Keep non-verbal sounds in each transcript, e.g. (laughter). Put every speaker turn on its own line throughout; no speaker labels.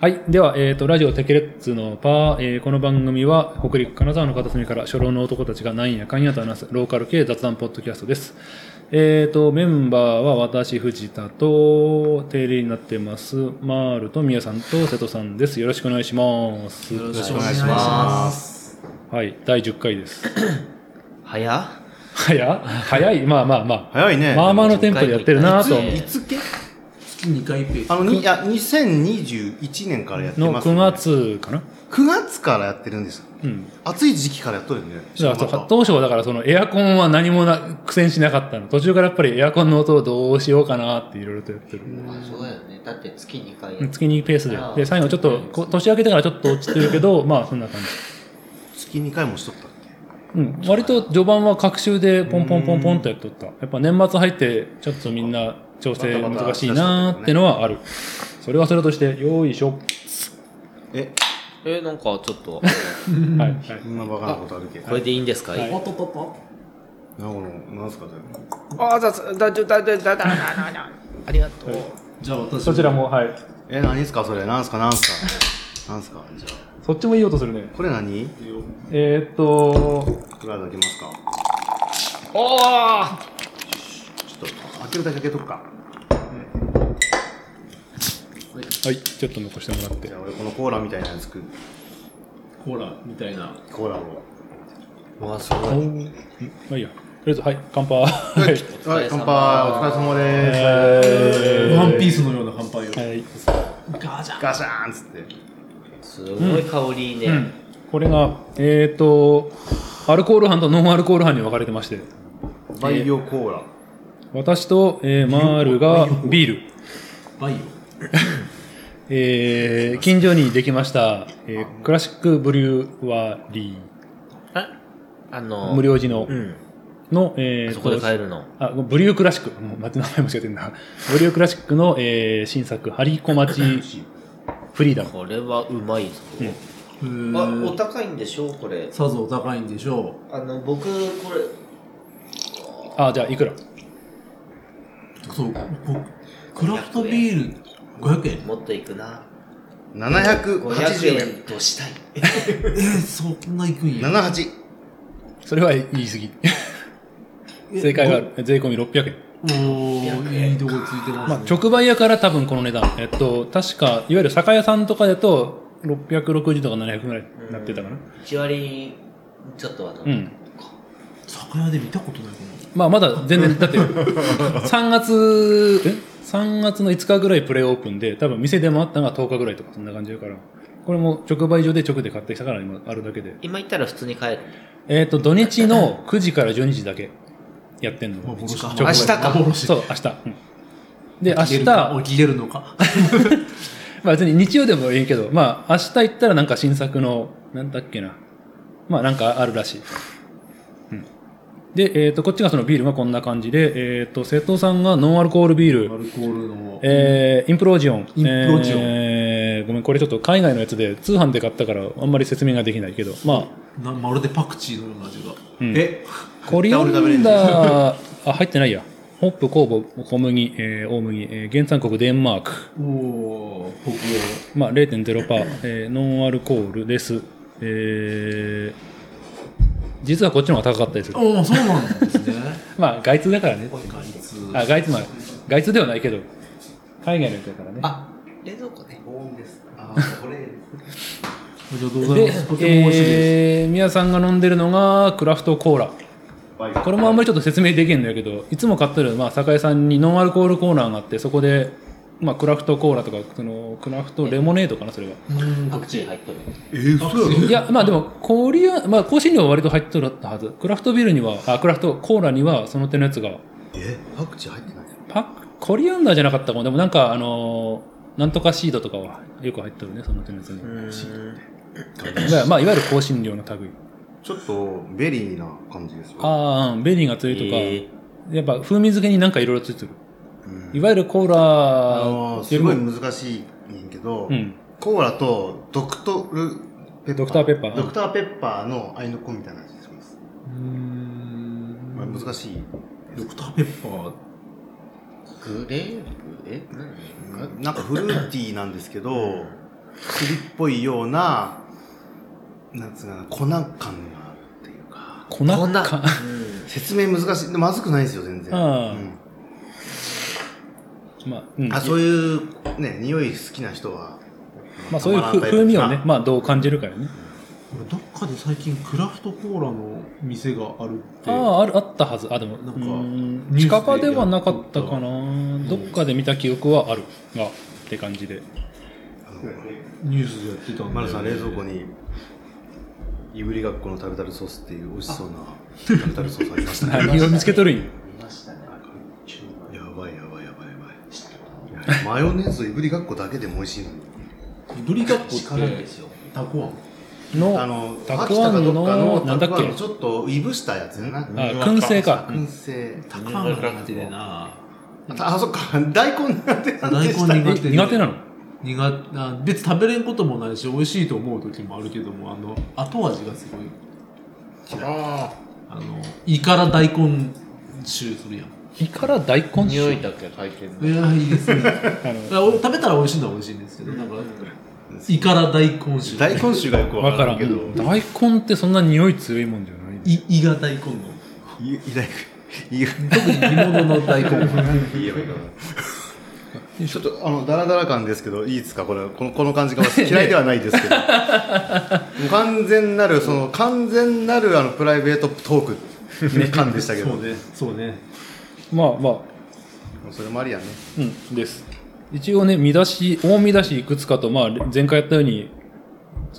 はい。では、えっ、と、ラジオテケレッツのパー、えーこの番組は、北陸金沢の片隅から初老の男たちがなんやかんやと話すローカル系雑談ポッドキャストです。えっ、と、メンバーは私、藤田と、定例になってます、マールと宮さんと瀬戸さんです。よろしくお願いします。
よろ
しくお願いします。
はい。第10回です。 (laughs)
早っ
早っ早いまあまあまあ。
早いね。
まあまあのテンポでやってるなと。
いつ系
月2回ペース。
あの、にいや、2021年からやって
の
ます、ね。
9。月かな
9月からやってるんです。
うん。
暑い時期からやっとるよね。
だから
知ら
そう
なかっ
当初はだからそのエアコンは何もな苦戦しなかったの。途中からやっぱりエアコンの音をどうしようかなっていろいろとやってる。
あそうだよね。だって月2回や
う
る
ん月にペースで
あ。ー
で、最後ちょっと、こ年明けてからちょっと落ちてるけ
(laughs)
ど、まあそんな感じ。
た月2回もしとったっけ
うん。割と序盤は各週でポンポンポンポンとやっとった。やっぱ年末入ってちょっとみんな調整難しいなーってのはある。それはそれとして、よいしょ。
え、
え、なんかちょっと、
はい。はい
こんなバカなことあるけ。
これでいいんですか、
はい
今
お
ととと。
なこの、なんすか、だよ。
あ、だ、だ、だ、だ、だ、だ、だ、ありがとう。
じゃあ私
そちらも、はい。
え、何すか、それ。なんすか、なんすか。なんすか、じゃ
そっちもいい音するね。
あ。これ何
えーっと、
いくらだけますか。
おー
ちょっと、開けるだけ開けとくか。
はい。ちょっと残してもらって
じゃ。あ、俺このコーラみたいなやつ食う。
コーラみたいな
コーラを。
うわ、すごい。
まあいいや。とりあえず、はい、乾杯。はい。
はい、乾杯。お疲れ様でーす。
ワンピースのような乾杯を
はい。
ガシャーンっつって。
すごい香りいいね。
これが、えっ、と、アルコール班とノンアルコール班に分かれてまして、
培養コーラ。
私と、えーマールがビール、
バイ
(laughs) えー近所にできました、えークラシックブリュワリ
えあ
ー、
の、
無。料時の
う、ん。
の、えー
そこで
と
買えるの。
あ、ブリュークラシック。もう、待って、名前間違えてんな。ブリュークラシックの、えー新作、ハリコマチフリーダム。
これはうまいぞ。
オ。
あ、お高いんでしょこれ。
さぞお高いんでしょ
あの、僕、これ、
あ、じゃあ、いくら
う。そう、こクラフトビール500円。
もっといくな。
780
500
円。
円としたい。
えー、そんないくんや。
78。
それは言い過ぎ。
え
正解は。税込み600円。
おー、いいとこついてます
まあ
ね。、
直売屋から多分この値段。えっと、確か、いわゆる酒屋さんとかだと、660とか700ぐらいになってたかな。
1割、ちょっとあの、
うん。
酒屋で見たことないかな。
まあ、まだ全然、だ (laughs) って、3月、え ?3 月の5日ぐらいプレイオープンで、多分店でもあったのが10日ぐらいとか、そんな感じだから。これも直売所で直で買ってきたから今あるだけで。
今言ったら普通に買える。
えっ、と、土日の9時から12時だけやってんの。
明
直売
明
日か
幻。
そう、明日。うんで、明日、
起きれるのか。
まあ別に日曜でもいいけど、まあ明日行ったらなんか新作の、なんだっけな。まあなんかあるらしい。うん。で、えっ、と、こっちがそのビールがこんな感じで、えっ、と、瀬戸さんがノンアルコールビー
ア
ル、
ルコールの。
えー、インプロジオン。
インプロジオン
えーごめん、これちょっと海外のやつで通販で買ったからあんまり説明ができないけど、ま
なまるでパクチーのような味が。
うん
え、
あ、コリアンダー、あ、入ってないや。ホップ、酵母、小麦、えー大麦、えー原産国デンマーク。
おー、北欧。
まあ、0.0%、えーノンアルコールです。えー実はこっちの方が高かったりする。
おー、そうなんですね。
まあ、外通だからね。
外通。
あ、外通、まあ、外通ではないけど、海外のやつだからね。
あ、冷蔵庫ね。
あー、これ。
ありがとうござい
で
ます。と、ても美味しいです。
えー、宮さんが飲んでるのが、クラフトコーラ。これもあんまりちょっと説明できんのやけど、いつも買ってる、まあ、酒屋さんにノンアルコールコーナーがあって、そこで、まあ、クラフトコーラとか、その、クラフトレモネードかな、それは。
うん
パクチー入っとる。
えー、嘘やろ
いや、まあでも、コリア、まあ、香辛料は割と入っとるはず。クラフトビールには、あ、クラフトコーラには、その手のやつが、
え、パクチー入ってない
パック、コリアンダーじゃなかったかも。でもなんか、あのーなんとかシードとかは、よく入っとるね、その手のやつに。
うん。
だからまあ、いわゆる香辛料の類。
ちょっと、ベリーな感じですよ。
ああ、うんベリーが強いとか、
え
やっぱ風味付けになんかいろいろついてる。
うん
いわゆるコー
あ
ラ
のー、
よ
す
り
ごい
も、
難しいねんけど、
うん。
コーラとドクトルペッパー。
ドクターペッパー
ドクターペッパーの合いの子みたいな味します。
うーん
まあ、難しい。
ドクターペッパー。
グレープえ何
なんかフルーティーなんですけど、薬っぽいような、なんつうかな、粉感があるっていうか、
粉か。
う
説明難しい。でまずくないですよ、全然。
ああ
うん
まあ、うん
あそういう、ね、匂い好きな人は、
まあ、そういう
た
ふ
まらんタイプ
風味をね、
あ
まあ、どう感じるかよね。
俺どっかで最近クラフトコーラの店があるって
ああ、ある、あったはず。あ、でも、う
なんか
ん
ニュースで
近場ではなかったか
や
な。どっかで見た記憶はあるが、って感
(laughs)
じで。
ニュースでやってたんで
マルさん冷蔵庫にいぶりがっこのタルタルソースっていう美味しそうなタルタルソースありましたね
何を見つけとるんよ。
ん。いましたね。
やばいやばいやばいやばいいやマヨネーズといぶりがっこだけでも美味しいのに
いぶりがっこ
叱るん
っ
で
て
すよ。
たこあん
の、
あの
た
秋
くあ
田か
ん
どっかの
の、なんだ
た
っけ
くあんのちょっといぶしたやつやな
あ、燻製か。
燻製
たこあん
辛くてでな。
ああそっか大根苦手なんでした
大
え
根
ね
苦手
苦手なの
苦あ別に食べれんこともないし美味しいと思う時もあるけどもあの後味がすごい
あ
あの胃から大根臭するやん
胃から大根臭
匂いだけ書いてる
い
の。
やいいですね
あの
いや俺食べたら美味しいのは美味しいんですけどなんか胃から大根臭
大根臭がよくわ
わ
か
から
ら
ん
ん
け
けど
ど。大根ってそんな匂い強いもんじゃない
い胃が大根の
いい大根いい
特に煮物の大根
いいよいいよちょっとあのダラダラ感ですけどいいですかこれこのこの感じが私嫌いではないですけどもう完全なるその完全なるあのプライベートトーク感でしたけど
そうねそうね
まあまあ、
それもありやね
うん、です。一応ね、見出し、大見出しいくつかと、まあ、前回やったように、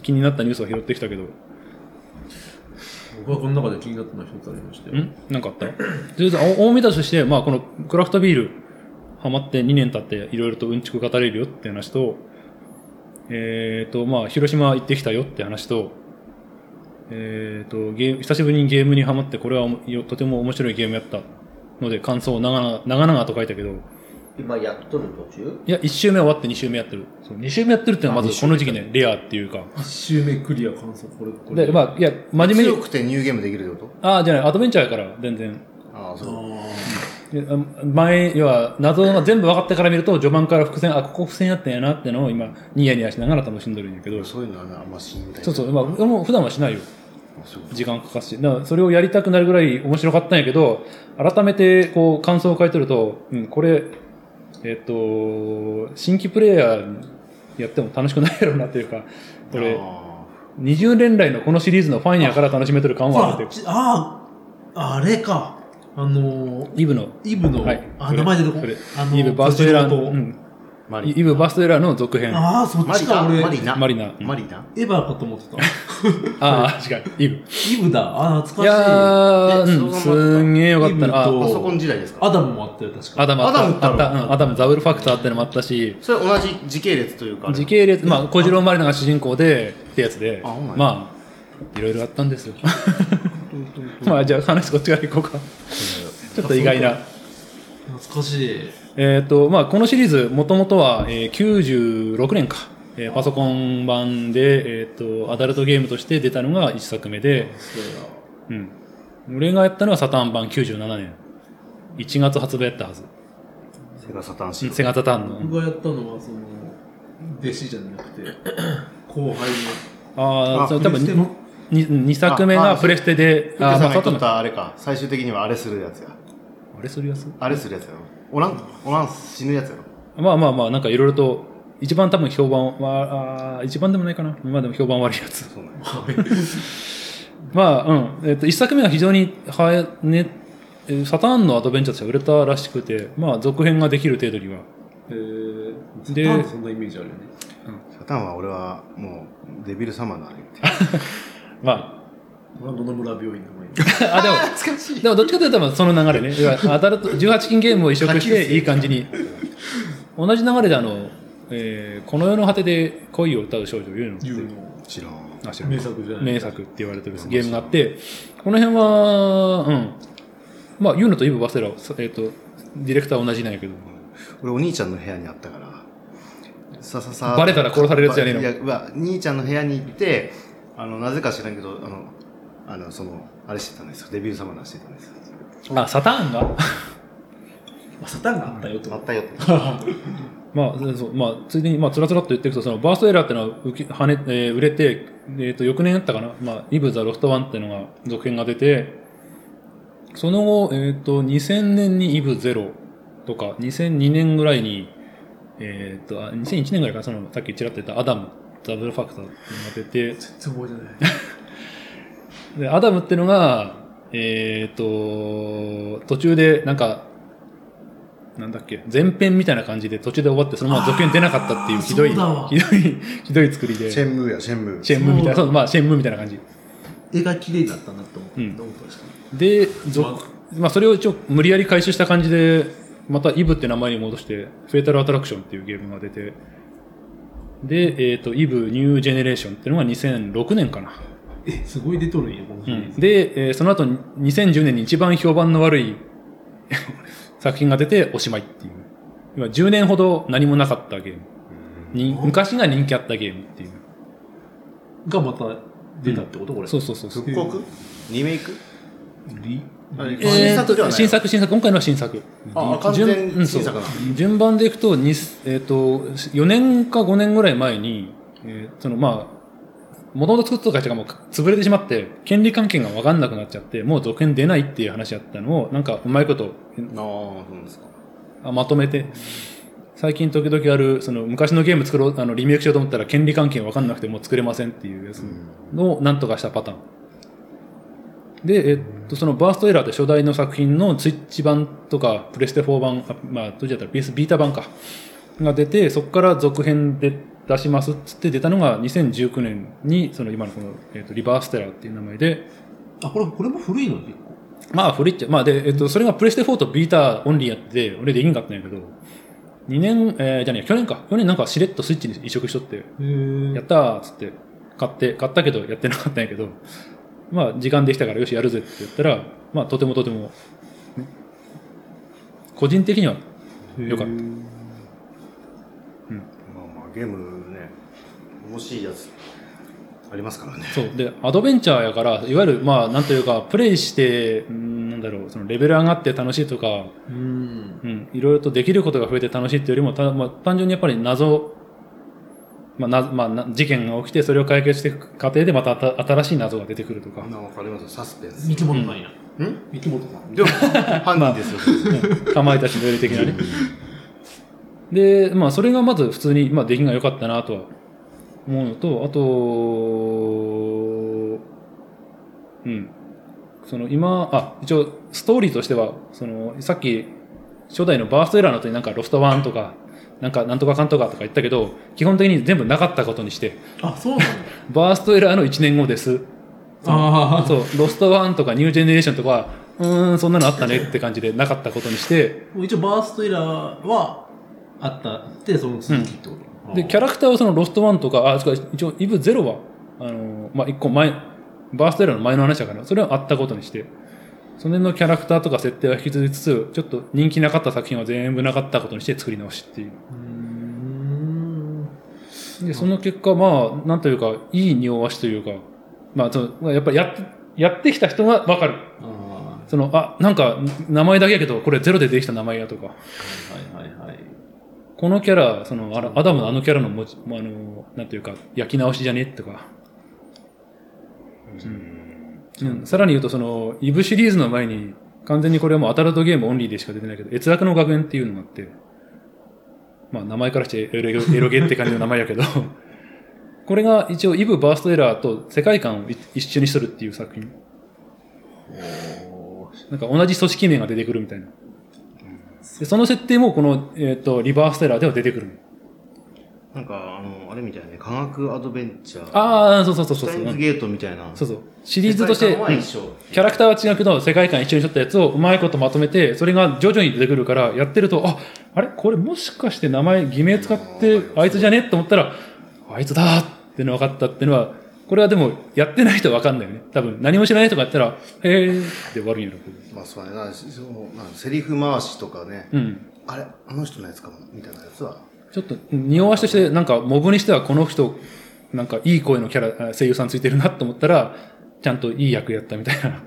気になったニュースを拾ってきたけど、
僕はこの中で気になったのは一つありまして
んなんかあったとりあえず大大見出しとして、まあ、このクラフトビール、ハマって2年経って、いろいろとうんちく語れるよって話と、えっ、と、まあ、広島行ってきたよって話と、えっ、と、ゲーム、久しぶりにゲームにハマって、これはよとても面白いゲームやったので、感想を長々、長々と書いたけど、
今やっとる途中
いや、1周目終わって2周目やってる。そう2周目やってるってのは、まずこの時期ね、レアっていうか。
1周目クリア感想これこれ
で、まあ、いや、真面目
強
に、
くてニューゲームできるってこ
ああ、じゃない、アドベンチャーやから、全然。
とああ
あ
そう
ー
であ前、要は、謎が全部分かってから見ると、序盤から伏線、あ、ここ伏線やったんやなってのを今、ニヤニヤしながら楽しんでるんやけど、そ
そういうのはねあんましんない。
うそう、まあ、もう普段はしないよ。
あそう
時間かかるし。だからそれをやりたくなるぐらい面白かったんやけど、改めて、こう、感想を書いてると、うん、これ、えっと、新規プレイヤーやっても楽しくないやろうなっていうか、これ、
あ
20年来のこのシリーズのファンやから楽しめてる感はあるっていう
ああああれかあのー
イブの、
イブの、
はい
あ、名前出てこ
それ
あの
イブバーストエラー
小
の、
次郎
う
と
ん
ーマ
イ
リ
イブバーストエラーの続編。あ
ああ、そっ
マ
ち
リ
か、
ナ
俺。
マリナ
マリナ
マリナ
エヴァかと思ってた。
あ、違う、イブ。
イブだ。ああ、懐かし
い
い。
やー、うん、
えそ
す
のまま
んげえよかったな。
イブ
あ
と
パソコン時代ですか
アダムもあったよ、確か。
アダムあっ
アダム
た。
だ
あっ
ろ
た、うん、アダム、ダブルファクターってのもあったし、
それ同じ時系列というかあれ
時系列、まあ、小次郎マリナが主人公で、ってやつで、
あほんまや
まあ、いろいろあったん
(laughs)
ですよ。まあ、じゃあ話こっちから行こうか。ちょっと意外な。
懐かしい。
えっ、と、まあ、このシリーズ、もともとは、えー96年か、えーパソコン版で、えっ、と、アダルトゲームとして出たのが1作目で、
そ
う
う
ん。俺がやったのはサターン版97年。1月発売やったはず。
セガサタンシ
うん
ー
セガサターン
だ。
の。
僕がやったのは、その、弟子じゃなく (clears throat) て、後輩
ああ、
あ
そう
の。
多分
でも、
にに2作目
あ
が
あ
プレステで、
ルケさんが言っとっ
あ
たあれか最終的にはあれするやつや
あれするやつ
あれするやつやろおらんおらん死ぬやつやろ
まあまあまあ、なんかいろいろと、一番多分評判は、あー一番でもないかな。まあでも評判悪いやつ。
そうなんや
(laughs) まあ、うん。えっ、と、一作目は非常に、はね、えーサターンのアドベンチャーとしては売れたらしくて、まあ、続編ができる程度には。
えー、ずっ
で
とそんなイメージあるよね。
サタンは俺はもうデビル様のあれって
ま
野々村病院の
(laughs)
前に。
あ、あ、でも、
懐かし
でもどっちかというと多分その流れね。要はアダルト、18金ゲームを移植していい感じに。同じ流れであの、えーこの世の果てで恋を歌う少女いうのって
ユ
いう
ーの
知らん
あ知らん
名作じゃない。
名作って言われてるゲームがあって、この辺は、うん。まあ、ユーノとイブ・バセラ、えっ、と、ディレクターは同じなんやけど。
俺お兄ちゃんの部屋にあったからさささ
バレたら殺されるやつじゃねえの
いやうわ兄ちゃんの部屋に行ってあのなぜか知らんけどあのあのそのあれしてたんですよデビュー様のしてたんですよ
あ、サターンが
あ、サタンがあったよと
あ。ったよって
まあ、そうそうまあ、ついでに、まあ、つらつらっと言っていくと、その、バーストエラーっていうのは受け、跳ね、えー売れて、えっ、と、翌年やったかな、まあ、イブ・ザ・ロフト・ワンっていうのが、続編が出て、その後、えっ、と、2000年にイブ・ゼロとか、2002年ぐらいに、えっ、と、あ、2001年ぐらいかな、その、さっきちらっと言ったアダム、ザ・ブル・ファクターっていうのが出て、
全然覚えてない。
で、アダムってのが、えっ、と、途中で、なんか、なんだっけ、前編みたいな感じで途中で終わって、そのまま続編出なかったっていう
あー
ひどい、ひ
そうだわ
どい、 (laughs) ひどい作りで、
チ
シェ
ェンムーや、チェンム
ン
ー。
ムーみたいな、そう、まあ、シェンムーみたいな感じ。
絵が綺麗だったなって思って、
うん
どう思ったんですか
で、続、まあ、それを一応無理やり回収した感じで、またイブって名前に戻して、フェイタルアトラクションっていうゲームが出て、で、えっ、と、イブニュージェネレーションっていうのが2006年かな。
え、すごい出とるんや、このシリーズ。
で、えーその後に2010年に一番評判の悪い (laughs) 作品が出ておしまいっていう。今10年ほど何もなかったゲーム。に昔が人気あったゲームっていう。
がまた出たってこと、これ。
そうそうそうそう。
復刻リメイク
リ
あれ
えー
新作ではない
新作、新作。今回のは新作。
あ完
順
全
うんそう
新作なの
順番でいくと、にえっ、と、4年か5年ぐらい前に、えーそのまあ、もともと作ってた会社がもう潰れてしまって、権利関係がわかんなくなっちゃって、もう続編出ないっていう話だったのを、なんかうまいこと
ああ、そうですか。
あまとめて、最近時々ある、その昔のゲーム作ろう、あの、リメイクしようと思ったら権利関係わかんなくてもう作れませんっていうやつの、なんとかしたパターン。で、えっと、そのバーストエラーって初代の作品のスイッチ版とか、プレステ4版、あまあ、当時だったら PS ビータ版か、が出て、そこから続編で出しますっつって出たのが2019年に、その今のこの、えっと、リバーステラーっていう名前で、
あ、これ、これも古いの結構。
まあ、古いっちゃ、まあ、で、えっと、それがプレステ4とビーターオンリーやってて、俺できんかったんやけど、2年、えーじゃねえ、去年か。去年なんかしれっとスイッチに移植しとって、
へー
やったーっつって、買って、買ったけどやってなかったんやけど、まあ、時間できたからよし、やるぜって言ったら、まあ、とてもとても、ね個人的には良かった。
まあまあ、ゲームね、欲しいやつ、ありますからね。
そう。で、アドベンチャーやから、いわゆる、まあ、なんというか、プレイして、うーんなんだろう、そのレベル上がって楽しいとか、
うん。
うん、いろいろとできることが増えて楽しいっていうよりも、たまあ、単純にやっぱり謎、まあなまあな、事件が起きてそれを解決していく過程でまたた新しい謎が出てくると
(laughs)
か、
わかりますサスペンス。
三本さんや。
ん
三本さん。
でも、犯人ですよ。
うんかまいたちのより的なね。で、まあ、それがまず普通に、まあ、出来が良かったなとは思うのと、あと、うん。その今、あ、一応、ストーリーとしては、その、さっき、初代のバーストエラーの時になんかロフトワンとか、なんかなんとかかんとかとか言ったけど、基本的に全部なかったことにして、
あ、そうなんだ。
バーストエラーの1年後です。
ああ、
そう、ロストワンとかニュージェネレーションとかは、うーん、そんなのあったねって感じでなかったことにして、
もう一応バーストエラーはあったって、その続きってこと、
で、キャ
ラ
ラクターはそのロストワンとか、あ、そうか、一応、イブゼロは、あの、まあ、一個前、バーストエラーの前の話だから、それはあったことにして、その辺のキャラクターとか設定は引き継ぎつつ、ちょっと人気なかった作品は全部なかったことにして作り直しっていう。
うーん。
で、その結果、まあ、なんというか、いい匂わしというか、まあ、その、やっぱりやって、やってきた人がわかる。
あ
その、あ、なんか、名前だけやけど、これゼロでできた名前やとか。
あ、はいはいはいはい。
このキャラ、その、あらアダムのあのキャラのもち、もうあの、なんていうか、焼き直しじゃねとか。うん。うんさらに言うと、その、イブシリーズの前に、完全にこれはもうアダルトゲームオンリーでしか出てないけど、閲楽の学園っていうのがあって、まあ名前からしてエロゲ (laughs) エロゲって感じの名前やけど、 (laughs) これが一応イブバーストエラーと世界観をい一緒にしとるっていう作品。なんか同じ組織名が出てくるみたいな。でその設定もこの、えっ、と、リバーステラーでは出てくる。
なんか、あの、あれみたいね、科学アドベンチャー。あ。
ああ、そうそうそう
ス
そう
タ
そう。
イ
う
ンズ
ん
ゲートみたいな。
そう
う。
そう。シリーズとして、
は
うん
一緒。
キャラクターは違うけど、世界観一緒にしとったやつをうまいことまとめて、それが徐々に出てくるから、やってると、あ、あれこれもしかして名前、偽名使って、あいつじゃねと思ったら、あいつだーっての分かったってのは、これはでも、やってない人は分かんないよね。多分、何も知らない人がやったら、へーって終わるんやろ。
まあ、そうやな、そうなんかセリフ回しとかね、
うん。
あれ、あの人のやつかも、みたいなやつは。
ちょっと匂わしとして、なんかモブにしてはこの人、なんかいい声のキャラ、あ声優さんついてるなと思ったら、ちゃんといい役やったみたいな感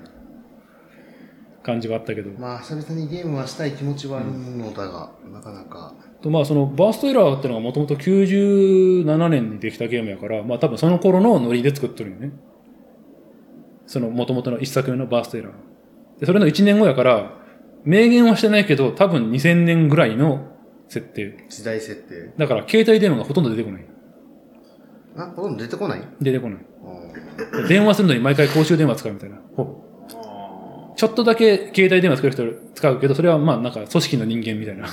(laughs) 感じはあったけど。
まあ、久々にゲームはしたい気持ちはあるのだが、なかなか。
とまあそのバーストエラーってのがもともと97年にできたゲームやから、まあ多分その頃のノリで作っとるよね。そのもともとの一作目のバーストエラー。で、それの1年後やから、明言はしてないけど、多分2000年ぐらいの設定。
時代設定。
だから携帯電話がほとんど出てこない。
あ、ほとんど出てこない
出てこない。
うん
電話するのに毎回公衆電話使うみたいな。ちょっとだけ携帯電話使う人使うけど、それはまあなんか組織の人間みたいな。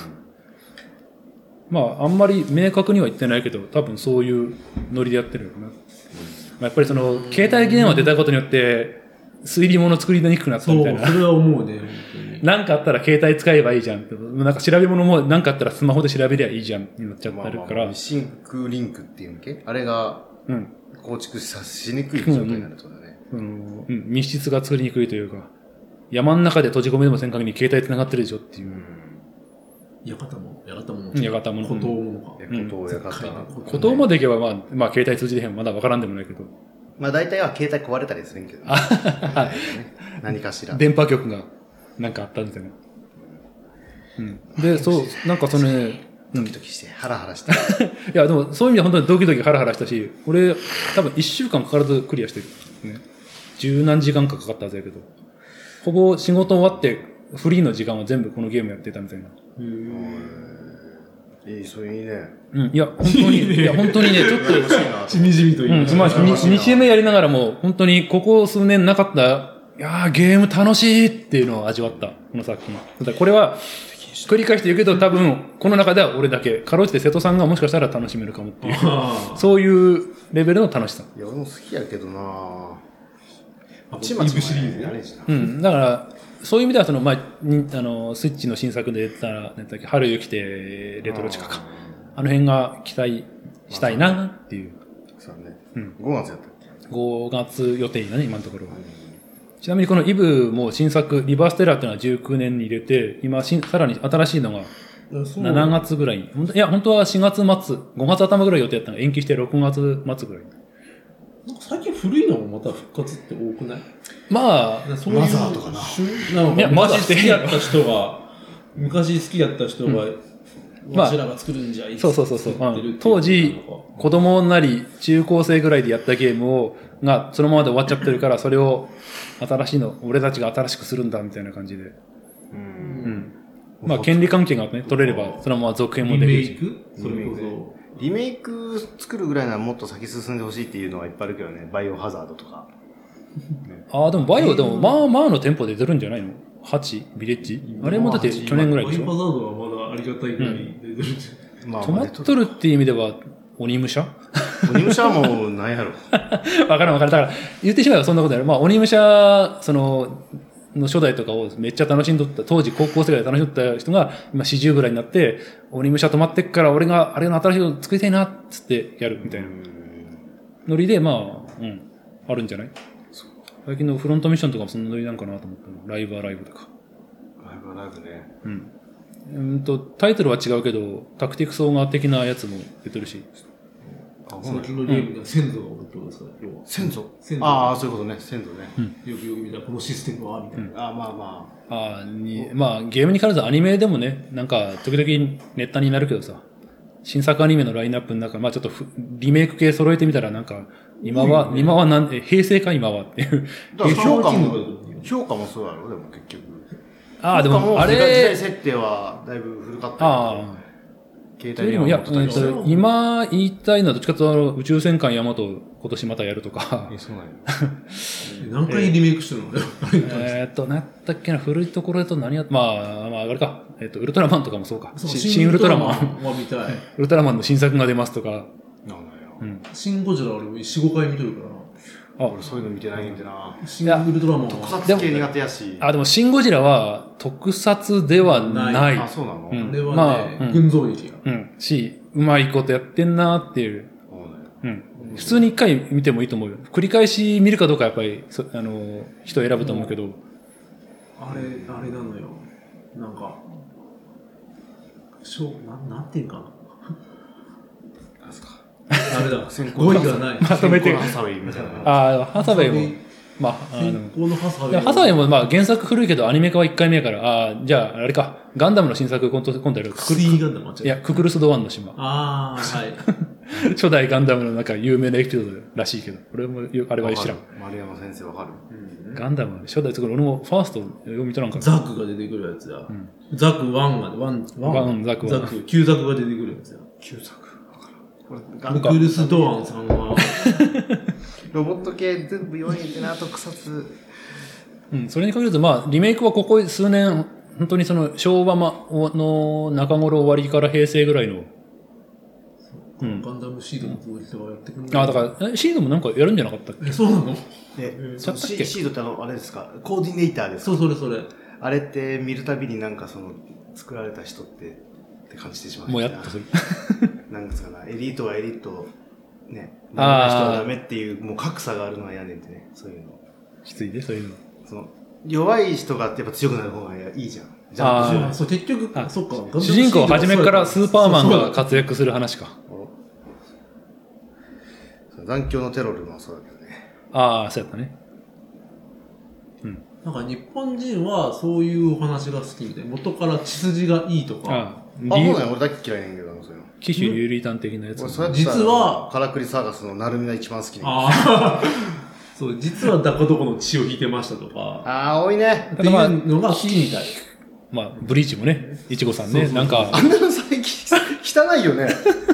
まああんまり明確には言ってないけど、多分そういうノリでやってるよな。まあ、やっぱりその、携帯電話出たことによって、推理物作りにくくなった
そう、
み
そ
たい
れ
な。
は思うね、本当に。
(laughs) なんかあったら携帯使えばいいじゃんって。なんか調べ物もなんかあったらスマホで調べりゃいいじゃんになっちゃってるから。
シンクリンクっていうんけあれが
うん。
構築さしにくい状態になるってことだね。
その、うん、密室が作りにくいというか、山の中で閉じ込めでもせん限り携帯繋がってるでしょっていう。
館も、館も、
うん館も
孤島もか。
うん
ことをやか
絶
た
対。に
孤島まで行けば、まあ、まあ、携帯通じてへんまだわからんでもないけど、
まあ大体は携帯壊れたりするんけ
(laughs)
どね。何かしら。
電波局がなんかあったみたいな。うん。で、そう、なんかそのね、うん、い
ドキドキして、ハラハ
(laughs)
ラして。
や、でもそういう意味で本当にドキドキハラハラしたし、俺、多分1週間かからずクリアしてる。ね。十何時間かかかったはずやけど、ほぼ仕事終わって、フリーの時間は全部このゲームやってたみたいな。
いい、それいいね。
うん、いや、本当に、いや、本当にね、ちょっと、
しみじみと言いま
う
す
ん、まあ、
羨ましいな
2週目やりながらも、本当にここ数年なかった、いやーゲーム楽しいっていうのを味わった、この作品。ただこれは、繰り返して言うけど、多分、この中では俺だけ。かろうじて瀬戸さんがもしかしたら楽しめるかもっていう。
(laughs) あ
そういうレベルの楽しさ。
いや、俺も好きやけどな
あ。
ちま
イ
ち
ブシリーズ
まやれ
ね。
んしな
うん。だから、そういう意味では、その、まあ、にあの、スイッチの新作で出た、なんだっけ、春雪てレトロ地下か。あの辺が期待したいなっていう。
そうね。
うん
5月やったっけ
5月予定だね、今のところは。ちなみにこのイブも新作、リバーステラーっていうのは19年に入れて、今新、さらに新しいのが7月ぐらいに。ほんといや、本当は4月末、5月頭ぐらい予定だったのが延期して6月末ぐらい。
なんか最近古いのもまた復活って多くない
まあ、
そういう
マザーとかな
しゅなん
いや
か
マ
マ
ジ
ジ
で
好きやった人が、昔好きやった人が、
まあ
わしらが作るんじゃい
そうそうそうそう。
作ってるってい
うん当時、子供なり中高生ぐらいでやったゲームを、がそのままで終わっちゃってるから、それを新しいの、俺たちが新しくするんだみたいな感じで。うん。まあ、権利関係がね、取れれば、そのまま続編も
リ
で
メ
きるし。
イクそれ
リ
こ
メイリメイク作るぐらいならもっと先進んでほしいっていうのはいっぱいあるけどね。バイオハザードとか。
ああ、でもバイオでも、まあまあの店舗で出るんじゃないの ?8? ビレッジ
そ。
あれもだって去年ぐらい
ワ
で
イ
し
ンパザ
ょ
ードはまだありがたいぐらい出てるじ
ま
止まっとるっていう意味では、鬼武者 (laughs)
鬼武者はもうなんやろ。
わからんわからん。だから、言ってしまえばそんなことやる。まあ、鬼武者、その、の初代とかをめっちゃ楽しんどった、当時高校生ぐらいで楽しんどった人が、今40ぐらいになって、鬼武者止まってっから俺が、あれの新しいの作りたいな、っつってやるみたいな。ノリで、まあ、うん、あるんじゃない最近のフロントミッションとかもそんなノリなんかなと思ったの。ライブはライブとか。
ライブはライブね。
うん。うんと、タイトルは違うけど、タクティクスオーガー的なやつも出てるし。
あ、
ゃん。
ほんな
最
ら
近のゲームが先祖が持ってますから、要は。
先祖
先祖
ああ、そういうことね。先祖ね。
よくよく見たらこのシステムは、みたいな。
ああ、まあま
あーに、まあ、ゲームに絡めずアニメでもね、なんか、時々ネッタになるけどさ、新作アニメのラインナップの中、まあちょっとふリメイク系揃えてみたら、なんか、今は、今はなん、え平成か今はっていう。
あ。だから評価
評価
も
も、
評価もそうやろ、でも結局。
(laughs) ああ、で
評価
も、あ
時代
れ、
設定はだいぶ古かったけど
ああ、
携
というより
帯電
も、いや、
話
えっ
と
と今言いたいのは、どっちかというとあの、宇宙戦艦ヤマト今年またやると (laughs) か、
えそうなんや。
何回リメイクしてるの (laughs) 俺は
えーっと、なんだっけな、古いところだと何やっまあ、まあ、あれか、えっと、ウルトラマンとかもそうか、
そう
し新ウルトラマン。
ンは見たい。
ウルトラマンの新作が出ますとか、
なんだよ。
うん。
シン・ゴジラ俺も4、5回見とるからな。
あ、
俺そういうの見てないんでな。
シン・ウルトラマンは。
特撮系苦手やし。
あでも、シン・ゴジラは特撮ではな。
ない
あ、そうなの
うん
あれ
ま
は
あう
ね
ん、
群像劇や。
うん。し、うまいことやってんなーっていう。
そうなんや
うん。普通に一回見てもいいと思うよ。繰り返し見るかどうかやっぱり、そあのー、人選ぶと思うけど、
あれ、あれなのよ。なんか、しょう、なん、なんていうんかな。
なんすか。
あれだ、
先行
語彙がない。
まとめて
先行のハサウェイみたいな。
(laughs) ああ、ハサウェイも、まあ、あの
先行のハサウェイ
でもハサウェイもまあ原作古いけどアニメ化は1回目やから、ああ、じゃああれか、ガンダムの新作今度今度やる。ク
ス
ク
リーガンダムあっち
いや、ククルス・ドワンの島。
ああはい
初代ガンダムの中有名なエピソードらしいけど、俺もよあれは知らん。
丸山先生わかる
ガンダム、初代作る俺もファースト読み取らんから。
ザクが出てくるやつや、ザクワンがワンワ
ワンザクワン
ザク旧ザクが出てくるやつや
旧作
ルクルス・ドアンさんは
ロボット系全部弱いんでな特撮
うん、それに限らず、まあ、リメイクはここ数年、本当にその昭和まの中頃終わりから平成ぐらいの、うん。
ガンダムシードの攻撃とかやってくるん
あ、だから、えシードもなんかやるんじゃなかったっけ
えそうなの
で、
ん
その
ちょっとっ
シ
け
シードってあのあれですかコーディネーターですか
そうそれそれ
あれって見るたびになんかその作られた人ってって感じてしまう
もうやっとする。
なんですかなエリートはエリートねダメ
あー
な人はダメっていうもう格差があるのは嫌ねんってねそういうの
きついね、そういうの。
その弱い人がやっぱ強くなる方がいいじゃんじゃ
あー
そうそう結局
あ
そっか
主人公は初めからスーパーマンが
勝
活躍する話か。
残響のテロルもそうだけどね
ああ、そうやったね。
なんか日本人はそういうお話が好きみたい元から血筋がいいとか
あ
あそう
あ、
だよ俺だけ嫌いねんけどなそういうの
機種有利探的なやつ。
俺
う
そうやって
実は
カラクリサーカスのナルミが一番好きねあ
ああ (laughs) そう実はダコどこの血を引いてましたとか
あー多いね
っていうのが好きみたい
まあ、ブリーチもね、いちごさん
そう
ね、
そう
なんか
あ、んなの最近汚いよね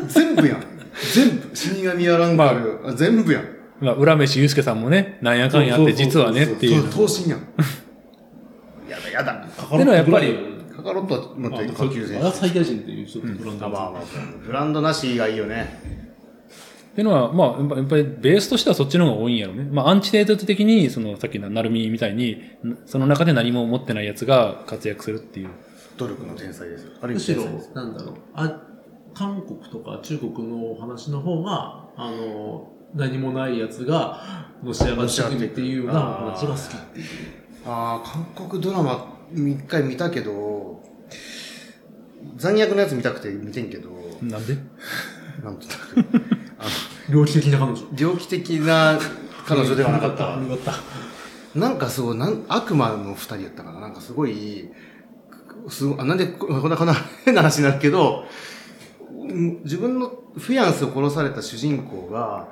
全部やん全部死神やらんかる、あ、全部やん
まあ、浦飯祐介さんもね、なんやかんやって実はねっていう。
そう投身やんやだやだ
っ
っていうのはやっぱり
カカロットは
あ
待って下級選
あれは
手
最大人っていうちょっとブランド
あ
の
まあまあブランドなしがいいよね
っていうのは、まあ、やっぱやっぱりベースとしてはそっちの方が多いんやろうね。まあ、アンチテーゼ的に、その、さっきのなるみみたいに、んその中で何も持ってないやつが活躍するっていう。
努力の天才ですよある意
む
味
し
天
ろ
才です、
なんだろう、あ、韓国とか中国のお話の方が、あの、何もないやつが、のし上がってくるっていうようなお話が好きっていう。
ああ韓国ドラマ一回見たけど残虐なやつ見たくて見てんけど、
なんで
なんとな (laughs) くあ
猟奇的な彼女。
の猟奇的な彼女ではなかった
よかっ
なんかすごい、なん悪魔の二人やったかななんかすごい、すごい、あなんでこ、こんな、こんな変な話になるけど、うん自分のフィアンスを殺された主人公が、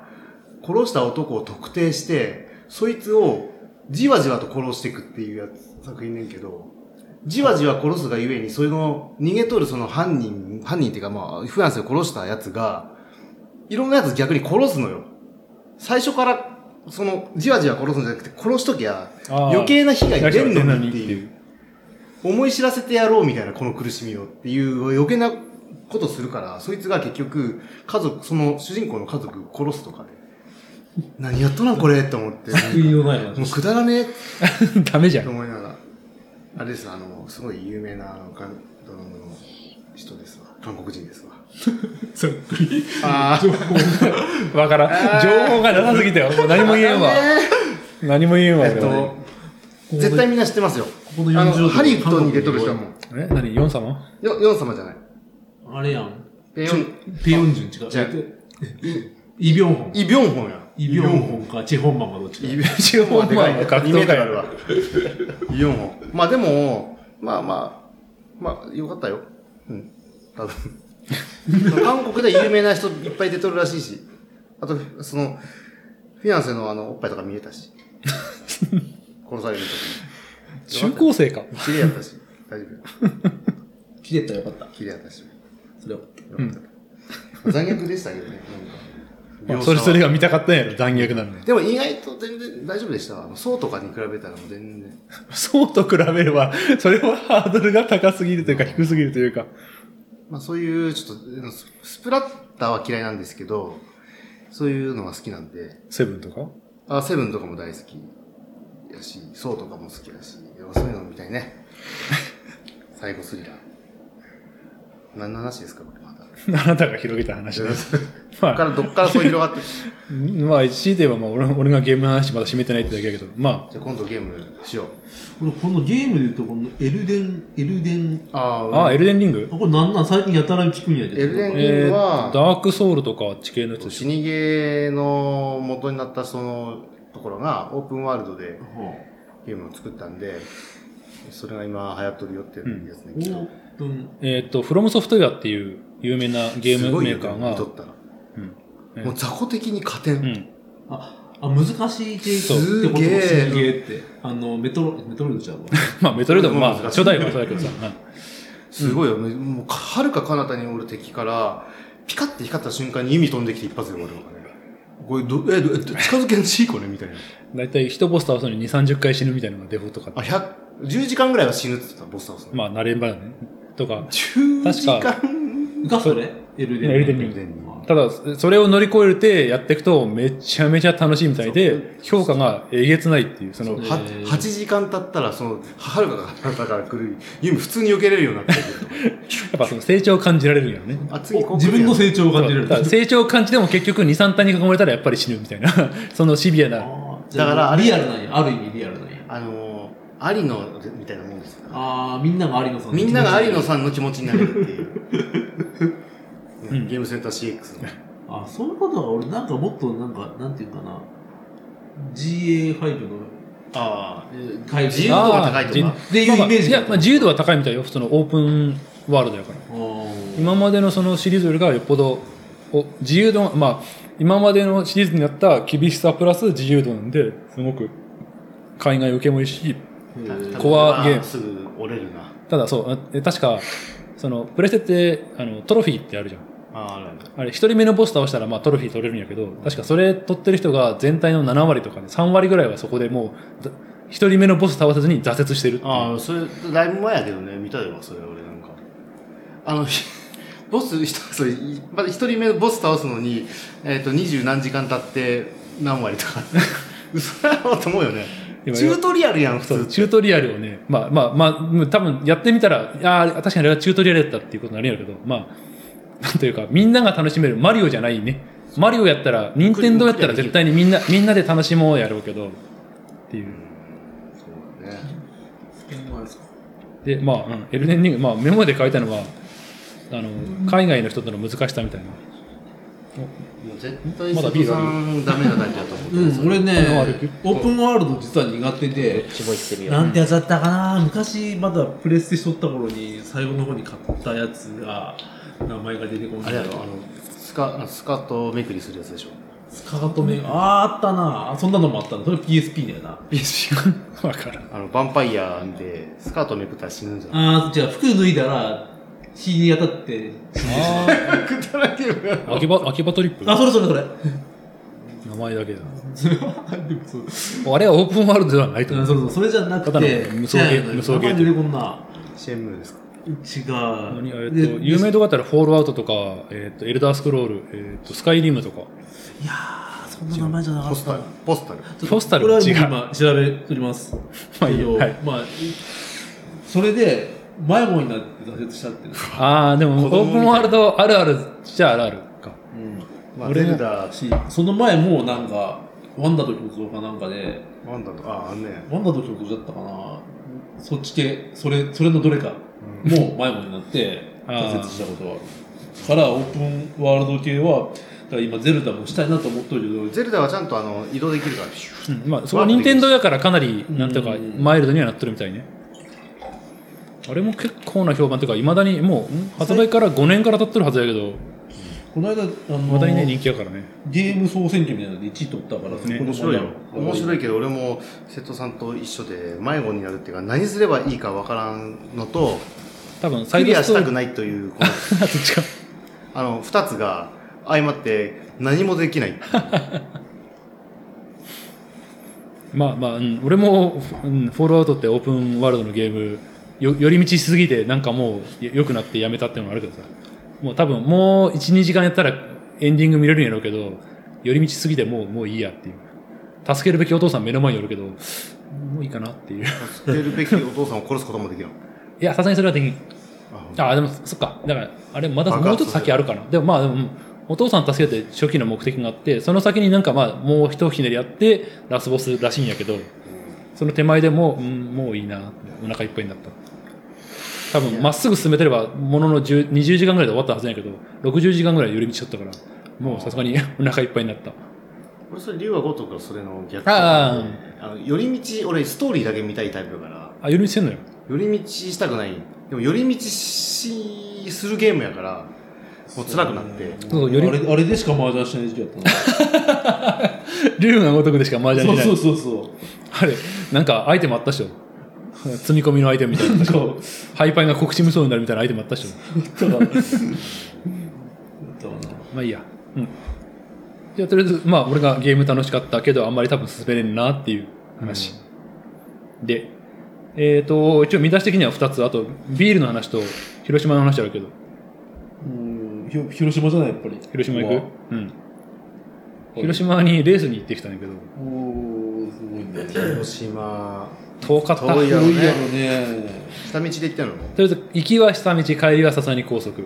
殺した男を特定して、そいつをじわじわと殺していくっていうやつ作品ねんけど、じわじわ殺すがゆえに、その逃げとるその犯人、犯人っていうかまあ、フィアンスを殺したやつが、いろんなやつ逆に殺すのよ。最初から、その、じわじわ殺すんじゃなくて、殺しときゃ、
あー
余計な被害
大丈
出
夫
んのに
っ
ってて
い
いう
う。。
思い知らせてやろうみたいな、この苦しみをっていう余計なことするから、そいつが結局、家族、その主人公の家族殺すとかで、何やっとなんこれって思
(laughs)
って、
た。救いのない話。
もうくだらねえ
(laughs) ダメじゃ
と
ん。
思いながら。あれです、あの、すごい有名なあの韓ドラムの人ですわ。韓国人ですわ。
(laughs) ざっくり。
ああ、
わからん。情報がなさすぎたよ。もう何も言えんわ。何も言えんわ、
えっ
俺は
と、絶対みんな知ってますよ。
ここの
あ
40
の、ハリウッドに出
出
とる人は
も
もう、
え、何ヨン様
よ、ヨン様じゃない。
あれやん。
ペ
ち
ヨ
ょ
ン、
ペヨンジュン違う。
じゃあ
イ・ビョンホン。
イ・ビョンホンや。
イ・ビョンホンか、チェ・ホンマンかどっちか。
中央は格
2メー
闘家
トルあ
や
る
る
わ。4本。まあでも、まあまあ、まあ、よかったよ。うん。多分。
(laughs)
韓国で有名な人いっぱい出とるらしいし。あと、その、フィアンセのあの、おっぱいとか見えたし。
(laughs)
殺される時に。
中高生か。
綺麗やったし。大丈夫よ。
切れたらよかった。
綺麗やったし。よ
それは。
かった残虐でしたけどね。なんか
それそれが見たかったんやろ、残虐なの
(laughs)
に。
でも意外と全然大丈夫でしたわ。そうとかに比べたらもう全然。
そうと比べれば、それはハードルが高すぎるというか、低すぎるというか。
まあ、そういう、ちょっとあの、ススプラッターは嫌いなんですけど、そういうのが好きなんで、
セブンとか
あ、セブンとかも大好きやし、ソウとかも好きやし、でもそういうのみたいね。最後スリラー。何の話ですか、これまだ。
あなたが広げた話です。ま
どっか
あ、
ら、どっからそう広がって。 (laughs)
まあ、一位ではまあ俺俺がゲームの話まだ締めてないってだけだけど、ま
じゃあ今度ゲームしよう。
このこのゲームで言うと、このエルデン、エルデン、
あ
あ、
あ、
ああ、エルデンリング
あこれなんなん最近やたら聞くんやけど。
エルデン
えー、
は
ダークソウルとか地形のやつでし
死にゲーの元になったその、ところがオープンワールドで
ほ
ゲームを作ったんで、それが今流行っとるよっていうやつね。
うオープン
えっ、と、フロムソフトウェアっていう有名なゲー
す
ム
ごい
メ
よ
ーカー
ね見
が
と、ったら。
うん
もう雑魚的に加
う
点。
ん、
ああ難しい系
そう
ってこと
すげえ
すげえってあのメトロメトロイドちゃうわ
まあ、メトロイドもまあ、
うん
初代はそうだけどさ、
すごいよね。もう、はるか彼方におる敵から、ピカって光った瞬間に弓飛んできて一発で終わるのがね。これど、え、ど近づけんちいこれみたいな。
だいたい一ボス倒すのに2、30回死ぬみたいなのがデフォとか
あ、、100、10時間ぐらいは死ぬって言ってた、ボス倒すの。
まあ、慣れんばだね。とか、
10時
確
間
がそれエルデン
エルデンリングただ、それを乗り越えてやっていくと、めちゃめちゃ楽しいみたいで、評価がえげつないっていう、その、
は
えー
8時間経ったら、その、はるか彼方から来る弓普通に避けれるようになってくる。
やっぱその成長を感じられるんやろね。
あ、次こう来
自
るやん
分の成長を感じれ
そう
る
だから成長を感じても結局2、3体に囲まれたらやっぱり死ぬみたいな、 (laughs) そのシビアな。
あー
だからあれ
リアルなんやある意味リアルなんや
あのー、アリノみたいなもんですよ。
あーみんなが有野さんの
みんなが有野
ん
さんの気持ちになれるっていう。
う
うんんゲームセンター CX の。
あそういうことは俺なんかもっとなんかなんていうかな GA5 の
あ
えー回
自由
あ
度が高いと
人
か。
っていうイメージ
まあまあいや、まあ、自由度は高いみたいよ、そのオープンワールドやから。
ー
今までのそのシリーズよりかはよっぽど、お自由度が、まあ、今までのシリーズにあった厳しさプラス自由度なんで、すごく、海外受けもいいし、
へー
コアゲーム
あすぐ折れるな。
ただそう、あえ確か、その、プレステって、あの、トロフィーってあるじゃん。
あーある
あれ、一人目のボス倒したら、まあ、トロフィー取れるんやけど、確かそれ取ってる人が全体の7割とかね、3割ぐらいはそこでもう、ざ一人目のボス倒せずに挫折してるっていう
ああ、それ、だいぶ前やけどね、見たよ、それ、俺なんか。あの、 (laughs) ひボス、ひとそれいまだ一人目のボス倒すのに、えっ、と、二十何時間経って、何割とか。 (laughs) 嘘やろうと思うよね。チ
今
ュートリアルやん、普
そ
通
う。チュートリアルをね、まあまあまあうん、多分やってみたら、ああ、確かにあれはチュートリアルだったっていうことになるんやけど、まあ、なんというか、みんなが楽しめる、マリオじゃないね。マリオやったら、任天堂やったら絶対にみんな、みんなで楽しもうやろうけど、っていう。
そうだね。
うまいっすか
で、まあ、うんエルデンリング、まあ、メモで書いたのは、あの、海外の人との難しさみたいな。
もう絶対、
まだ
瀬
ビー
戸
ルあ
さ
る
ん、ダメなタイプだと思う。
うん、俺ね
あれ、
オープンワールド実は苦手で
ど、っちも行ってみよう。
なんてやつだったかな、昔まだプレステしとった頃に最後の方に買ったやつが、名前が出てこ
あ
ない
れやろ、あの、スカ、スカートめくりするやつでしょ。
スカートメあーあったな、そんなのもあったな、それ PSP だよな。
わからん。
あの、ヴァンパイアで、スカートめくったら死ぬんじゃない
あー、じゃあ服脱いだら、火に当たって、
あ
くだらねえよ
あ、秋葉、秋葉トリップ
あ、それそれそれ。
名前だけだ。
それはでもそう
あれはオープンワールドではないと
うん
思う。
そうそうそれじゃなく
ただの
て、
無双ゲー
ね
無双ゲー
名前出てこんな。
シェンムーですか
違
何えっ
う。
と
で
有名度があったら、フォールアウトとか、えっと、エルダースクロール、えっと、スカイリムとか。
いやー、そんな名前じゃなか
ポ
っ
ス
た
タ
な
ル。。ポスタル。
ポスタル
これ
は
は
違う。
今調べております。
まあいいよ
けど
はい
まあ、それで、迷子になって挫折したっていうの。
ああ、でも、
子供
オー
み
プ
たい
ンワールドあるあるじゃあるあるか。
まあ、
俺
ゼ
も
ルダ、
し、その前もなんか、ワンダと曲像かなんかで、
ワンダと、あ、あんね。
ワンダと曲像だったかなそっち系、それ、それのどれか、もう迷子になって、
あー
挫折したことはある。から、オープンワールド系は、だから今、ゼルダもしたいなと思っとるけど、
ゼルダはちゃんとあの移動できるから、シュ
う
ッ
んまあ、そこ、任天堂やからかなり、
ん
なんとか、マイルドにはなってるみたいね。あれも結構な評判というか、いまだにもう、ん発売から5年から経ってるはずやけど、
この間、あの
まだにね、人気やからね。
ゲーム総選挙みたいなので1位取ったから、そこで
面白いよ。面白
い。
いけど、俺も瀬戸さんと一緒で迷子になるっていうか、何すればいいかわからんのと、
多分、サ
ク
イド
リア
ス
し
トー
た
リ
く
ー、
ないという、
(laughs)
この、
どっ (laughs) ちか。
あの、二つが相まって何もできない。
まあまあ、うん、俺も、うん、フォールアウトってオープンワールドのゲームよ寄り道しすぎてなんかもうよ良くなってやめたっていうのがあるけどさもう多分もう12時間やったらエンディング見れるんやろうけど寄り道しすぎてもうもういいやっていう助けるべきお父さん目の前におるけどもういいかなっていう
捨てるべきお父さんを殺すこともできない。
いやさすがにそれはできん
あ
ああでもそっかだからあれまだ
爆発
もうちょっと先あるかなでもまあでもうんお父さん助けて初期の目的があってその先になんかまあもう一ひねりやってラスボスらしいんやけどその手前でもう、うん、もういいな、お腹いっぱいになった。多分、まっすぐ進めてれば、ものの10 20時間ぐらいで終わったはずやけど、60時間ぐらい寄り道しちゃったから、もうさすがにお腹いっぱいになった。
俺それ竜は如くはそれの逆
あー
あの寄り道俺ストーリーだけ見たいタイプだから
あ、寄り道してんのよ。
寄り道したくないでも寄り道しするゲームやからもう辛くなって
そうそう、
あ
寄
れ
り、
あれでしか麻雀しない時期だった
竜が如くでしか麻雀し
の
ない。
そうそうそうそう
あれ、なんかアイテムあったっしょ。積み込みのアイテムみたいな。
(laughs) なんか
ハイパイが告知無双になるみたいなアイテムあったっしょ。
だからだからな
まあいいや。うん。じゃあとりあえず、まあ俺がゲーム楽しかったけど、あんまり多分進めれんなっていう話。で、えっ、と、一応見出し的には2つ。あと、ビールの話と広島の話あるけど、
うんひろ広島じゃないやっぱり
広島行くうん。広島にレースに行ってきたんだけど、
おおすごいね
広島
遠かった。
遠いやろ
広
ね
いやろね
下道で行ったのね
とりあえず、行きは下道、帰りはさすがに高速。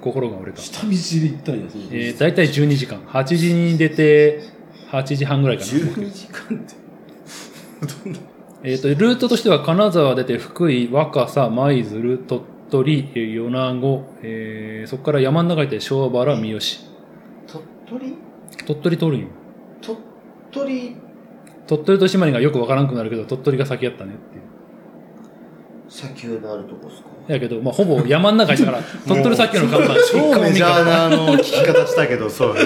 心が折れた。
下道で行ったんやその
えー、大体12時間。8時に出て、8時半ぐらいかな。
12時間って
えっ、と、ルートとしては金沢出て福井、若狭、舞鶴、鳥取、えー米子、えーそこから山の中行って昭和原、三好。
鳥取
鳥取通るんよ。
鳥取
鳥取と島根がよくわからんくなるけど、鳥取が先やったねっていう。
砂丘のあるとこっすか
やけど、まあ、ほぼ山の中やした
(laughs)
から、鳥取さっきの看板、
超メジャ
な。
ーなあの聞き方したけどそう (laughs) ね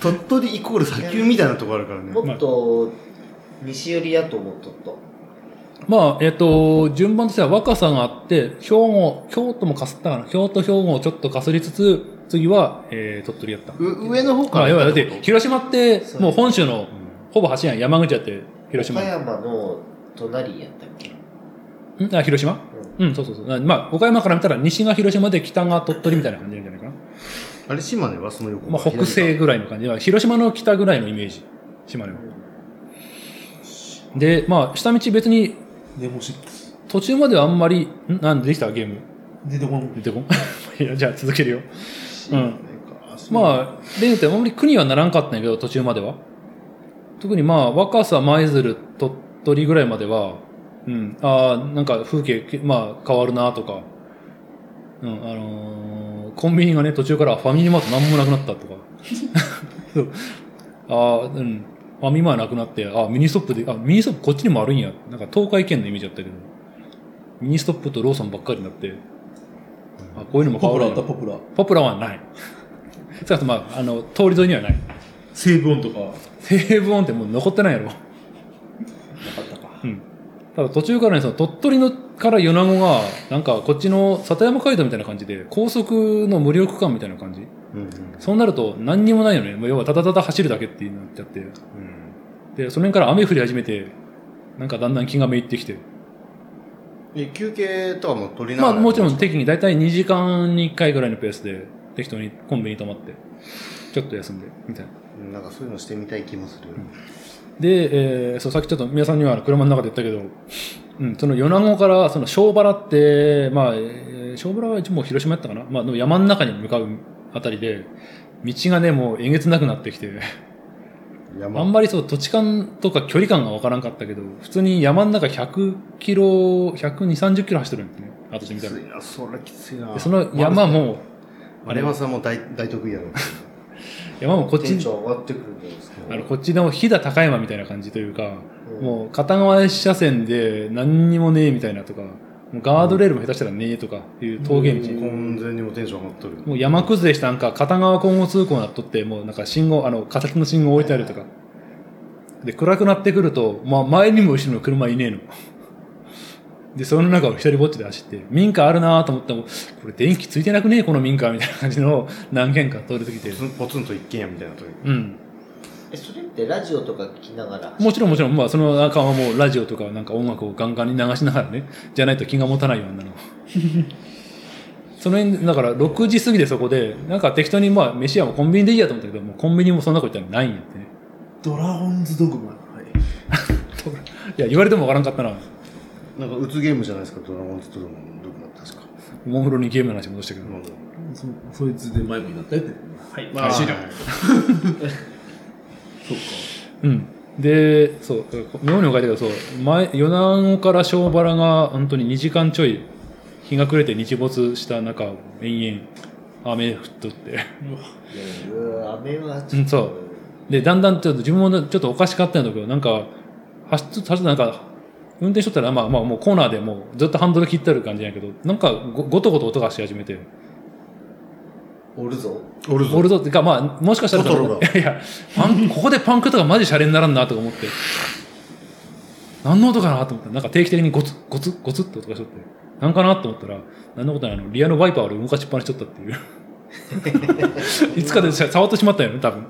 鳥取イコール砂丘みたいなとこあるからね
もっと西寄りやと思っとった
まあ、えっ、と、順番としては若さがあって、兵庫、京都もかすったかな。京都、兵庫をちょっとかすりつつ、次は、えー鳥取やった。
う上の方か
まあ、
ら
要はだ
行っ
った
ってて、こと
広島って、もう本州の
う、ん
ほぼ橋やん、山口やって、広島
岡。山の隣やったっけ
んあ、広島うん、そうそうそう。なまあ、岡山から見たら西が広島で北が鳥取みたいな感じなんじゃないかな。
あれ島根はその横
まあ、北西ぐらいの感じ。まあ広島の北ぐらいのイメージ。島根は。で、まあ、下道別に
ネモシックス
途中まではあんまり、んなんでできたゲーム。
出てこん
出てこん。 (laughs) いや、じゃあ続けるよ。うん。
あ
まあ、例によってあんまり苦にはならんかったんやけど、途中までは。特にまあ、若狭、舞鶴、鳥取ぐらいまでは、うん、ああ、なんか風景、けまあ、変わるなとか、うん、あのーコンビニがね、途中からファミリーマートなんもなくなったとか、 (laughs) そうああ、うん、ファミマなくなって、ああ、ミニストップで、あ、ミニストップこっちにもあるんや。なんか東海圏のイメージだったけど、ミニストップとローソンばっかりになって、あこういうのも変
ポ
わ
プ
る
ラ
ん
あ
や
ったポプラ
ポプラはない。 (laughs) 少なくとも、まあ、あの、通り沿いにはない。
西武音とかなか
西武音ってもう残ってないやろ。
ったか
うん。ただ途中からね、その鳥取のから米子が、なんかこっちの里山街道みたいな感じで、高速の無料区間みたいな感じ。
うんうん
そうなると何にもないよね。もう要はただただ走るだけってなっちゃって。で、その辺から雨降り始めて、なんかだんだん気がめいってきて。
うんえ休憩とかも取りな
ま
が
あ
ら
もちろん適宜大体2時間に1回ぐらいのペースで、適当にコンビニ泊まって、ちょっと休んで、みたいな。
うんなんかそういうのしてみたい気もする、
で、えーそう、さっきちょっと皆さんにはあの車の中で言ったけど、うん、その米子から、その小原って、まあ、えー小原は一応もう広島やったかなまあ、の山の中に向かうあたりで、道がね、もうえげつなくなってきて、
山
あんまりそう、土地感とか距離感がわからんかったけど、普通に山の中100キロ、120、30キロ走ってるんですね。私
き
みたい
つ。
ない
なそれきついな
でその山も、
丸山さんも大大得意やろ
山もこっ
テ
ち
ンシ、ョン上がってくるんじゃないですか
あの、こっちの飛騨高山みたいな感じというか、
うん
もう片側一車線で何にもねえみたいなとか、もうガードレールも下手したらねえとかいう峠道。
完全にもうテンション上がっとる
もう山崩れしたんか、片側交互通行になっとって、もうなんか信号、あの、形の信号置いてあるとか。で、暗くなってくると、まあ前にも後ろにも車いねえの。で、その中を一人ぼっちで走って、民家あるなと思っても、これ電気ついてなくねえこの民家みたいな感じのを何軒か通り過ぎて
ポ。ツンポツンと一軒家みたいな時
うん。
えそれってラジオとか聞きながら
もちろんもちろん、まあその中はもうラジオとかなんか音楽をガンガンに流しながらね、じゃないと気が持たないよ、あんなの。 (laughs) その辺、だから6時過ぎでそこで、なんか適当にまあ飯はもうコンビニでいいやと思ったけど、もうコンビニもそんなこと言ったらないんやってね。
ドラゴンズドグマはい
いや、言われてもわからんかったな。
なんかうつゲームじゃないですかドラゴンズドラゴンドグマ確か、
おもむろにゲームの話戻したけど。
うん
そそいつで迷子になったよってはい
まあ
はい
終了
そっか
うん。で、そう、妙にも書いてあるけど、そう、前、米子から小原が本当に2時間ちょい、日が暮れて日没した中、延々、雨降っとって。
うわ雨は
う
ちょ
ん
っ
そ
と、
うで、だんだんちょっと自分もちょっとおかしかったんだけど、なんか、走って、走ってなんか、運転しとったら、まあまあもうコーナーでもうずっとハンドル切ってる感じやけど、なんかごごとごと音がし始めて、
おるぞ。
おる
ボ
ぞ
ル。ドっていうか、まあ、もしかしたら、
トトロ
い
が
やいや、パン、ここでパンクとかマジシャレにならんなとか思って、何の音かなと思ったら、なんか定期的にゴツ、ゴツ、ゴツって音がしとって、なんかなと思ったら、何のことないあの、リアのバイパーを俺動かしっぱなしとったって
(laughs)
いう。いつかで触ってしまったよね、多分。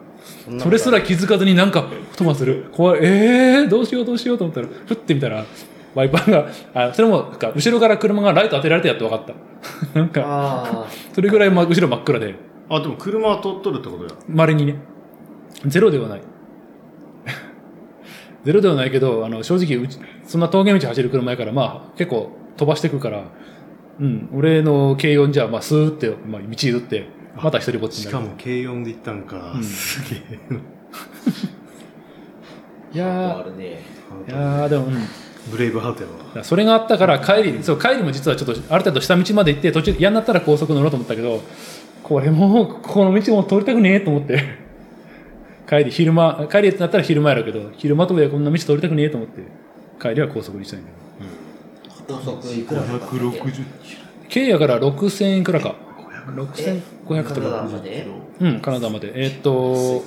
それすら気づかずになんか音がする。怖い。えー、どうしようどうしようと思ったら、ふってみたら、ワイパーが、あ、それも、なんか後ろから車がライト当てられてやっと分かった。なんか、
あ
それぐらい、ま、後ろ真っ暗で、
あ、でも車は通っとるってことや。
まれにね。ゼロではない。 (laughs) ゼロではないけど、あの、正直、うち、そんな峠道走る車やから、まあ、結構飛ばしてくから、うん、俺の軽音じゃ、まあ、スーって、まあ、道譲って、また一人ぼっち
し
に
か
なる。
も軽音で行ったんか。
うん
すげえ。
い
あ。
や
あるね。
ー、いやーでも、うん。
ブレイブハートやわ。
だからそれがあったから帰りそう帰りも実はちょっとある程度下道まで行って途中嫌になったら高速乗ろうと思ったけどこれもうここの道も通りたくねえと思って帰り昼間帰りってなったら昼間やろうけど昼間とかこんな道通りたくねえと思って帰りは高速にしたいんだけど
高速いくらだったっけ。
軽やから6000円いくらか
え
6500と
カナダ
か
まで
(laughs) うんカナダまでえーっと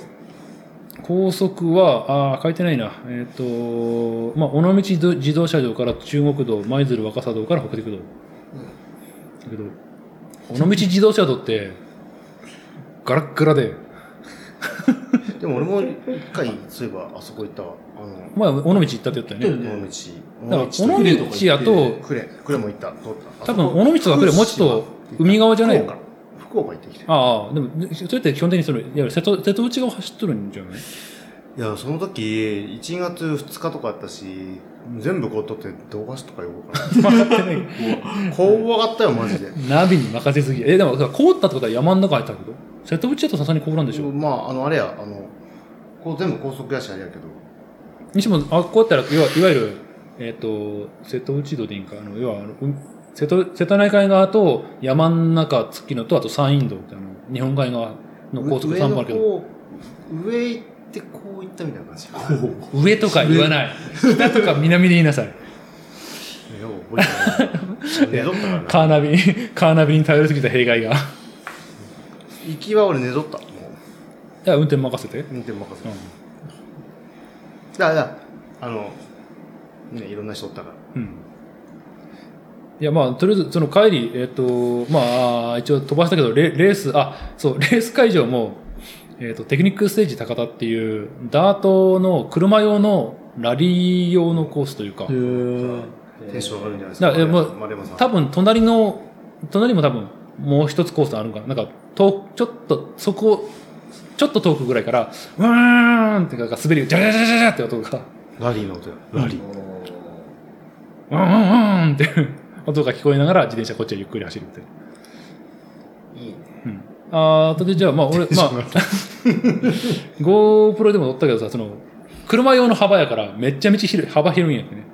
高速は、あー書いてないな。えーっ、と、まあ、尾道自動自動車道から中国道、舞鶴若狭道から北陸道。だけど、尾道自動車道って、ガラッガラで、
でも俺も一回、そういえばあそこ行ったわ。あの、
まあ、尾道行ったって言ったよね。
尾道。
だから、尾道やと、
くれ、くれも行った。通った。
多分、尾道はくれ、もうちょっと海側じゃない
福岡。福岡行ってきて。
ああ、でも、それって基本的にその、いわゆる瀬戸瀬戸内側を走っとるんじゃない (laughs)
いや、その時、1月2日とかあったし、全部こう撮って動画しとか呼ぼうか (laughs) な。怖かったよ、マジで。
ナビに任せすぎ。え、でも、凍ったってことは山の中入ったけど瀬戸内だとさすがに凍らんでしょ。
まあ、あの、あれや、あの、こう全部高速やしあれやけど、
にしても、あ、こうやったら、いわいわゆる、えっ、と、瀬戸内道でいいんか、あの、要は、あのうん瀬戸、瀬戸内海側と山の中、月野と、あと山陰道って、あの、日本海側の高速
上
散
の
歩ある
方
けど、
上行ってこう行ったみたいな感 (laughs) じ。よ
上とか言わない。北とか南で言いなさい。
う覚えて (laughs) ない。寝とったからな。
カーナビ (laughs) に、カーナビに頼りすぎた弊害が。だか
行きは俺寝とった。も
ら運転任せて。
う、運転任せ
う
て
ん。。
だから、あの、ね、いろんな人おったから。
うんいや、まあ、とりあえず、その帰り、えっ、と、まあ、一応飛ばしたけど、レレース、あ、そう、 (laughs) レース会場も、えっ、と、テクニックステージ高田っていう、ダートの車用のラリー用のコースというか、
テンション上がるんじゃないです
だ
か。
からえもう
丸山さん。
多分隣の、隣も多分もう一つコースあるのかな。なんか、とちょっと、そこ、ちょっと遠くぐらいから、うーんってなんか滑り、ジャジャジャジャジャって音が、
ラリーの音や。ラリー。
うんうんうんっていう音が聞こえながら自転車こっちはゆっくり走るみたいな。
おーいいね。
うんあーとでじゃあまあ (laughs) 俺まあ (laughs) GoPro でも乗ったけどさその車用の幅やからめっちゃ道広い幅広いんやってね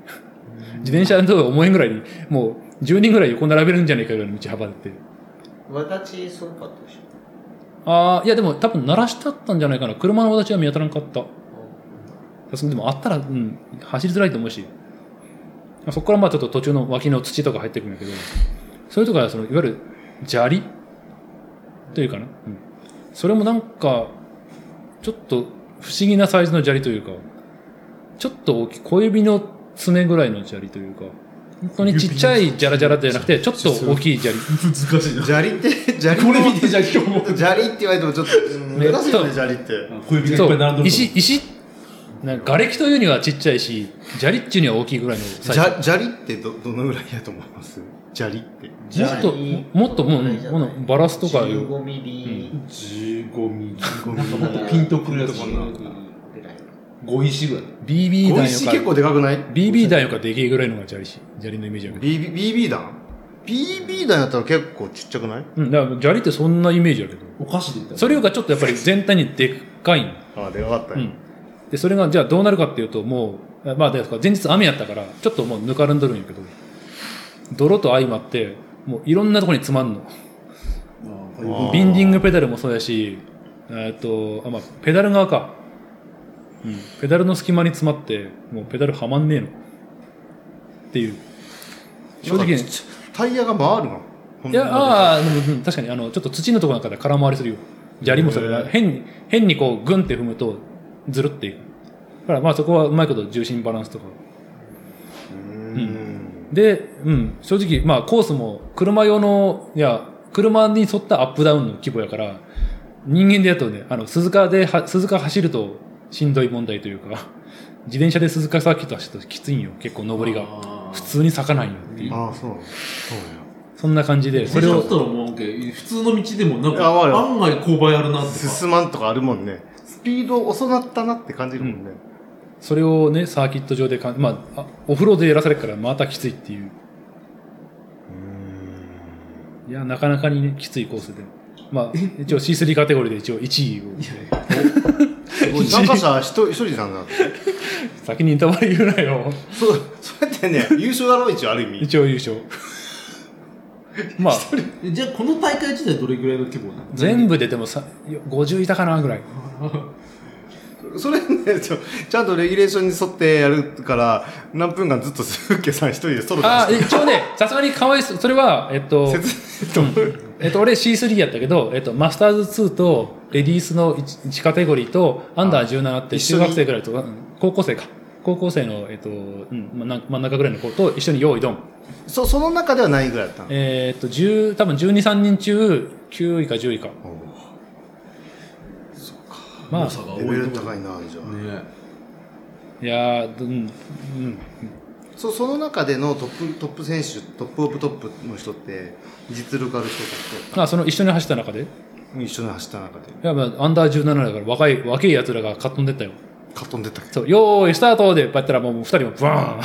自転車のとは思えんぐらいにもう10人ぐらい横並べるんじゃないかぐらいの道幅でって
私、すごかったでしょ。
ああいやでも多分鳴らしたったんじゃないかな車の私は見当たらんかったさすがにでもあったら、うん、走りづらいと思うしそこからまあちょっと途中の脇の土とか入ってくるんだけどそういうところはそのいわゆる砂利というかな、うん、それもなんかちょっと不思議なサイズの砂利というかちょっと大きい小指の爪ぐらいの砂利というか本当にちっちゃいジャラジャラじゃなくてちょっと大きい砂利
難しいな。
砂利 (laughs) って、砂利
これ見てじゃあ今日も。
砂利って言われてもちょっとうん
ね
難しいよね砂利って
小指がい
そ
っぱい並ん
う
でる。
石。石なんか瓦礫というにはちっちゃいし砂利っちゅうには大きいぐらいのサイズ
砂砂利ってどどのぐらいやと思います砂利って
もっと、もっともう、ものバラスとかよ。
15ミリ。
15ミリ。
なんか
もっとピンとくるやつか
15
な
ミリぐらい。
5石ぐらい。
BB
小
弾
石結
よか、
構でかくない
BB 弾よかでけえぐらいのが砂利し、砂利のイメージやけど。
BB BB 弾 BB 弾やったら結構ちっちゃくない
うん、だから砂利ってそんなイメージやけど。
お菓子でいった
それよりかちょっとやっぱり全体にでっかいの。
あでかかった
う
ね
ん。で、それがじゃあどうなるかっていうと、もう、あまあ、ですから前日雨やったから、ちょっともうぬかるんどるんやけど、泥と相まって、もういろんなとこに詰まんの。
あ
あー
ビンディングペダルもそうやし、えーっと、あ、まあ、ペダル側か。うん、ペダルの隙間に詰まってもうペダルはまんねえのっていう正直ね
なんかちタイヤが回るの
いやああーでもうん確かにあのちょっと土のところなんかで空回りするよ砂利もそれ
へ
が
ー
変に変にこうグンって踏むとずるっていくだからまあそこはうまいこと重心バランスとか
う
うんで、うん、正直、まあ、コースも車用の、いや、車に沿ったアップダウンの規模やから、人間でやるとね、あの、鈴鹿では、鈴鹿走るとしんどい問題というか、自転車で鈴鹿サーキット走るときついんよ、結構上りが。
あー
普通に咲かないよっていう。
ああそうなのそうなんや
そんな感じで、そ
そ
れ
れだ
を
っ、たらもうなんか普通の道でもなん
あわかる
か案外勾配あるなとか
進まんとかあるもんねスピード遅なったなって感じるもんね、
それをね、サーキット上でかん、まあ、あオフロードでやらされるからまたきついっていう。いや、なかなかにね、きついコースで。まあ、一応 C3 カテゴリーで一応1位を。
もう参加者一人一人なんだ
先にネタバレ言うなよ。
そうそうやってね優勝だろ一応ある意味
一応優
(laughs)
勝。まあ、
えじゃあこの大会自体どれぐらいの規模なの
全部出てもさ50いたかなぐらい。
それねちょちゃんとレギュレーションに沿ってやるから何分間ずっとスッケさん一人でソロ
あ
だ
あ、一応ね、さすがにかわいそう。それは、えっと、
説明と
えっと、俺 C3 やったけど、えっと、マスターズ2と、レディースの 1, 1カテゴリーと、アンダー17って、
一緒
中
に
学生ぐらいとか、うん高校生か。高校生の、えっと、うん、まな真ん中ぐらいの子と一緒に用意ドン。
そその中では何位ぐらいだったの
えっと、10、多分12、3人中、9位か10位か。まあ
誤、差が多
レ
い
ベル
とこ
高いなじゃあ、
ね
いやー、うん、うん、
そその中でのトップトップ選手トップオブトップの人って実力ある人たち
まあ、その一緒に走った中で、
と一緒に走った中で
いや、まあ、アンダー17だから若い、若い奴らがかっ飛んでったよ。
かっ飛んでったけど
そう、よーい、スタートで、やったらもう二人もブワーン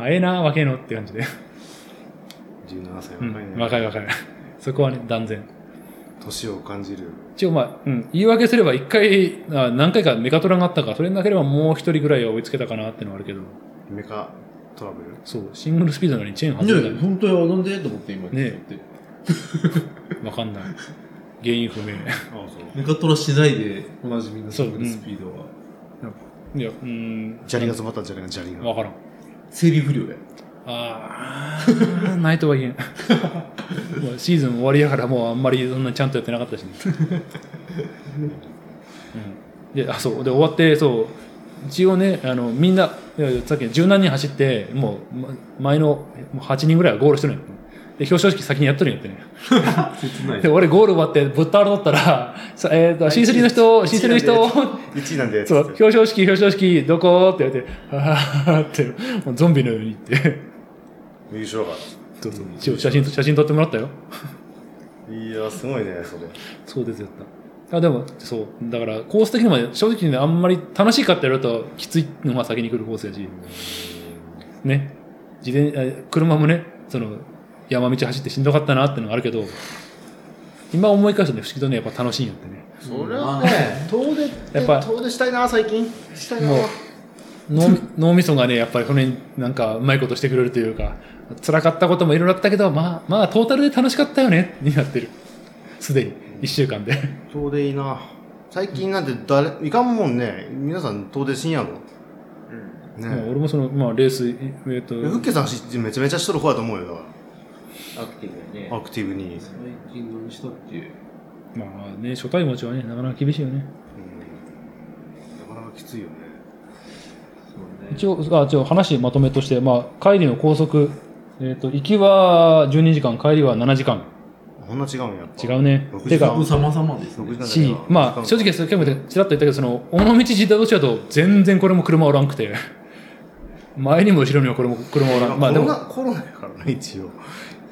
早いな、若いのって感じで。
17歳
う
若いね、
ん、若い若い。 (laughs) そこはね、断然。
年を感じる
一応まあ、うん、言い訳すれば一回、あ何回かメカトラがあったから、それなければもう一人ぐらいは追いつけたかなってのはあるけど、
メカトラブル
そう、シングルスピードなのにチェーン外れた
え本当よなんでと思って今
ねえ
聞いて
のわかんない。原因不明。
ああそう
メカトラしないでおなじみの
そう
速度スピードは、
いや、うん。
砂利が詰まったんじゃないか砂利が
わからん。
整備不良だよ
ああ、ないとは言えん。もうシーズン終わりやから、もうあんまりそんなにちゃんとやってなかったし、ね。うん。で、あ、そう。で、終わって、そう。一応ね、あの、みんな、いやさっき十何人走って、もう、ま前のもう8人ぐらいはゴールしてるんよ。で、表彰式先にやっとるんやってね。
切ない
で、俺ゴール終わってぶっ倒れとったら、さえっ、ー、と、C3 の人、C3 の人、
1位なんで
そう、表彰式、表彰式、どこって言われて、ああって、もうゾンビのように言って。
優勝が
どうぞ一応写真写真撮ってもらったよ
いやすごいねそれ
そうですやったあでもそうだからコース的にも正直ねあんまり楽しいかってやるときついのが先に来るコースやしね自転あ車もねその山道走ってしんどかったなってのがあるけど今思い返すとね不思議とねやっぱ楽しいんやってね
それはね遠出って
やっぱ
遠出したいな最近したいな
もう脳 (laughs) 脳みそがねやっぱりこの辺なんかうまいことしてくれるというか辛かったこともいろいろあったけどまあまあトータルで楽しかったよねになってるすでに1週間で
遠出いいな最近なんて誰いかんもんね皆さん遠出しんやろ
(laughs) もう
ね
俺もその、まあ、レース、ええっと、
えふっけさんしめちゃめちゃしとる方やと思うよだか
アクティブや
らア
ね。
クティブに
最近何したっけ
まあね、初対持ちはね、なかなか厳しいよね。
なかなかきついよね
一応、あ、一応話まとめとして、まあ、帰りの高速、えっ、と、行きは12時間、帰りは7時間。
こんな違うんやっぱ
違うね。
6
て
時
か
間
僕、様々です
6
ね
時間
し、まあ、正直、さっきもちらっと言ったけど、その、尾道自動車道、全然これも車おらんくて、 (laughs) 前にも後ろにもこれも車おらん。ま
ま
あ
あ
でも
でも、コロナやからね一応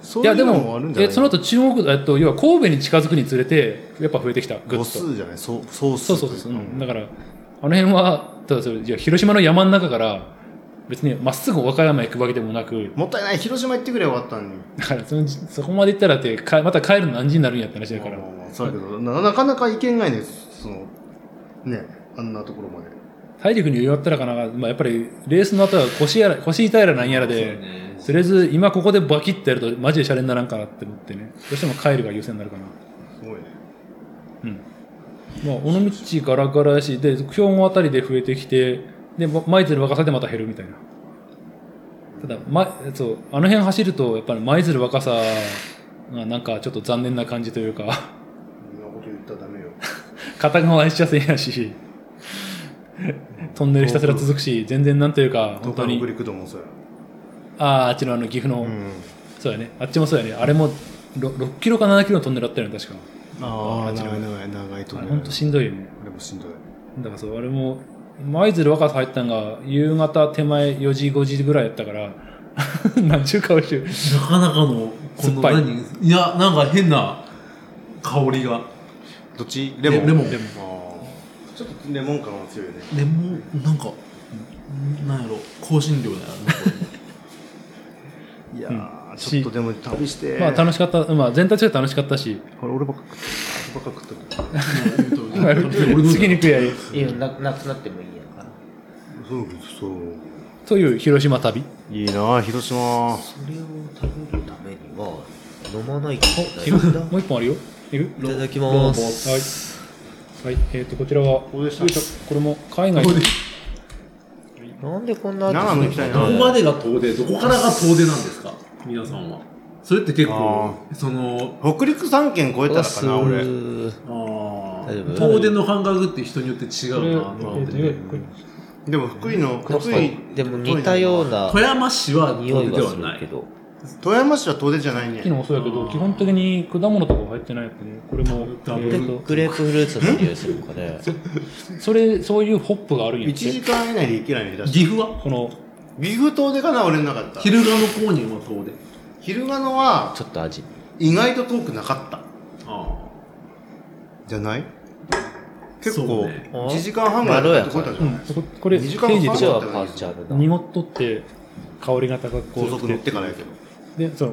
そ
いう
い
や
う
で
のも
も
あるん、じゃ
え
ない
その後中国、えっと、要は神戸に近づくにつれて、やっぱ増えてきた、ぐっ
母
と。
数じゃない総総数
そうそうそう、うんだからあの辺はただそれじゃあ広島の山の中から別にまっすぐ和歌山行くわけでもなく
もったいない広島行ってくればよかったのに
だからそのそこまで行ったらってかまた帰るの何時になるんやって話だから、
まあまあまあそうやけどななかなか行けんがいねそのねあんなところまで
体力に余裕あったらかな、まあ、やっぱりレースの後は腰やら腰痛いやらなんやら
そう
で、
ね
とりあえず今ここでバキッてやるとマジでシャレにならんかなって思ってねどうしても帰るが優先になるかな
すごいね
うんまあ、尾道ガラガラやし、で、兵庫あたりで増えてきて、で、ま舞鶴若さでまた減るみたいな。ただ、ま、そう、あの辺走ると、やっぱり舞鶴若さがなんかちょっと残念な感じというか、 (laughs)
そんなこと言ったらダメよ。
片側一車線やし、トンネルひたすら続くし、全然なんというか、本
東
当
海
に
北、陸道もそうや。
ああ、あっちのあの岐阜の、
うん。
そうやね、あっちもそうやね、あれもろ 6, キロか7キロのトンネルあったよね、確か。
あ
あ
あ、
っちの
長い長い長いと
あ
思
れほ
う。
んとしんどいよね。
あれもしんどい。
だからそう、あれも、舞鶴若さ入ったんが、夕方手前4時、5時ぐらいやったから、 (laughs) 何ちゅう顔してる。
なかなかの、こ
酸っ
の
ぱい
何いや、なんか変な香りが。
どっちレモン
レモン
あーちょっとレモン感は強いよね。
レモン、なんか、なんや
(laughs)
ろ、香辛料だよね。
いや
うん
ー、ちょっとでも旅して。
まあ楽しかった、まあ全体として楽しかったし、
これ俺ばっか食ってる。俺ばっか食ってる。
俺の
次に食えやい
いいよ、ななくなってもいいやから。
そうそう。
という広島旅。
いいなあ広島。
それを食べるためには、飲まないといけないんだ。
もう一本あるよ。いる
いただきます。
はい。はい、えっ、と、こちらは、
こうでした
よいしょこれも海外
なんでこんな
長野行きたいな
どこまでが遠出、どこからが遠出なんですか皆さんは。それって結構、その、
北陸三県超えたらかな、俺。
あ
大丈
ー
夫
遠出の感覚って人によって違
これ、え
うなと思
ー
って
と
て。
でも福井の、
なん
福井
か、でも似たよう。な
富山市は
匂
遠
い
出で
は
は
す
な
るけ
い。
ど。
富山市は遠出じゃないね
昨。日もそうやけど、基本的に果物とか入ってないやつね。これも、
ダブ
え
ル
ーと
グレープフルーツの匂いするのかね。
それ、そういうホップがあるんやっ
1
て
時。間以内で行けないね、確か
岐阜は
この、
岐阜遠出かな、俺の中だったら。
昼賀の公認は遠出。
昼間のは、
ちょっと味。
意外と遠くなかった。
あ
じゃない結構、
そうね
1時間半ぐらいでこえたんじゃ
う
ない
ん、ここれ、
二時間半
定時
味
で
は変わっちゃうな。
濁っとって香りが高くこ
高
う
速乗ってからやけど。
でその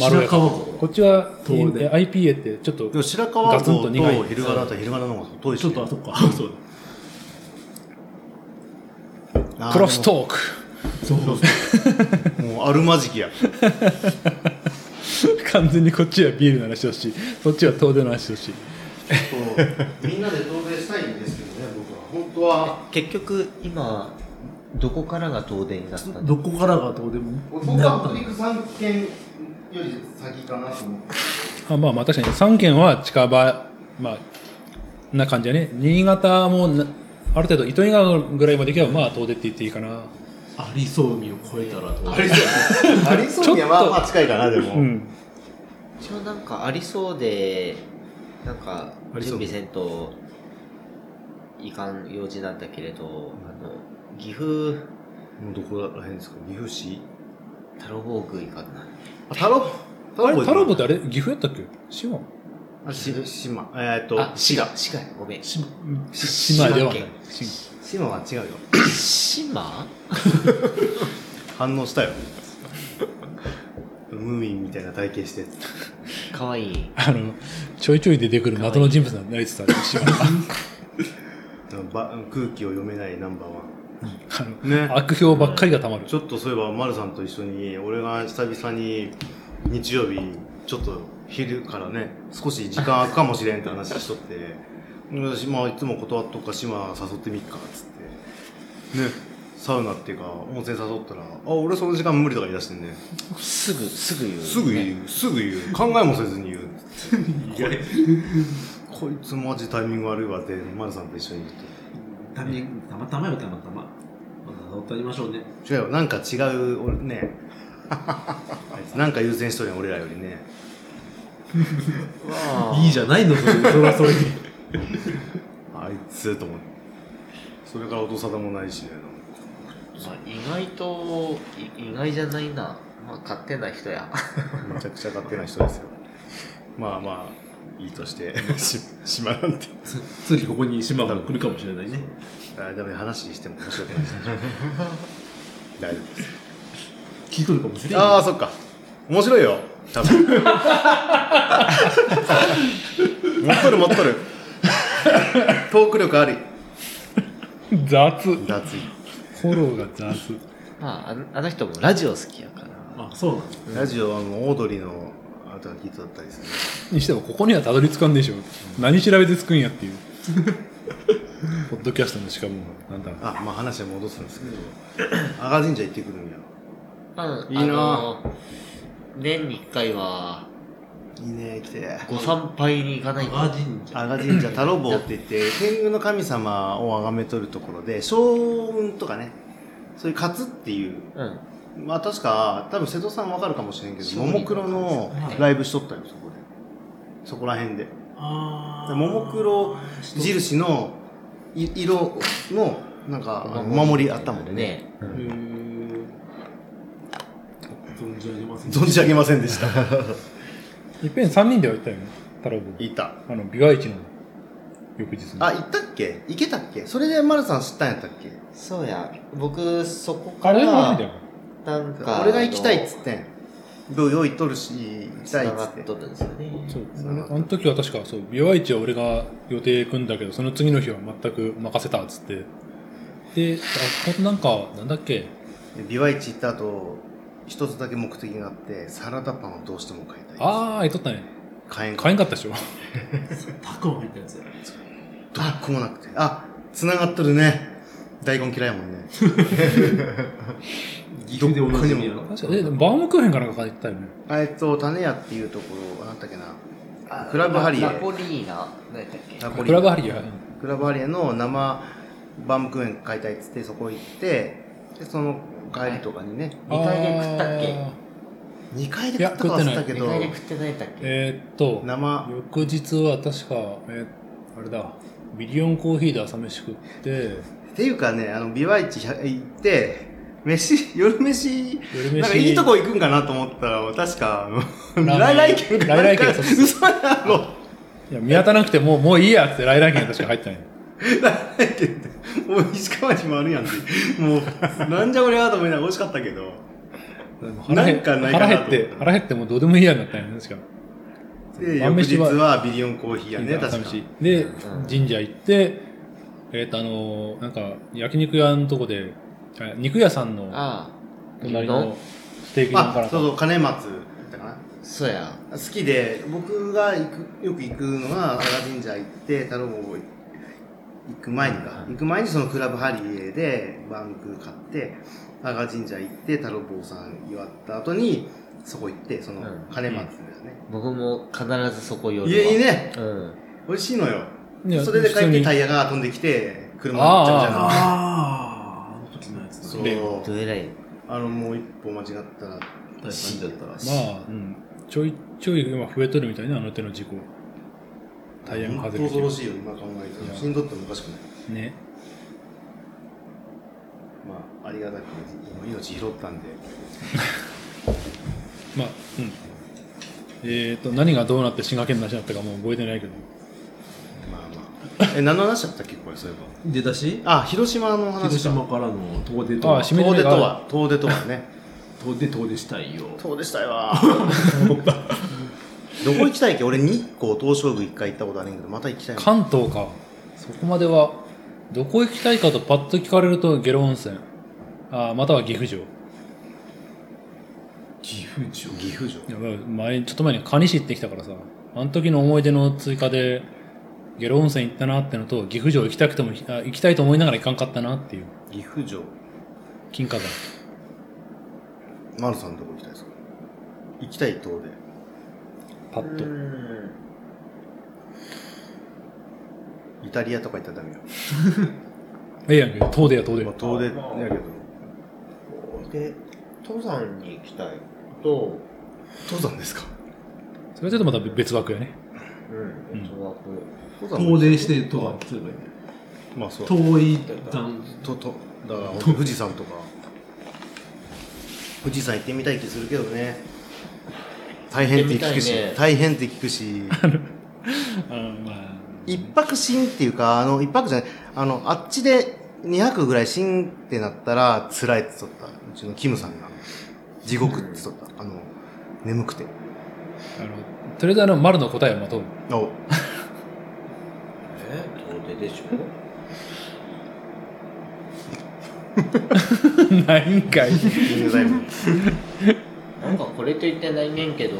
まろ
白
やか
川
こ
湖。
っちは
通るね
IPA ってちょっと
でも白川
ガツンと
郷
苦い
と昼間だったら昼間の方が遠いし
ちょ
ね、
っとあそっか。 (laughs) そう
あー
クロストーク
そう
でももうあるまじき
(laughs)
や。
完全にこっちはビールの話をしそっちは遠出の話をし
みんなで遠出したいんですけどね、僕は。本当は。
結局、今、どこからが東電になったんだ
どこからが遠出も。
三県より先かなと思って。
あまあまあ確かに3県は近場まあな感じやね新潟もなある程度糸魚川ぐらいまで行けばまあ遠出って言っていいかな
ありそう海を越えたら遠
あ
出。
りそう。ありそうにはまあまあ近いかな、でも。
うん
一応なんかありそうで、なんか
あり
準
そ
備
う
せんといかん用事なんだけれど、あの、岐阜
もうどこら辺ですか岐阜市
太郎防具いかんな。
あ、タロ
あれタロボっ
だ。
てあれ岐阜やったっけ島
あ、し、島。えーっと、
滋
滋
賀滋
賀。
賀やごめん。
島
島ではない
島
島は違うよ。
島
反応したよ。ムーミンみたいな体型して。
かわいい。
あのちょいちょい出てくる謎の人物になりつつある島 (laughs)
ば空気を読めないナンバーワン。
あの
ね
悪評ばっかりがたまる
ちょっとそういえば、丸さんと一緒に、俺が久々に日曜日、ちょっと昼からね、少し時間空くかもしれんって話しとって、私、まあ、いつも断っとくか、島誘ってみっか、つって。ね、サウナっていうか、温泉誘ったら、あ、俺その時間無理とか言い出してね、
すぐ、すぐ言う、
すぐ言う、すぐ言う、考えもせずに言う。これ、こいつマジタイミング悪いわって、丸さんと一緒に言って。
たまたまよ、たまたま。また乗ってありましょうね。
違うよなんか違う俺ね (laughs) あいつなんか優先しとるやん俺らよりね
いいじゃないの、それ。それはそれで。
あいつと思ってそれから音沙汰もないしね
まあ、意外と、い意外じゃないな。まあ、勝手な人や。
めちゃくちゃ勝手な人です (laughs) よまあまあいいとして (laughs) し島なんて
次ここに島が来るかもしれないね。
あダメ話しても面白くないですね (laughs) 大丈夫です
聞いとるかもしれない。
ああそっか面白いよ多 (laughs) 分持っとる持っとるトーク力あり
雑フ
脱
ォ
衣
ローが雑
まあ、あのあの人もラジオ好きやから。
あ、そうなんだ。
ラジオはもうオードリーのあとが聞いてだったりする
にしてもここにはたどり着かんでしょ何調べてつくんやっていうポッドキャストのしかも、なんだろう
あまあ話は戻すんですけど (laughs) 阿賀神社行ってくるんや
うん、
いいな
あの年に一回は、
いいね来て
ご参拝に行かないと。
阿賀神社。
阿賀神社太郎坊って言って天狗の神様を崇めとるところで将軍とかねそういう勝つっていう
うん。
まあ確か多分瀬戸さんわかるかもしれんけど
勝
も
利
もクロのライブしとったよそこでそこら辺で
あー
ももクロ印のい色のなんかあのお守りあったもんね
ね。
へー存じ上げません。
存じ上げませんでした
いっぺん3人では行ったよね、太郎坊。
いた
あの、美和市の翌日に。
あ行ったっけ行けたっけそれで丸さん知ったんやったっけ
そうや。僕、そこか
あれもあるんだ
ら、
よ。
なんか、
俺が行きたいっつってんよう用意とるし行きたいっ
繋
つ
が
っ
ってとるんですよね。
そうあの時は確かそう美容市は俺が予定組んだけどその次の日は全く任せたっつってであここなんかなんだっけ
でビワイチ行った後一つだけ目的があってサラダパンをどうしても買いたい
ああえっとったね
買えんか
買えんかったでしょ
タクマ入ったやつや。
どっこもなくてあ繋がっとるね大根嫌いも
(laughs)
んね
岐阜でおなじみやな。
確かえでもバームクーヘンかなんか買ったよね
あえっと種屋っていうところなんだっけなクラブハリエ
ナポリーナ、何やったっけ
ナポリ
クラブハリア
クラブハリエの生バームクーヘン買いたいっつってそこ行ってでその帰りとかにね
二階で食ったっけ
あ
2階で買ったか忘れたけ
二
ど
回で食ってないやったっ
ー
け
えーっと
生
翌日は確かえーあれだビリオンコーヒーで朝飯食って
っていうかねあのビワイチ行って飯夜飯
夜
なんか
飯
いいとこ行くんかなと思ったら、確か、あの、
ラーメン
来来県か
来
なん
来
か
軒そうそう
嘘やろ。
いや見当たらなくてもうもういいやっつってライラー券確か入ったんよ
来来県って、もう石川町もあるやんって。もう、なんじゃこりゃと思いながら美味しかったけど。
腹減
なんかないかな
腹減っ
と思って
て腹減ってもうどうでもいいやになったんよね確か
で、
晩
翌日
飯は
はビリオンコーヒーやね、確か。
寂しいで
うん
神社行ってえっ、とあのーなんか焼肉屋のとこであ肉屋さんの
あ
隣のステーキ丼か
あ
ら、
そうそう、金松だったかな。
あ、そうや。
好きで、僕が行くよく行くのは、阿賀神社行って、太郎坊行く前にか、行く前にそのクラブハリエでバンク買って、阿賀神社行って、太郎坊さん祝った後に、そこ行って、その
うん
金松だよね。
僕も必ずそこ寄るわ。
いやいいね。
うん。
美味しいのよ。
いや
それで帰
普
っ
通
て
に
タイヤが飛んできて、車に乗っちゃうじゃない。
あー、あの時のやつだ。
例
そ
ど
う。
えらい。
あの、もう一歩間違ったら、
大変だったら。
まあ、うん、ちょいちょい今増えとるみたいなあの手の事故タイヤが
本
外
当
れて
恐
る
ろしいよ、今考え
い
た
や
ら。死んどってもおかしくない。
ね
まあ、ありがたく、命拾ったんで。
まあうんえっ、と何がどうなって滋賀県の話だったかもう覚えてないけど
まあまあ。え、何の話だったっけ、これ、そういえば。
出だし
あ、広島の話か
広島からの遠出と
あ
は
ー、し
遠出と
が
は、遠出とはね。
遠出遠出したいよ。
遠出したいわ。 (laughs) どこ行きたいっけ俺日光東照宮一回行ったことあるんやけど、また行きたいな。
関東かそこまではどこ行きたいかとパッと聞かれると下呂温泉あーまたは岐阜城
岐阜城。
岐阜城。
いや前ちょっと前に蟹市行ってきたからさあの時の思い出の追加で下呂温泉行ったなってのと岐阜城行きたくてもあ行きたいと思いながら行かんかったなっていう
岐阜城。
金華山
マルさんどこ行きたいですか行きたい遠出。
パッと
うん。
イタリアとか行ったらダメよ。
ええやんけ遠出や遠出
まあ、遠出やけど。
で、登山に行きたいと、
登山ですか
それはちょっとまた別枠やね
うん、
うん
別枠。
登
遠出してとかすればいいね。
まあそう。
遠い山。
と、と、だから本当富士山とか。富士山行ってみたい気するけどね。大変って聞くし、
行ってみたいね
大変って聞く
(laughs)
し。
うんま
一泊しんっていうか、あの、一泊じゃない、あの、あっちで2泊ぐらいしんってなったら辛いって言っとった。うちのキムさんが。地獄って言っとった。あの、眠くて。
ああのとりあえずあの丸の答えを (laughs) まとう
お
え遠出でしょ
何かい
キングダイブ。
(laughs) なんかこれといってないねんけど、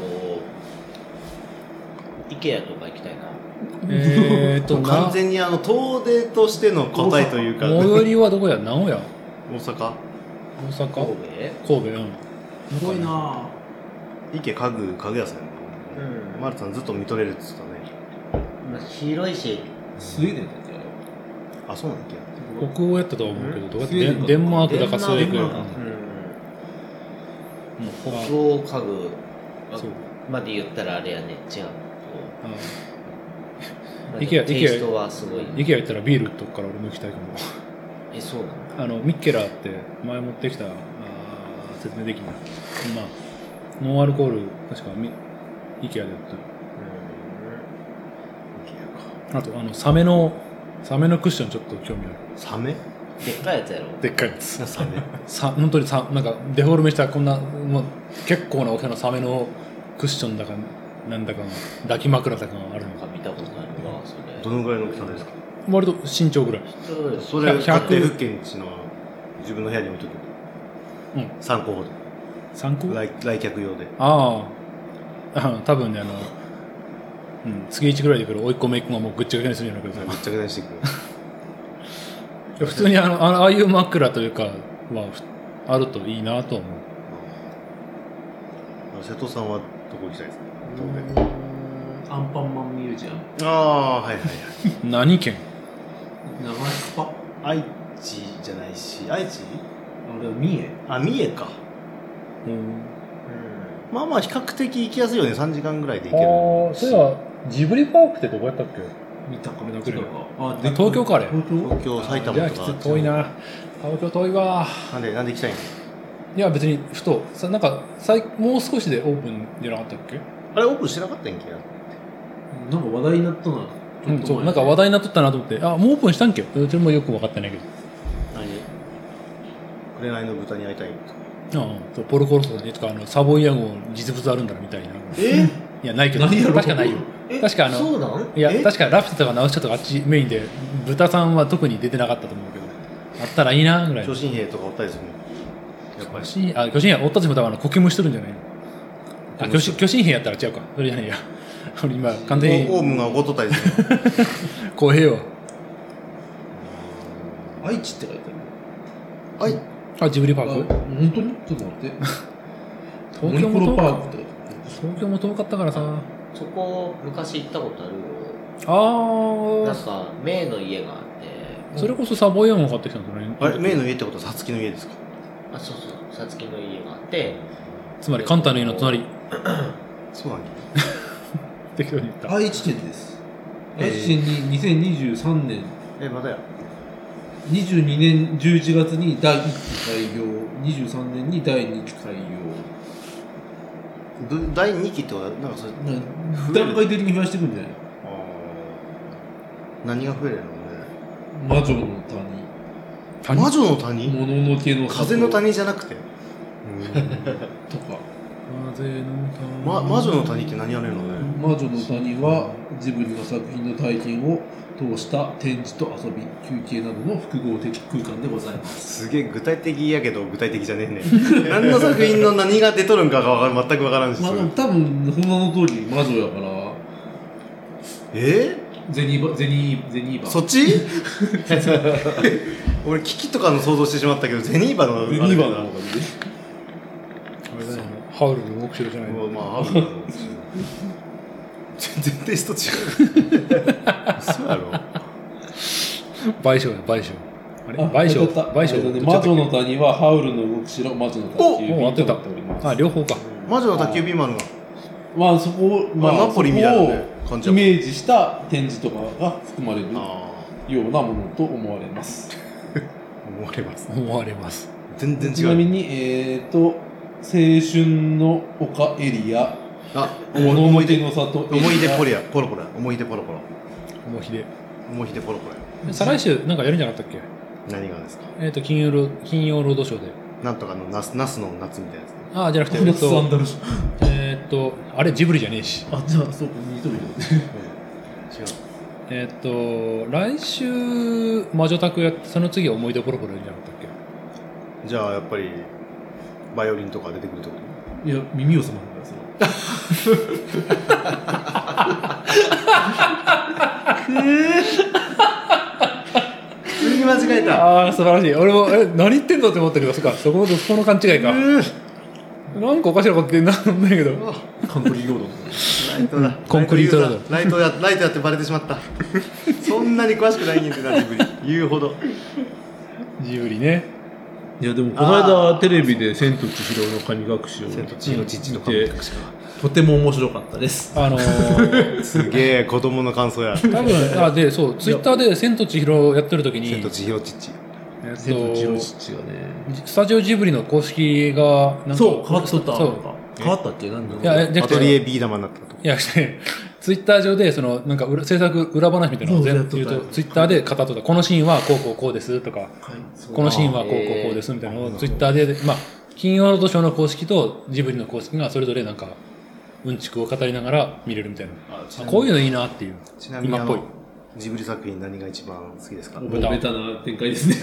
IKEA とか行きたいな。
えーっと、
もう完全にあの遠出としての答えというか
な最寄りはどこや名古屋
大阪
大阪
神
神
戸
戸うん。
すごいな
池家具家具屋さんや
う
な、
ん。
マルさんずっと見とれるっつったね
まあ、広いし、
スウェーデンだったよ
あそうなんだっけ
北欧やったとは思うけど、どうやってデ
スウェーデン
ン
か
デンマークだかスウェーデン
デンマ
か
ーク。
うん。
うん
北欧家具
あそう。
まで言ったらあれやね、違う。
あ
まあ
IKEA
テイストはすごい。
イケア行ったらビールとこから俺も行きたいかも。
え、そうなの
あの、ミッケラーって前持ってきた、あー説明できない。まあ、ノンアルコール、確かみ、イケアでやっ
か
た。あと、あの、サメの、サメのクッションちょっと興味ある。
サメ
うん。でっかいやつやろ。
でっかいやつ。
サメ
さ、本当にさ、なんか、デフォルメしたこんな、もう、結構な大きさのサメのクッションだか、なんだかが、抱き枕だかがあるの
なん
か。
か見たことないのが、それ。
(laughs) どのぐらいの大きさですか
割と身長ぐらい。
そうです
それ
100
買って福建地の自分の部屋に置いとく
うん
参考ほど
参考
来来客用で
あああの、多分ね、あの、うん、月1ぐらいで来る追い込めっ子がもうぐっちゃぐちゃにするんじゃないかと
めっ
思う
ちゃくちゃにしていくる
いや普通にあの、あのああいう枕というかは、ふあるといいなと思う。
あの瀬戸さんはどこ行きたいですか東
アンパンマンミュージアム
京ああはいはい
何県
長いスパ
はい愛知じゃないし愛知
あれは三重
あ三重かまあまあ比較的行きやすいよね3時間ぐらいで行ける
は、ジブリパークってどこやったっけ
見たか
見たく
見
ら
た
い
かあ
あ東京かあれ
東京
東京埼玉
じゃあ
と
き
か
つい遠いな。東京遠いわ。
なんでなんで行きたいん
いや、別に、ふと、さなんか、さいもう少しでオープンじゃなかったっけ
あれオープンしてなかったんけ
なんか話題になったな
うん、そう、なんか話題になっとったなと思って、あ、もうオープンしたんけどちもよく分かってないけど。
紅の豚に会いたいとか
ああそうポルコロソさんにとかあのサボイア号実物あるんだなみたいな
え
いやないけど
ないや
(laughs)
ろ
確かないよ
え
確かあの
そうなん
いや確かラピュタとか直したとかあっちメインで豚さんは特に出てなかったと思うけどあったらいいなぐらい
巨神兵とかおったりするのやっぱり
巨神あ巨神兵おったちも多分あの呼吸もしてるんじゃないのあ巨神巨神兵やったら違うかそれじゃない (laughs) や俺今完全
オ
に
ウムが怒っとったりする
公平よ
愛知って書いて
はい
あジブリパ
ある
ーク
あ本当にちょっと待って
東京も遠
モニクロパ
か
ークって
東京も遠かったからさ
そこ、昔行ったことあるよ。
あー
なんか、メイの家があって、
それこそサボイア号買ってきたんですよね
あれメイの家ってことはさつきの家ですか
あ、そうそう、さつきの家があって、
つまりカンタの家の隣
そうなんだ
適当に言った
愛知県です
えー
愛知県に2023年
えまたや
22年11月に第1期開業23年に第2期開業
ど第2期ってことはなんかそれ
な
増える
段階的に増やしていくんじゃない
何が増えるのね
魔女の
他人
魔女の
谷
谷
もののけの里
風の谷じゃなくて
とか
風の谷
ま魔女の谷って何やねんのね
魔女の谷はジブリの作品の体験を通した展示と遊び休憩などの複合的空間でございます
すげえ具体的やけど具体的じゃねえねん何の作品の何が出とるんかがわかん全くわからんし
まあ
それ
多分その名の通り魔女やから
え
ゼニーバゼニーゼニーバ
そっち (laughs) 俺危機とかの想像してしまったけどゼニーバの
ゼニーバの方がいい
あれだよねハウルの動く城じゃないの
もうまああるだろうし全然テイスト違うそうやろ
賠償や賠償あれ
あ
賠償
当たった
賠
えっ
償
とね魔女の谷はハウルの動く城魔女の
お
谷
もう当てた
となっております
あ両方か
魔女の宅急便マンが
まあそこを、
ま
ま
あ
あ、
ナポリみたいなね
そこ
感
を
じ
イ
やもん
メージした展示とかが含まれるよ
あ
うなものと思われます
あ思われます
思われます
全然
ちな
違
み
う
にえっ、と青春の丘エリア
あ
物
思
思
い
い
出
出の里エ
思い
リア
出ポリやポロポロや思い出ポロポロ
もうひで
思い出ポロポロや
再来週なんかやるんじゃなかったっけ
何がですか
えっ、と金曜ロ金曜ロードショーで
なんとかのナスナスの夏みたいなやつね
ああじゃなくてえ
ナ
っ
スサン
と
ダル
えっとあれジブリじゃねえし
あじゃあそうか似てるよね
違う
えっ、と来週魔女宅やってその次は思い出ポロポロやるんじゃなかったっ
じゃあやっぱりバイオリンとか出てくるってこと
いや耳を澄ませてくださ
普通に間違えた。
ああ、素晴らしい。俺も、え、何言ってんのって思ったけど、そっか、そこの、そこの勘違いか。なんかおかしなこと言ってんな、なんだけど。
カントリーロード
ライトだ。
コンクリートロー
ライトや、ライトやってバレてしまった。そんなに詳しくない人間だ、自分に。言うほど。
ジブリね。
いやでもこの間テレビで「千と千尋の神隠し」を見てとても面白かったです
あのー
(laughs)
すげえ、子供の感想や。
多分、あ、で、そう、ツイッターで千と千尋をやってる時に、
千と千尋父。
えっと
千と千尋父がね
スタジオジブリの公式が、なんか
そう変わっとった
そ
なん
う。
か変わったっけなんだろう
いや、えで
ア
き
ト
て
リエビー玉になったと。
いや、して、ツイッター上で、その、なんか裏、制作裏話みたいなのを全部言う
そう
と
そう、
ツイッターで語っとった、このシーンはこうこうこうですとか、
はいそう
このシーンはこうこうこうですみたいなのをツイッターで、まあ、金曜ロードショーの公式とジブリの公式がそれぞれなんか、うんちくを語りながら見れるみたいな。あこういうのいいなっていう。
ちなみに、
今
あ
っぽい
の。ジブリ作品何が一番好きですか
もう
豚
ベタな展開ですね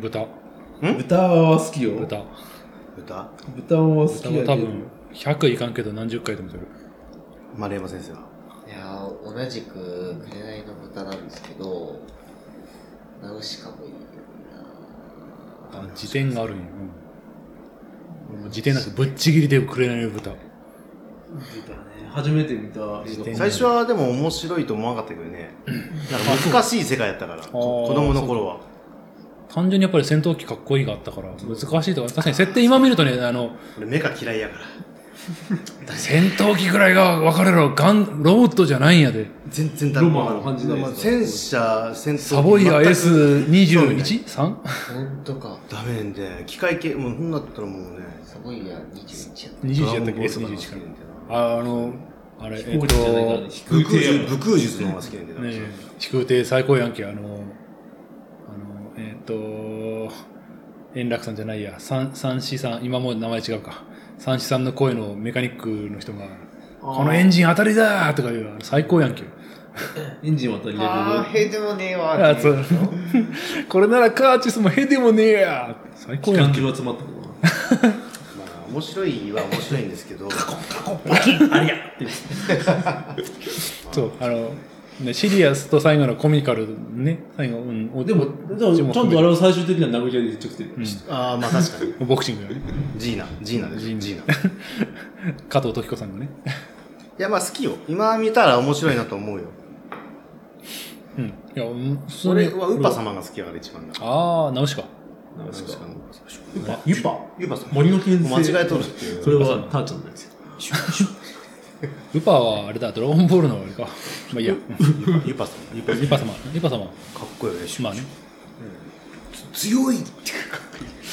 豚よ。
豚、
豚は好きよ
豚。
豚
豚は好き
豚
やけ
は
ど
多分、100いかんけど何十回でも取る。
丸山先生は。
いやー同じく「紅の豚」なんですけどナウシカもいいよ
あ、辞典があるんや。うん、もう辞典なんかぶっちぎりでくれない豚。
豚ね初めて見た映画
最初はでも面白いと思わなかったけどね。なんか難しい世界やったから、こ子供の頃は。
単純にやっぱり戦闘機かっこいいがあったから、難しいとか、確かに設定今見るとね、あの、
俺目が嫌いやから。
戦闘機ぐらいが分かれろ、ガン、ロボットじゃないんやで。
全然ダメ。
ロマンを感じないです
戦車、戦闘機
サボイア
全く
S21?3?
本当か
ダメんで、機械系、もうそんなったらもうね、
すごいや21やっ
21やったっけ ?S21 から。ああの、あれ、えっと、ね
飛行機じゃないからね飛空艇や
武空術の方が好きなんだよ。
え飛空艇最高やんけ、あの、あの、えっと、円楽さんじゃないや、三、三四さん、今もう名前違うか。三四さんの声のメカニックの人が、このエンジン当たりだーとか言う、あの最高やんけ。
エンジンは足り
た
ないけど
へでもねえわ
あそうこれならカーチスもへでもねえや最高
機
やん
関
け
銃は詰まったかな
まあ、面白いは面白いんですけど、
そうあの、ね、シリアスと最後のコミカルね最後、うん、お
でも、でもちゃんとあれは最終的には殴り合いで一直線。
ああ、まあ確かに。
ボクシングだね
ジーナ、ジーナです。ジーナ。い
加藤時子さんがね
や、まあ好きよ。今見たら面白いなと思うよ。
うんいやうん普通に
俺はウッパ様が好きやから一番だ。
ああ直しか
なんですか
ウ
ユパユパ
ッパ様。
森の剣聖
間違えとるっていう。
それはターちゃんのやつよ
ウパはあれだドラゴンボールのあれかまあいいやうん
ユパ様。ユパ様。
ウパ様ウパ様
かっこいいよね。
まあね
強いっていうか。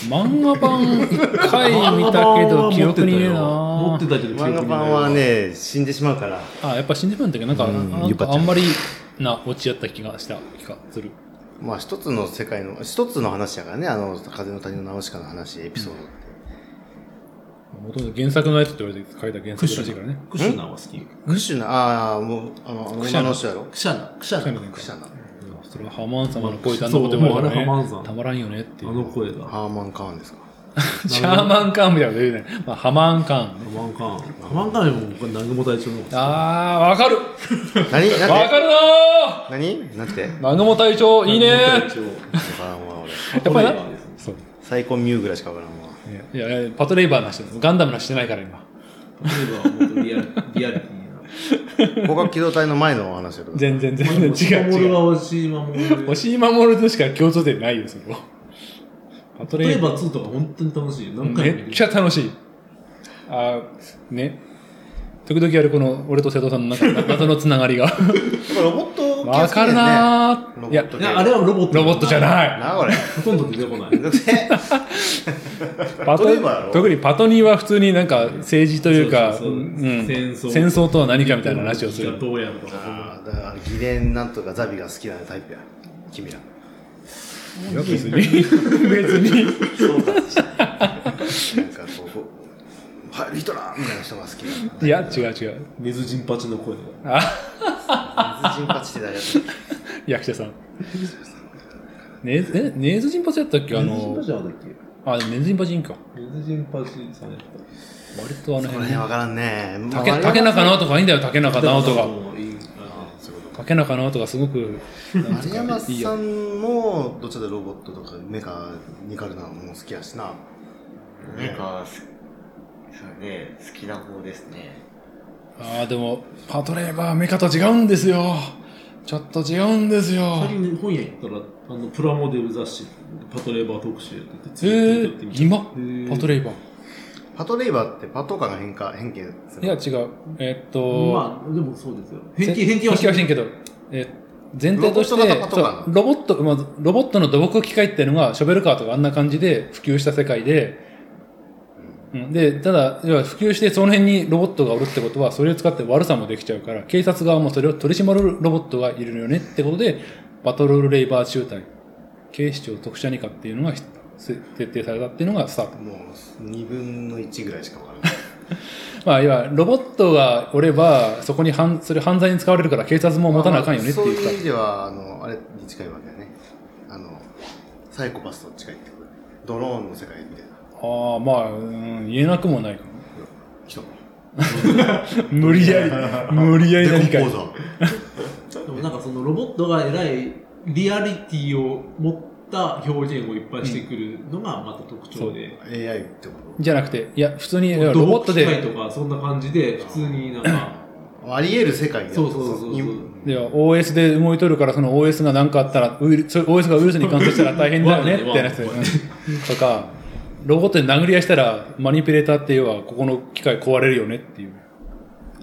漫画版1回見たけ
(laughs)
ど記憶にねえな
持ってたけど記憶
漫
に
画
ねえ
版はね、死んでしまうから。
あやっぱ新日本だけどなんか,、
うん
なん
ゆか
か
ちゃん
あんまりな落ちやった気がした気がする
まあ一つの世界の、一つの話やからね、あの、風の谷のナウシカの話、エピソードって。
もともと原作のやつって言われて書いた原作らしいからね
クシュナは好き
クッシュな、ああ、もう、あの、あの
クシャ
女
ナ
の人やろ。
クシャナクシ
クシャ
ャ
ナ
ナ
クシャナ。
それはハマン様の声だんだこと言われた
そうもう
ね
あれハマンさん
たまらんよねってい (laughs)
あ
う
の声がハ
ハーマン・カーンですか。
シャーマンカーンみたいなこと言うね、まあ、ハマンカーンね
マンカーンハマンカーンも僕は南雲隊長のこと
あーわかる
何なん
わ
て
かるな
何なんて
ー南雲隊長いいね
南雲
ー
わか
隊
らんわ、俺。
や
長
っぱり
ホレイ
な
ガーですね
そう
サイコン・ミューぐらいしかわからんわ。
いやいやパトレイバーなしてるガンダムなしてないから今
ホレイガーは本当にリアルリアリティな
広角機動隊の前のお話やろ。
全然全然違う
守
違う
は押し守る
押井守としか共通点ないよそこパトレイ
例
バー
えば2とか本当に楽しいよ何回も
めっちゃ楽しい。あーね。時々あるこの俺と瀬戸さんの中の謎のつながりが。
ロボット系
わかるな
ロボ
ーいや
ッ、ト
いやあれはロボット
ロボットじゃ
い
ない。
な、これ。 (laughs)
ほとんど出てこない
めんどくせえ。
パ
トレイバーやろ
特にパトニーは普通になんか政治というか、
そうそうそう
うん
戦争
戦争とは何かみたいな話をす
が
る。
どうやるとか
ああ、だから、ギレンなんとかザビが好きなタイプや。君ら。
いや別に。別に。
なんかこうこう、はい、ヒトラーみたいな人が好きな。
いや、違う違う。
水陣パチの声が
あ、
水人パチって誰やったっけ
役者さん。ねえ、ネーズジンパチやったっけあ
水陣
の
パ、チはなんだっ
あ、でもネーズジンパチいいんか。
け水陣パチさんやった
割とあの
こ
辺
の辺。わからんね。まあ
竹竹中直人がいいんだよ、竹中直人が。
いいあ
そういう
かけなかなとかすごく、なんつう
丸
か
山
いいや
さんもどっちらでロボットとかメカニカルなのも好きやしな
なんか、すそうね、好きな方ですね。
ああ、でも、パトレーバーメカと違うんですよ。ちょっと違うんですよ。
最近本屋行ったら、あの、プラモデル雑誌、パトレーバー特集やってて、
えー、今
ー
パトレーバー。
パトレイバーってパトカーが変化変形する
いや、違う。えっと、
まあ、でもそうですよ。
ぜ
偏見、偏見はしない
偏見けど、え前提として
ロボット型パトカー
そうロボット、まあ、ロボットの土木機械っていうのがショベルカーとかあんな感じで普及した世界で、うんで、ただ、要は普及してその辺にロボットがおるってことは、それを使って悪さもできちゃうから、警察側もそれを取り締まるロボットがいるよねってことで、バトルレイバー中隊、警視庁特殊二課っていうのがひ設定されたっていうのがスタート。
もう2分の1ぐらいしかわからない
まあ、要は、ロボットがおれば、そこに犯、それ犯罪に使われるから警察も持たなあかんよねって
そう
いう
いう
か
意。味ではあのあれに近いわけだねあのサイコパスと近いってことドローンの世界みたいな
ああ、まあ、うん、言えなくもないかな。
人
無理やり、無理やりな理
デ
解
コ。ポーザー
でもなんかそのロボットが偉いリアリティを持った表現をいっぱいしてくるのがまた特徴で、
AI ってこ
じゃなくて、いや、普通に、いやロ
土木
ボット
機械
で、
とかそんな感じで普通になんか、
とあり得る世界だ
そうそうそうそう
いや OS で動いとるから、その OS が何かあったら、ウイルス、OS がウイルスに感染したら大変だよね、
わ
っ
か
て
んない
やつ。うん (laughs) とか、ロボットで殴り合いしたら、マニピュレーターっていうのは、ここの機械壊れるよねっていう。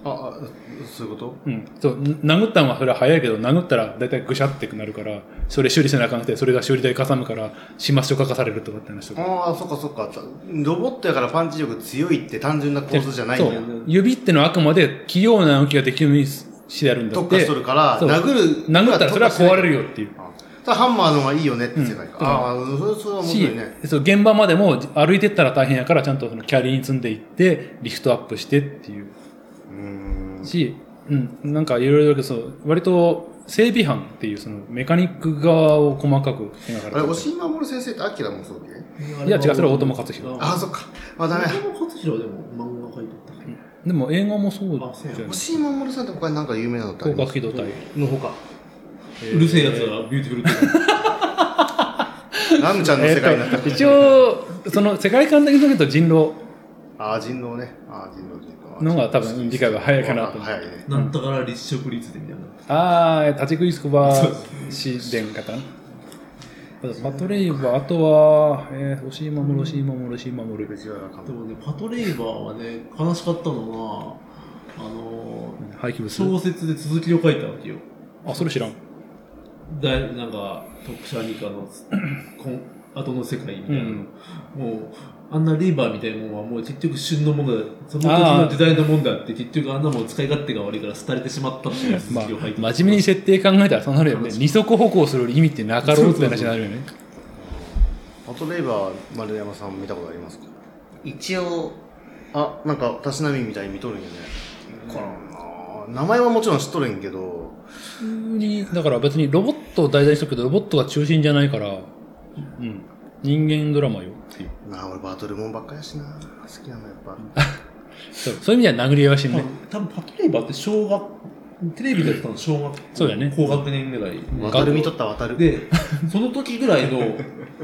ああそういうこと
うん。そう、ん殴ったんはそれは早いけど、殴ったら大体ぐしゃってなるから、それ修理せなあかんくて、それが修理代かさむから、始末書書かされるとかって話とか。
ああそっかそっかロボットやからパンチ力強いって単純な構図じゃない
そ
んや
う。指ってのはあくまで器用な動きができるようにしてやるんだっ
特化
て
しと。るから
そう
殴る
殴ったらそれは壊れるよっていう。
あただハンマーの方がいいよねって世界か、ああそれそれは面
し
白いね、
そう、現場までも歩いてったら大変やから、ちゃんとそのキャリーに積んでいって、リフトアップしてっていう。
うーん
し、うん、なんかいろいろだけど、そう、割と整備班っていうそのメカニック側を細かく描かれ
あれ
てる
押井守先生ってアキラもそうだっ
(laughs)
け
いや違うそれは大友克洋
ああそっかあダメ
大友克洋でも漫画描いてたっけ
でも映画もそう
あ
じ
そ
ゃ
うや
ない
押井守さんって他に何か有名なのってあり
広
ま
角
す
機動隊。
のほか
うるせえやつはビューティフルって
ラムちゃんの
え
世界にな
ーっ
っ、
たと、一応、その世界観だけだけど人狼
ああ人狼ねああ人狼人狼
のが多分理解が早いかなと思う
早いね
なんだから立食率でみたいな。
ああ、立ち食いそば
そう
市電かな。パトレイバー、あとは、えー、押井守、押井守、押井守。
藤原監
で
督
もね、パトレイバーはね、悲しかったのが、あのー、
廃棄物。
小説で続きを書いたわけよ。
あ、それ知らん。
だいなんか、特殊二課の
(clears throat)
こん後の世界みたいなの、もう、あんなレイバーみたいなもんはもう結局旬のものだ、その時の時代のもんだって、結局あんなもん使い勝手が悪いから廃れてしまったっていう
まあ、
続きを書いて
真面目に設定考えたらそうなるよね。二足歩行する意味ってなかろうって話になるよね。
パトレイバー丸山さん見たことありますか
一応、
あなんかたしなみみたいに見とるんやねこの名前はもちろん知っとるんやけど
普通に、だから別にロボットを題材にしとくけど、ロボットが中心じゃないから、うん。人間ドラマよっていう。
なあ俺バトルモンばっかりやしな好きなのやっぱ
そうそういう意味では殴り合いはしん
多
ね
分。多分パトレイバーって小学、テレビでやってたの小学校
そうだよね
高学年ぐらい。
渡る見とった渡る
で、その時ぐらいの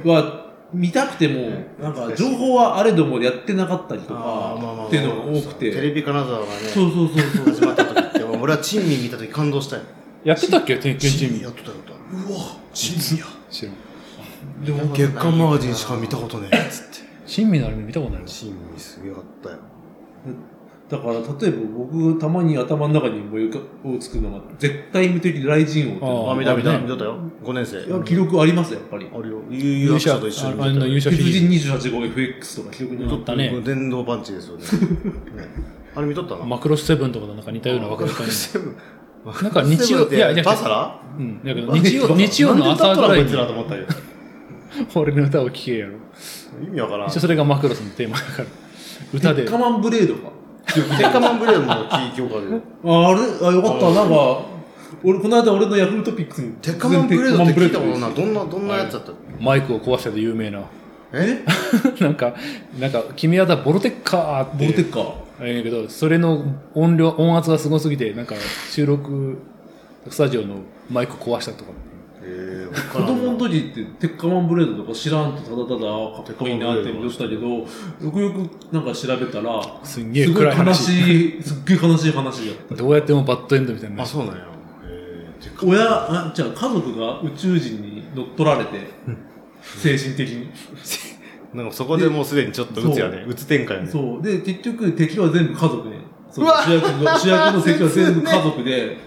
は、見たくても、なんか、情報はあれどもやってなかったりとか、っていうのが多く
テ
て。
レビ金沢がね
そうそうそうそう。
始まった時って俺は珍味見た時感動したよ
やってたっけ天気チ
珍
ー
味
ム
や。っとったことあるうわ珍味や
知らん。
でも、
月刊マガジンしか見たことねえっつって
親身のアニメ見たことないわ
珍味すげかったよ
だから、例えば僕、たまに頭の中に思い浮かをつくのが、絶対無敵雷神王っていうの
あ
が
ー
見た見た
ね
見とったよ5年生
いや記録ありますよ、やっぱり。
あるよ悠々白書と一緒に
ああの優
見
勝シ
鉄
リーズ
人28号 FX とか記録に
あっ
残った
た
た。
ね
よ。電動パンチですよねねあれ見とったな
マクロスセブンとかとなんか似たような枠組み
(laughs)
なんか
マクロ
日
セブン
曜、
って
いやいや、
バサラ
うん。だけど日曜、日曜の朝ぐらいに
なんで歌っとらんこいつらと思ったよ
俺の歌を聴けやろ。
意味わからん
一応それがマクロスのテーマだから。歌で
カ。マンブレードか。
テッカマンブレードも聞い記憶あるよ
ああれあ、よかった。なんか、俺、この間俺のヤフルトピックスに。
テッカマンブレードって聞いたこと
い
ないどんなどんなやつだったっけ
マイクを壊したで有名な。 (laughs)
え
なんか、なんか、君はだ、ボルテッカーっ
ボ
て。
ルテッカー。
あれやけど、それの音量、音圧がすごすぎて、なんか、収録スタジオのマイク壊したとか。
えー、
子供の時って、鉄火マンブレードとか知らんとただただかっこいいなって思ってたけど、よくよくなんか調べたら、
すんげえ
すごい
暗い
悲
話。
しい、すっげえ悲しい話だった。
どうやってもバッドエンドみたいな
あ、。そうなんや。えーてか
親、あ、じゃあ家族が宇宙人に乗っ取られて、精神的に。
なんかそこでもうすでにちょっと鬱やね。鬱展開やね。
そう。で、結局敵は全部家族ね。そうう
わ
主役の、主役の敵は全部家族 (laughs) で、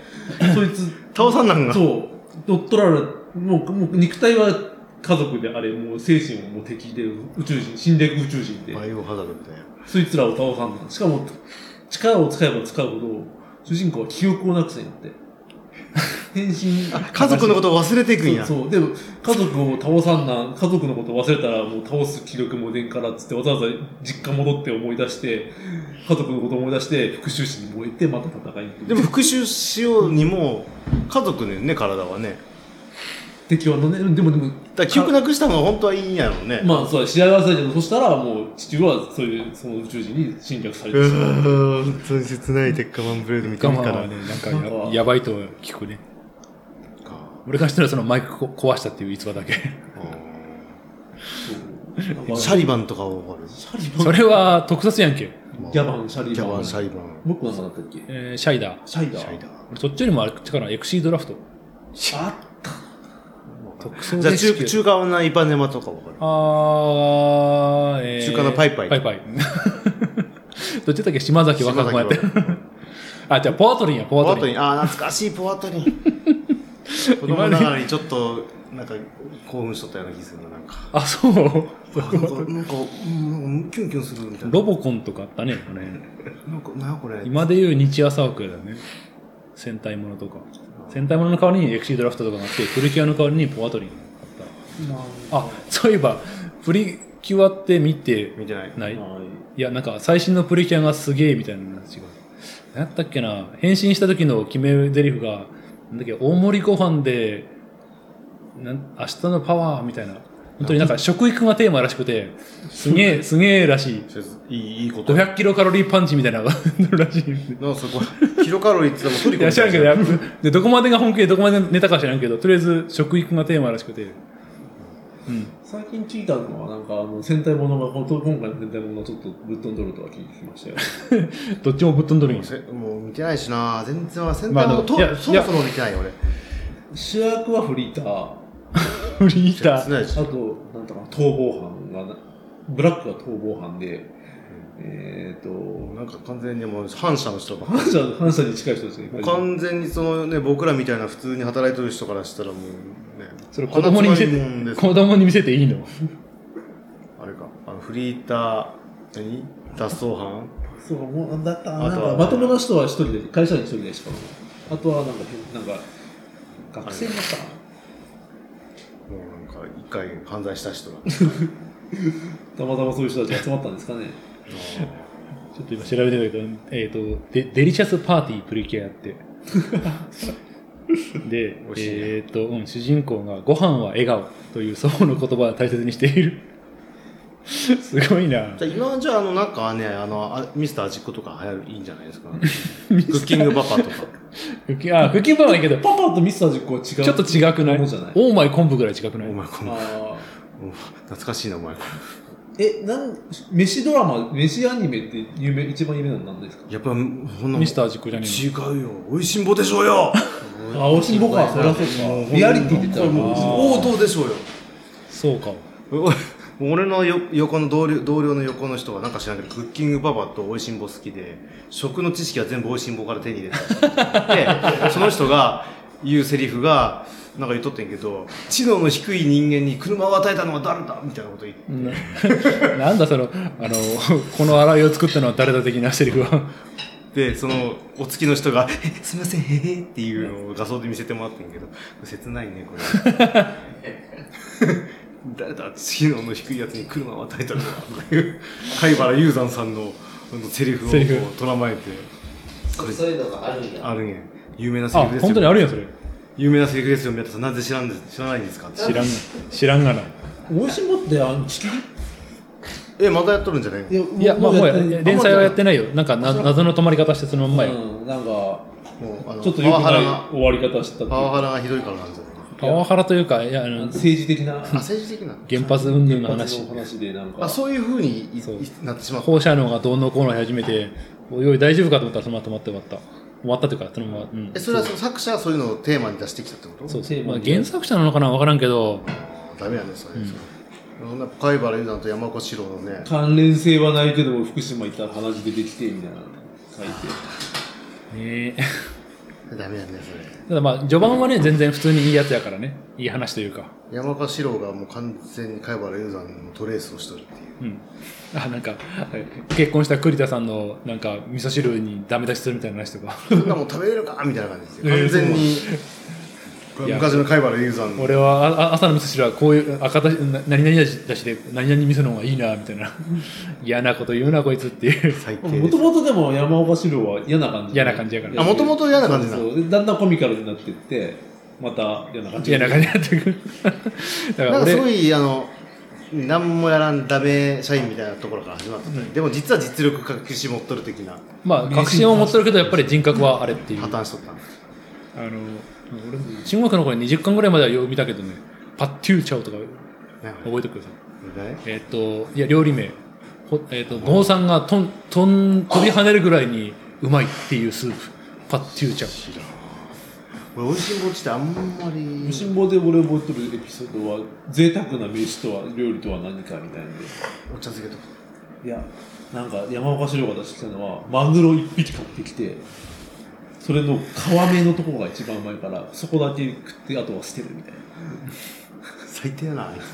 そいつ、
倒さんなんが。
そう、乗っ取られ、もう、もう肉体は家族であれ、もう精神はもう敵で、宇宙人、死んでいく宇宙人で
バ、イオハザードみたいな。
そいつらを倒さんの。しかも、力を使えば使うほど、主人公は記憶をなくせん
(laughs)
やって。変身。
家族のことを忘れていくんや。
そうそうでも家族を倒さんな家族のこと忘れたらもう倒す気力も出んからっつってわざわざ実家戻って思い出して家族のこと思い出して復讐心に燃えてまた戦いに行く
でも復讐しようにも、家族ねんね、体はね。
敵はのねでもでも
だから記憶なくしたのが本当はいいんやろうね。
まあそうだ試合はされたけどそしたらもう父はそういうその宇宙人に侵略され
う
てしまう
ーん、本当に切ない鉄火マンブレードみた
我
いな
慢
か
は
ら
ね
ね。、
なんか
なん
や
か
やばいと聞くね。俺からしたらそのマイクこ壊したっていう逸話だけ。
そうなんか
シャリバンとかはわかる。
シャリ
それは特撮やんけ。
ギャバンシャリ
ギャバ
バン
ン、シャリバン。
もう一個なんかだったっけ
えーシャイダー。
シャイダ
シャイ
ー
ダー
俺そっちよりもあれかな、エクシードラフト。
あ
特装
じゃあ
レスキュ
中
ー
中華のイパネマとかわかる。
あー、えー、
中華のパイパイ
パイパイ。 (laughs) どっちだっけ島崎若子やってる
島。
あ、じゃあ、ポワトリンや、ポ
ポ
ワ
ワ
ト
ト
リ
リ
ン。
ン、ああ、懐かしいポワ
(laughs)
トリン。子供ながらにちょっと、なんか、興奮しとったような気するな、なんか。
あ、そう。
なんか、なんか、うんキュンキュンするみたいな。
ロボコンとかあったね。あれ
なんか、なんやこれ。
今で言う日朝枠だよね。戦隊ものとか。戦隊ものの代わりにエクシードラフトとかがあって、プリキュアの代わりにポワトリンがあった。あ、そういえば、プリキュアって見て
見てない。
ない
あはい
いや、なんか最新のプリキュアがすげえみたいな話が。何やったっけな変身した時の決め台詞が、なんだっけ、大盛りご飯で、なん明日のパワーみたいな。本当になんか食育がテーマらしくて、すげえ、すげえらしい。
いい、いいこと。
500キロカロリーパンチみたいなのが (laughs) らしい。
なんかそこ、キロカロリーって言ってもトリ
い
コ
や、
み
知
た
らん
い
け
な
ど、やっぱで、どこまでが本気でどこまでネタか知らんけど、とりあえず食育がテーマらしくて。うん。
最近聞いたのは、なんか、あの、戦隊ものが、本当今回の戦隊ものがちょっとぶっ飛んどるとは聞きま (laughs) したよ。
どっちもぶっ飛んどるんです
せもう見てないしな全然は戦
まあで
隊
も
もと
いや
そもそも見てないよ俺
主役はフリーター、あ
フリータ
切
ー。
ないし
と、なんとか、逃亡犯がな、ブラックが逃亡犯で、えっ、ー、と、
なんか完全にもう反社の人が
反社、反社に近い人ですね。
完全にそのね僕らみたいな普通に働いてる人からしたらもうね
それ子供に見せ
鼻つまみも
て、
んです
子供に見せていいの
あれかあのフリーター何脱走犯
そう、もう、だった
あ
な。なん
とは
か、まともな人は一人で、会社に一人でしかも。あとは、なんか、変なんか、学生になったか
もうなんか一回犯罪した
(laughs)
人が
な。たまたまそういう人たちが集まったんですかね。
ちょっと今調べてみたけど、えっ、とデ、デリシャスパーティープリキュアや
(laughs)
って。で
美、味しいね
えっ、と、うん、主人公がご飯は笑顔という祖母の言葉を大切にしている。 (laughs) すごいな
じ。ゃあ今じゃああのなんかねあのあミスター味っ子とか流行るいいんじゃないですかクッキングパパとか
クッキー、あ、クッキーパンはいいけど、
パパとミスター実行は違う。
ちょっと違くない
ものじゃない。
オーマイ昆布ぐらい違くない
お前この
あー
懐かしいなお前
え、なん、飯ドラマ、飯アニメって有名、一番有名なのなんですか
やっぱほんな
ミスター実行じゃねえ
違うよ美味しんぼでしょうよ
あ、おしんぼか、そりゃそうか。リアリティって言ったらもう、
王道でしょうよ
のそうか。 (laughs)
(laughs) 俺のよ横の同僚同僚の横の人がなんか知らんけどクッキングパパと美味しんぼ好きで食の知識は全部美味しんぼから手に入れたでその人が言うセリフがなんか言っとってんけど知能の低い人間に車を与えたのは誰だみたいなこと言って
ななんだその、あの、この洗いを作ったのは誰だ的なセリフは。
でそのお付きの人が「えすいませんへへ」っていうのを画像で見せてもらってんけどこれ切ないねこれ (laughs) 誰だ知能の低いやつに車を与えたのかという貝原雄山さんのあのセリフをこ
セ
う
リフ
捉まえて
そ
こ
う
れ
そういうのがあるんや。
あるんや有名なセ
あ
リフ、ですよ
本当にあるやん、それ。
有名なセリフですよ宮田さんなぜ知らんです知らないんですかって
知らん、知らんがな。
おしんぼって、あの、地
えまたやっとるんじゃない
球
いや、まあ、もうや連載はやって
ない。
ないよ。なんかな、謎の止まり方して、そのまんまよ。
うん、なんか、
もうあの
ちょっと
パ
良
ワ
く
ハ
な
ラ
い
が
終わり方したっていう
パワハラがひどいからなんじゃないか
パワハラというか、いや、あ
あの
の、
政治的な
なあ政治的な
原発運動の
原発
話
の。話でなんか
あそういうふうにい
そう
いなってしまった
放射能がどうのこうのやり始めて、おいおい大丈夫かと思ったらそのまま止まって終わった。終わったというか、そのまま、うん
え。それはその作者はそういうのをテーマに出してきたってこと
そう
う
そう。まあ原作者なのかなわからんけど、
ダメやねそれ、そんな貝原雄山と山越四郎のね
関連性はないけども福島行ったら話出てきてみたいなの書いて
ねえ
ダメやねそれ
ただまあ、序盤はね、全然普通にいいやつやからね。いい話というか。
山越四郎がもう完全に貝原雄山のトレースをしとるっていう
うん。あ、なんか、結婚した栗田さんの、なんか、味噌汁にダメ出しするみたいな話とか。
そんなもん食べれるかみたいな感じですよ
えー
完全にこ
い
れ
や
昔の貝原雄山の
俺はああ朝の味噌汁はこういう赤だしな何々だしだしで何々味噌の方がいいなみたいな嫌なこと言うなこいつっていう
最低
も
で
と
す
もとでも山岡四郎は嫌な感じ
嫌な感じやから
あもともと嫌な感じな
そ
の
うでだんだんコミカルになってってまた嫌な感じ
嫌な感じになってくるだか
な
ら
んか
俺
すごいあの何もやらんダメ社員みたいなところから始まったと、でも実は実力隠し持っとる的な
まあ確信を持ってるけどやっぱり人格はあれっていう
破
あ
綻しとったの
の俺中学の頃に20巻ぐらいまではよう見たけどねパッテューチャオとか
なんか
覚えてください
ね
えっ、といや料理名ほえっ、と坊さんがとんとん飛び跳ねるぐらいにうまいっていうスープパッテューチャオ
俺美味しんぼっちってあんまり
辛抱で俺覚えとるエピソードは贅沢な飯とは料理とは何かみたいなんで
お茶漬けとか
いやなんか山岡四郎が出してきたのはマグロ一匹買ってきてそれの皮目のとこが一番うまいからそこだけ食ってあとは捨てるみたいな
最低やなあいつ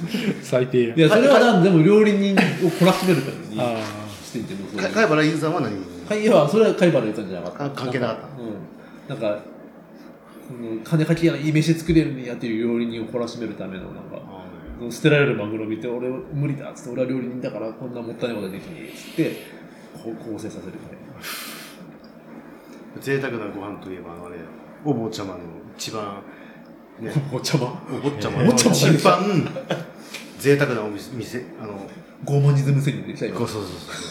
最低や
いやそれはなんでも料理人を懲らしめるために
ああ
していてもそ
か
れ
貝原雄山は何
はい、いや、それは貝原言ったんじゃなか
あ
った。
関係なかった
うん。なんか、その金かけやいい飯作れるんやっていう料理人を懲らしめるための、なんか、その捨てられるマグロ見て、俺無理だっつって、俺は料理人だからこんなもったいないことできねえっつって、こう構成させるみたいな。
贅沢なご飯といえばあのあれお坊ちゃまの一番ね
お茶碗
(laughs) お坊ちゃまの
お坊ちゃま
一番贅沢なお店店あの
拷問にズムせにできたよ
ご。そうそうそうそ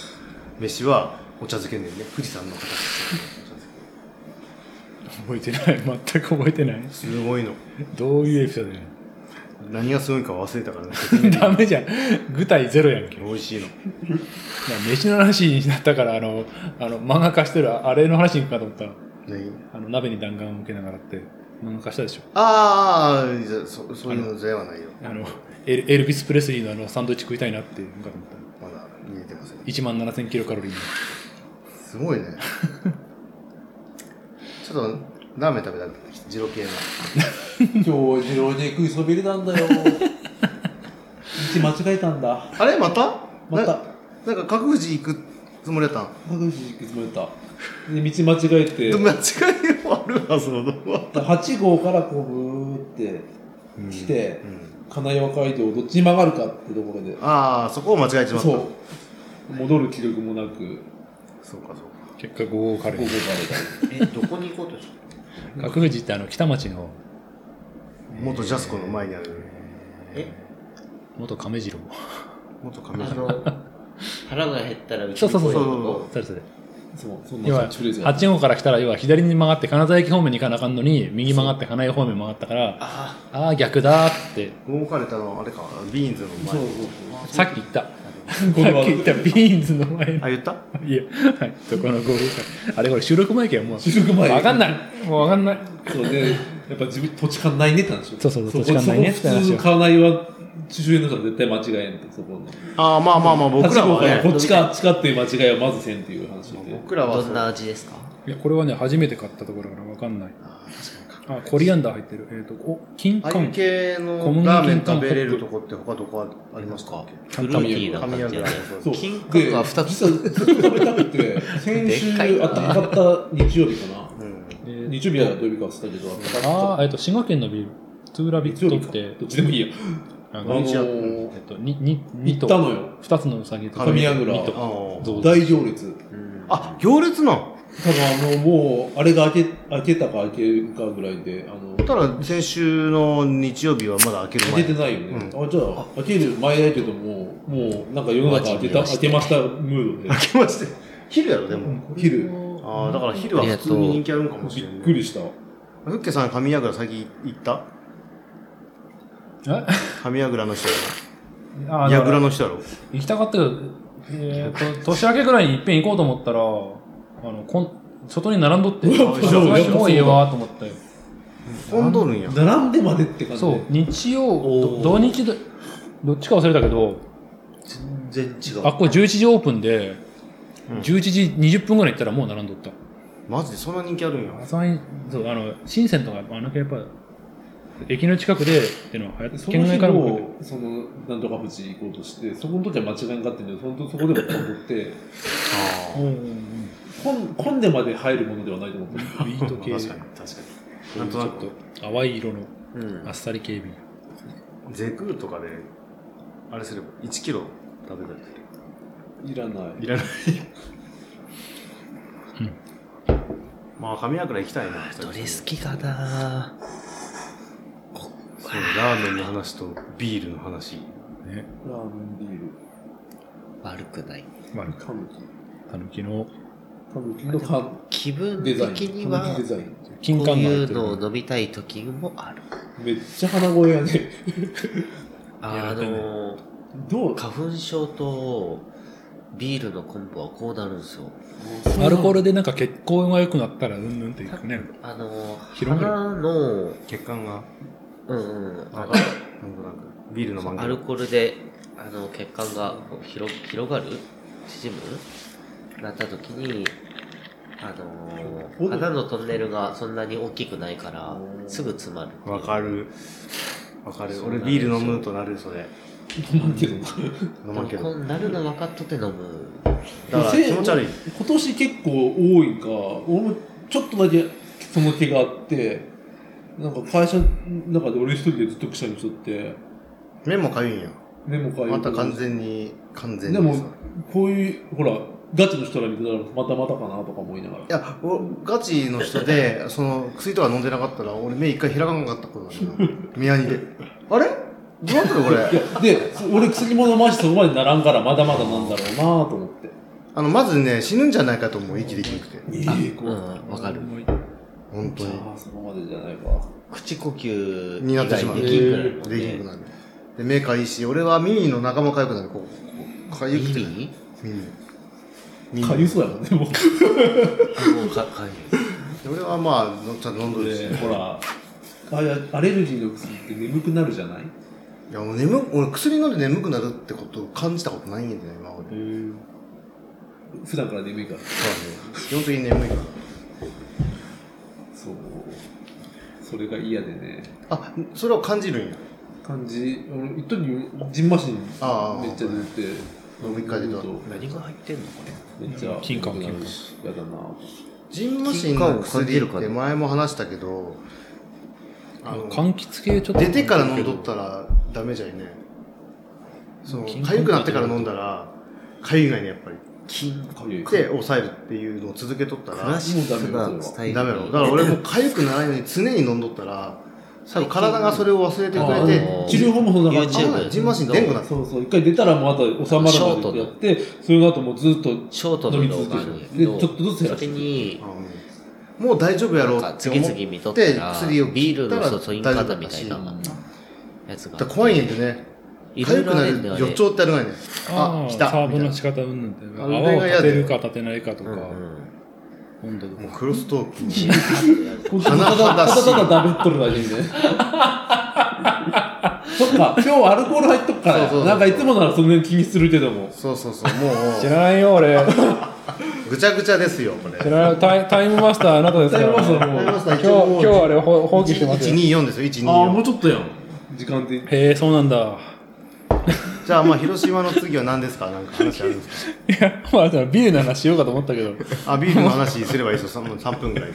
う飯はお茶漬けでね富士山の形してるお
覚え
茶漬
てない全く覚えてない
けすごいの
どういうエピソードやね
何がすごいか忘れたからね
ん (laughs) ダメじゃん具体ゼロやんけ
美味しいの
飯の話になったからあのあの漫画化してるあれの話に行くかと思ったら
何
あの鍋に弾丸を受けながらって漫画化したでしょ
あーあーじゃあそそういうのではないよ
あのエルエルビス・プレスリーのあのサンドイッチ食いたいなっていうのかと思った
まだ見えてません
1万7000キロカロリーの
すごいねちょっとラーメン食べたくなってきた二郎系の
今日、二郎に食いそびれたんだよ。 (laughs) 道間違えたんだ。
あれまた
また
ななんか各富士行くつもりやったん
各自行くつもりだった。で道間違えて
でも、間違いもあるはずのは
8号からこうブーって来て、金山街道をどっちに曲がるかってところで
ああそこを間違えちまった
そう戻る気力もなく
そうかそうか
結果5号カレ
午後か
ー
え、どこに行こうとしたの
角富士ってあの北町の
元ジャスコの前にある
え、
元亀次郎
元
あ
亀島
の、腹が減ったらうち
そうそ
に
うそう
来い
そ
よ
う
と
それそれ
らそうそん
要
な
は
フレーズが
8号から来たら要は左に曲がって金沢駅方面に行かなあかんのに右曲がって金井方面に曲がったから
あ
ああ逆だーって
動かれたのあれかビーンズの
そう
前
そう
さっき言ったさ
そう
っき
これは
言ったビーンズの前の
あ言った
いやはいそこの合流あれこれ収録前けんもう
収録前
わかんないもうわかんない
そうでやっぱ自分土地勘ないねって話
そうそうそう
土地
土地勘ないねって話を
普通の金井は周辺の人は絶対間違えんとそこの
ああまあまあ
(laughs)
まあ僕ら
8号
は
から
ね
こっちかあっちかっていう間違いはまずせんっていう話で
僕らは
ど
そ
ん
う
な味ですか
いやこれはね初めて買ったところだからわかんないあコリアンダー入ってるえっ、とお金
ああいう
柑
系
小麦
の
金
ラーメン食べれるとこって他どこありますか
フルーティーな
神
感
谷
じだ
川
ね。
そう
金閣
で
が2つ
実はずっと食べたく
(laughs)
て先
でっかい
週
な
あったかかった日曜日かな
うん
えー
日曜日は土曜日か忘れたけどあったかかった
ああえっ、と滋賀県のビールトゥーラビ
日曜日
ッ
か
トって
どっちでもいいや
あ
あ
の
の
えっ、
ー、
とにに二
行
と
ったのよ
2つのうさぎと
神櫓
二
あ
と
ー
像
大行列
あ行列なん
多分あのもうあれが開け開けたか開けるかぐらいであの
たら先週の日曜日はまだ開ける
開
前
けてないよね、あじゃあ開ける前だけどももうなんか世の中開けた開けましたムードで
開けまして昼やろでも、
昼
ああ、だから昼は普通に人気あるんかもし
び
れん
っ
ね。
くりした。
フッケさん、神櫓最近行った
え
神櫓の人や
あ
ろ。
だか
櫓
ら
の人やろ。
行きたかったけど、えーと年明けぐらいにいっぺん行こうと思ったら、あのこん外に並んどって、
うわ
あそれもうええわと思って。
混んどるんや。
並んでまでって感じ。
そう、日曜、ど
おー
土日ど、どっちか忘れたけど、
全然違う。
あっこれ11時オープンで、
うん
11時20分ぐらい行ったらもう並んどった。
マジでそんな人気あるんや。
朝に、そう、あの、深センとか、あの辺やっぱ、駅の近くでっていうのは流行っ
そ
県
の日
外からも来る
も、その、なんとか富士行こうとして、そこの時は間違いなかったんだけど、本当そこでも混んどって、 (laughs)
あ
混ん混んでまで入るものではないと思って。
ビート
あ。
系、
確かに、確かに。なんとな
ち
く
ょ、っと淡い色の
うん
あっ。さり警備。
ゼクーとかで、あれすれば1キロ食べたりす
いらない。
る。いらない。まあ、神櫓行きたいな。
どれ好きかな
そうラーメンの話とビールの話。
ね、
ラーメンビール、
悪くない。
まあ、
タヌキ。
たぬきの
タヌキのか
気分
デ
的
ザイン。
には、
タ
こ
ヌキデザイン。
金柑が
うい
入って
う
る
のを飲みたい時もある。
めっちゃ鼻声やね。
あの、
どう
花粉症とビールのコンボはこうなるんですよ。
アルコールでなんか血行が良くなったらうんぬんっていくね。
あの、
広がる
鼻の、
血管が、
うんうん、
な
あの
んとなく、ビールの漫
アル
画。
コールであの血管がこう広広がる縮むなった時にあのー肌のトンネルがそんなに大きくないからすぐ詰まる
わかる。わかる。
そうなん
俺
ですよ
ビール飲むとなる、それ。
なんていうの
飲まんけ
こ
ど。
うなるの分かっとって飲む
だから気持ち悪い。
今年結構多いか俺もちょっとだけその気があってなんか会社の中で俺一人でずっとくしゃみしとって
目もかゆいんや。
目もかゆい
また完全に、完全に
で
さ。
もこういうほらガチの人ら見てたらまたまたかなとか思いながら
いや、おガチの人で、 (laughs) その、薬とか飲んでなかったら、俺目一回開かなかったことあるよ。 (laughs) 宮城で。あれどうなってるこ (laughs)
い
れ。
やでそ俺薬物回してそこまでならんからまだまだなんだろうなと思って
あの、まずね、死ぬんじゃないかと思う、息できなくて。
ええこ
う
うん
分かる
本当
じゃ
に。
あそこまでじゃないか
口呼吸
になってしまう
以外できんくなるの
できなく
で
なる。で、目かゆいし、俺は耳の仲間かゆくなる。こう、こうかゆくて。
耳
耳。耳
かゆそうやもんねもう
もうかかゆい
で俺はまあ、のちゃんと飲んどるし。
でほらあれアレルギーの薬って眠くなるじゃない
いや、もう眠く、俺薬飲んで眠くなるってことを感じたことないんだよね、今まで。
普段から眠いから
そうだね。基本的に眠いから。
そうそれが嫌でね
あ、それを感じるんや。
感じ俺一時ジンマシンめっち
あ
ゃ
あ
出て
もう一回出た
何が入ってんのこれ
めっちゃ
金柑
なるしやだな
ジンマシンの薬って前も話したけど、あの
柑橘系ちょっと。
出てから飲んどったらダメじゃいね。そう、
金
痒くなってから飲んだら、痒いがいね、やっぱり。
金
かゆい
で、抑えるっていうのを続けとった
ク
ら、
ラ
ダ
シックなスタイ
メ
ル
だろ。だから俺も痒くならないのに常に飲んどったら、最後体がそれを忘れてくれて、
あー
治療法もそんな感じ
あ
YouTube
ジンマシン出んくなった。
そうそう一回出たらまた収ま
ショ
ら
ート
ない
だ
でやってそれの後もずっと
ショートの動画あるんやけど
飲み続けてるでちょっとずつ減
そ
らして
れ
る
に
うんもう大丈夫やろう
なんか
って
次
思
々見と
っ
ってたら
薬を
ビール
切ったら
の注ぎ方み
大
たい
丈夫
な
だ
やつ
し
が
だから怖いんや
ね
でね。
いろい
痒
ろあ
くな
るんだよ
る
ね
予兆ってあるがいね。
あ
あ、
あ、
来た。
サーブ
みたい
の
な
仕方うんぬんって。
あれ
泡を
が嫌
立
で
てるか立てないかと
う
か、
んうん
温度と
もう
か。
クロストーク。
本当にた
鼻
だ
だした
だただ食べっとるだけでねそっか今日アルコール入っとくか
そうそうそ
ら
う
なんかいつもならその辺気にするけども
(laughs) そうそうそう、もう、
知らないよ、俺。
ぐちゃぐちゃですよ、これ。
知らないタイタイムマスターあなたですか
タイ
ら。
ムマスターも
今
今
う
日、今日あれほ放棄してますよ。
124ですよ、124。
ああもうちょっとやん時間で
へえ、そうなんだ。
じゃあ、まあ、広島の次は何ですかなんか話あるんです
いや、まあ、ビールの話しようかと思ったけど、
かあ、ビールの話すればいいですよ、3, 3分ぐらい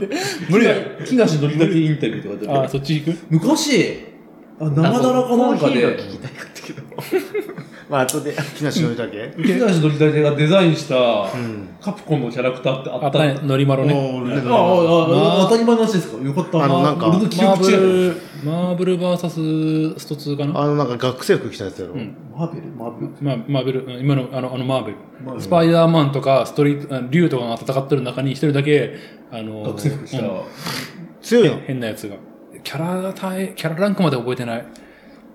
で。
無理だよ。
木梨憲武インタビューとか出て
ああ、そっち行く
昔あ生だらかなんかで
まあ、後で、木梨憲武
木梨憲武がデザインした
ん
カプコンのキャラクターってあ
あ
っ
ったたね
んだ
ノリマロね
もう
あ
ね
あああ当たり前の話ですかよかった
あのなんか
俺の記
マー
憶
ブ
違う
ルマーブル VS スト2かな
あの、なんか学生服着たやつやろ。
ん
マーベルマーベル
まあ、マーベルうん今のあのあのマーベル
マーベル
スパイダーマンとかストリートあ竜とかが戦ってる中に一人だけあの
学生服した
うん
強い
変
の
変なやつがキャラが大キャラランクまで覚えてない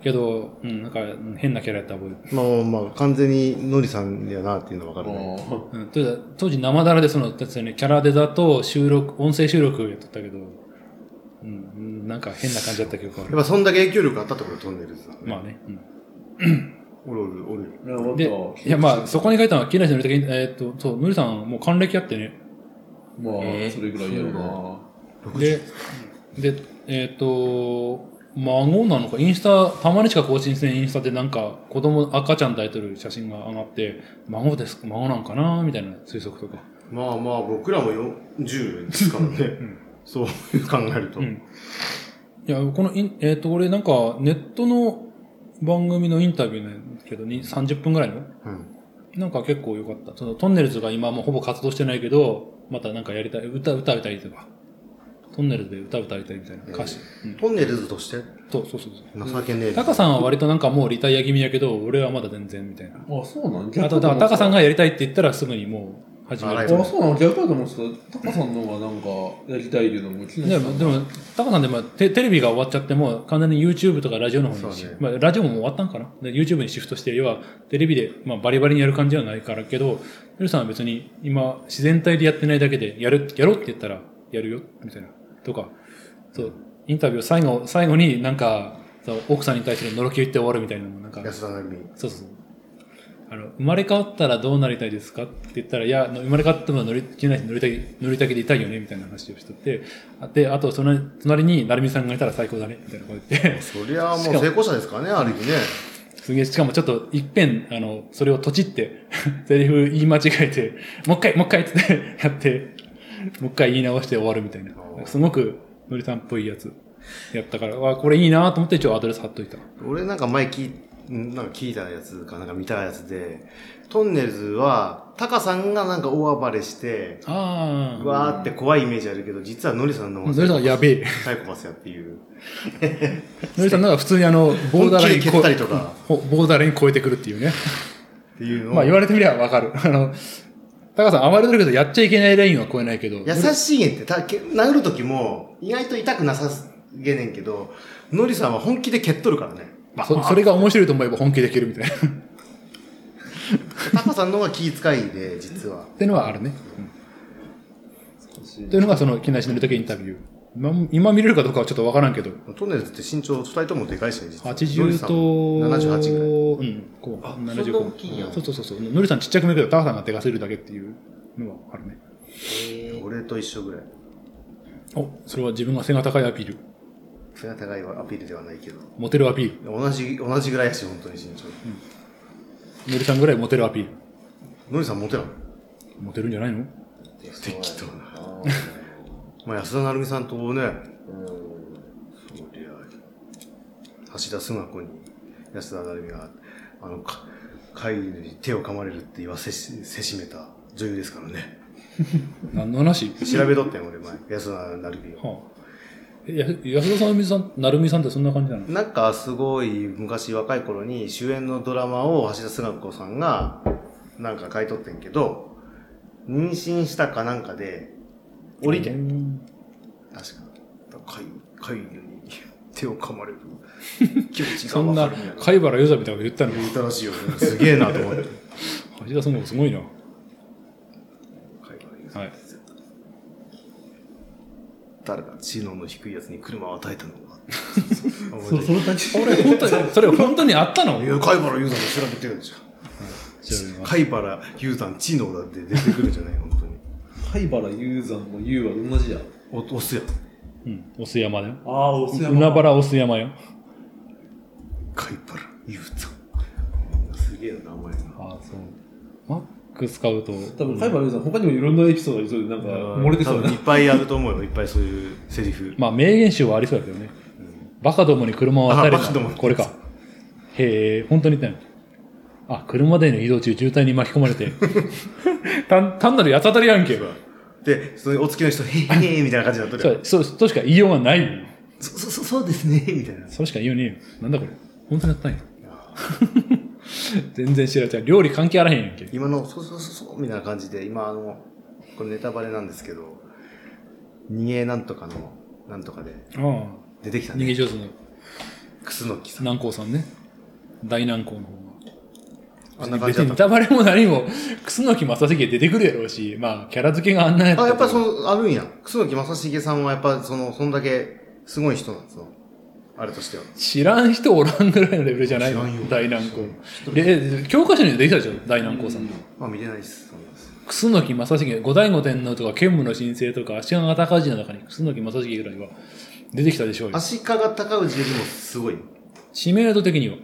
けど、うん、なんかうん変なキャラやったら覚えてる
まあまあまあ、完全にノリさんやなっていうのはわかるね。
も
うん、とりあえず当時生だらでその、だってね、キャラデザと収録、音声収録やっとったけど、うんうん、なんか変な感じだった記憶あ
や
(laughs)
る。
っぱそんだけ影響力あったってこと飛んでるさ。
まあね。うん
おるおるおるよ。
うなるほど
で、いやまあ、そこに書いたのは、木梨のりたけ、えーっと、そう、のりさん、もう還暦やってね。
まあ、
えー
それぐらいやろうな
で、で、えーっと、孫なのか、インスタ、たまにしか更新せんインスタでなんか、子供、赤ちゃん抱いてる写真が上がって、孫です、孫なんかなみたいな推測とか。
まあまあ、僕らも40ですからね。そういう考えると。
うんいや、このイン、えっ、と、俺なんか、ネットの番組のインタビューなんだけど、に30分ぐらいの
うん
なんか結構良かった。その、トンネルズが今もうほぼ活動してないけど、またなんかやりたい、歌、歌歌いたいとか、トンネルズで歌歌いたいみたいな歌詞。うん
トンネルズとして
そうそうそうそう。
情けねえ。
タカさんは割となんかもうリタイア気味やけど、俺はまだ全然みたいな。
あそうなん
あと、だからタカさん
が
がやりたいって言ったらすぐにもう始ま
あ
る
ら。
あそうなの逆だと思ってたタカさんの方がなんかやりたいいうのも木梨
で
さ
も、
ん
でも、タカさんでもテテレビが終わっちゃっても、完全に YouTube とかラジオの方にし、
そうね
まあ、ラジオも終わったんかなで ?YouTube にシフトして、要はテレビで、まあ、バリバリにやる感じはないからけど、ルルさんは別に今、自然体でやってないだけで、やる、やろうって言ったら、やるよ、みたいな。とか、そう、インタビュー最後、最後になんか、そう奥さんに対するのろけ言って終わるみたいなのもなんか、
安田成美。
そうそうそう。あの、生まれ変わったらどうなりたいですかって言ったら、いや、生まれ変わっても乗り、気になり乗りたい、乗りたけでいたいよね、みたいな話をしてて、あで、あと、その、隣に、成美さんがいたら最高だね、みたいなこと言って、 (laughs)
そりゃあもう
しかも
成功者ですからね、ある意味ね。
すげえ、しかもちょっと、一遍、あの、それをとちって、 (laughs) セリフ言い間違えて、もう一回、もう一回っつって、 (laughs) やって、もう一回言い直して終わるみたいな。すごく、のりさんっぽいやつ、やったから、わ、これいいなと思って一応アドレス貼っといた。
俺なんか前聞いんなんか聞いたやつかなんか見たやつで、トンネルズは、タカさんがなんか大暴れして、
ああ。
わーって怖いイメージあるけど、実はノリさんの方
のりさんやべえ。
サイコパスやっていう。
のりさんなんか普通にあの、ボーダーライン
本気で蹴ったりとか
こうボーダーライン超えてくるっていうね。
っていうのを
まあ言われてみればわかる。 (laughs) あの、高さん暴れてるけど、やっちゃいけないラインは超えないけど。
優しいねんって、たけ殴る時も、意外と痛くなさげねんけど、ノリさんは本気で蹴っとるからね。
そそれが面白いと思えば本気できるみたいな。っ
タカさんの方が気遣いで、実は。
ていうのはあるね。うんというのがその、木梨のりたけインタビュー。今今見れるかどうかはちょっとわからんけど。
トンネルズって身長2人ともでかいしね、実は。ノリ
80
さん
と、
78ぐらい。
うん、こう、
そんな大きいんや
75。そうそうそうそう。のりさんちっちゃく見えるけど、高さんが手がするだけっていうのはあるね。
えー、
俺と一緒ぐらい。
お、それは自分が背が高いアピール。
背が高いはアピールではないけど。
モテるアピール。
同じ、同じぐらいやし、本当に身長。
のりさんぐらいモテるアピール。
ノリさんモテない
モテるんじゃないの
適当な。まあ、安田成美さんとね、そりゃ橋田壽賀子に安田成美が、あの、か飼い犬に手を噛まれるって言わせし、せしめた女優ですからね。
何の話
調べとったよ、俺前。安田成美を。
はあ、えや安田さん、さん、成美さんってそんな感じなの
なんか、すごい、昔若い頃に主演のドラマを橋田壽賀子さんが、なんか書いとってんけど、妊娠したかなんかで、降りてん。
うん
確かに。飼い犬に手を噛まれる。気持ちが
そん
わか
な
るみたいな。、
貝原ユーザみたいなこと言ったの
言うたらしいよね。すげえなと思って。
橋田さんもすごいな。はい。
誰だ知能の低いやつに車を与えたのか。
そうそれだけ
俺、本当に、それ本当にあったの
いや、貝原雄山も調べてるでしょ。貝原雄山知能だって出てくるんじゃない本当に。
貝原雄山の雄は同じや
お、おすや。
うん、おす山だよ。
ああお世話
海原おす山よ。
貝原雄山。すげえな名前が。
ああ、そう。マック使うと、
多分貝原雄山他にもいろんなエピソードがいそうでなんか漏れてそう
多
だ
分
ない
っぱいあると思うよ。いっぱいそういうセリフ。
まあ、名言集はありそうだけどね。バカどもに車を与える
あバカども
これか。へえ、本当に言ったのあ、車での移動中、渋滞に巻き込まれ (laughs) て。単単なる八つ当たりやんけ。
で、そのお付き合いの人、へえへえみたいな感じになっと
そ
る
う、そう、そうしか言いようがない。
そ、そ、そそうですね、みたいな。
そうしか言いようねえよ。なんだこれ。本当にやったんや。 (laughs) 全然知らんちゃう。料理関係あらへんやんけ。
今の、そうそうそうそう、みたいな感じで、今、あの、これネタバレなんですけど、逃げなんとかの、なんとかで、
ああ。
出てきた
逃げ
ね。
上手の
楠木さん。
南光さんね。大南光の方が。
あんな感
別に
じだ
ネ
った。
タバレも何も、楠木正成出てくるやろうし、まあ、キャラ付けがあんなや
あ、やっぱそ
の、
の、あるんや。楠木正成さんは、やっぱその、そんだけ、すごい人なんですよ。あれとしては。
知らん人おらんぐらいのレベルじゃないの
知らんよ
大南光。で、教科書に出てきたでしょ大南光さんの。
まあ、見れないです。そんなです
楠木正成、五醍醐天皇とか、剣武の神聖とか、足利尊氏の中に楠木正成ぐらいは出てきたでしょうよ。
足利尊氏よりもすごい。
知名度的には。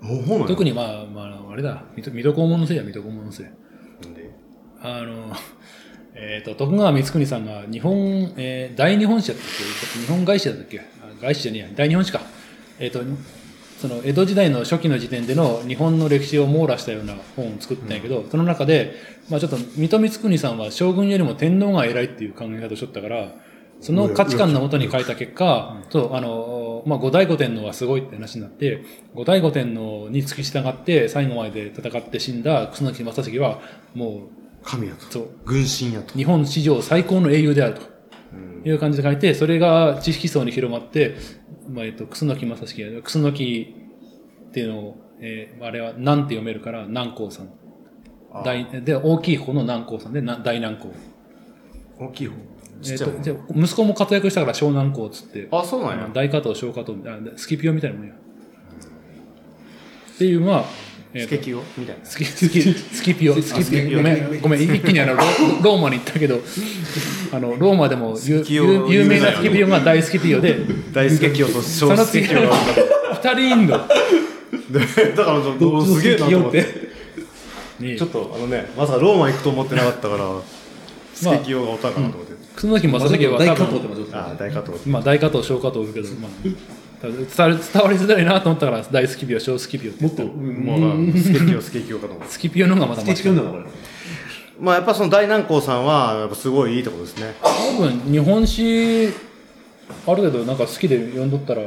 もうほん
特にまあ、まあ、あれだ、水戸水戸黄門のせいや、水戸黄門のせい。
で。
あの、 (laughs) えっ、と、徳川光圀さんが日本、えー大日本社だったっけ日本外資だったっけあ外資じゃねえや、大日本史か。えっ、と、その江戸時代の初期の時点での日本の歴史を網羅したような本を作ったんやけど、その中で、まあちょっと、水戸光圀さんは将軍よりも天皇が偉いっていう考え方をしとったから、その価値観のもとに書いた結果、そう、あの、まあ、後醍醐天皇はすごいって話になって、後醍醐天皇に付き従って最後まで戦って死んだ楠木正成は、もう
神やと。
そう
軍神やと。
日本史上最高の英雄であるという感じで書いて、それが知識層に広まって、まあ、えっと、楠木正成、楠木っていうのを、えーあれは、なんて読めるから、南光さん。
あー
大で、大きい方の南光さんで、な大南光。
大きい方。
え
ちっ
っ
ちゃい
と、
方。
じゃあ息子も活躍したから湘南光っつって、
あ、そうなんや。
大加藤、小加藤、あスキピオみたいなもんや。っていう、まあ、え
ス
ーと
ケキヨみたいな。
スキスキスキピオ、スキ
スキ
ピ
ピ
オ、ご
オ
めん、ごめん、一気にあのロローマに行ったけど、あのローマでも有
スキピオ
有有名なスキピオが大スキピオで、
大スケキヨと小
その
スケ
次
キ
の
ヨ。
(laughs) 二人いんの。
だからその、すげえなと思って。
ね
ちょっと、あのね、まさかローマ行くと思ってなかったから、スケキヨがおったんかなと思って。
楠木正成は
大
多
加藤っ
分、
てのがちょっと
あー、大加藤。
まあ、大加藤、小加藤いるけど、まあ、多分伝わり伝わりづらいなと思ったから、大スキピオ、小スキピオって
も
言っ
っ
た
と、
もう、スケキヨ、スケキヨかと思って。
スキピオの方がまだ
ス
マ
ケ
シ
チくんだな、これ。
まあ、やっぱその大南光さんは、やっぱすごいいいところですね。
多分、日本史、ある程度なんか好きで読んどったら、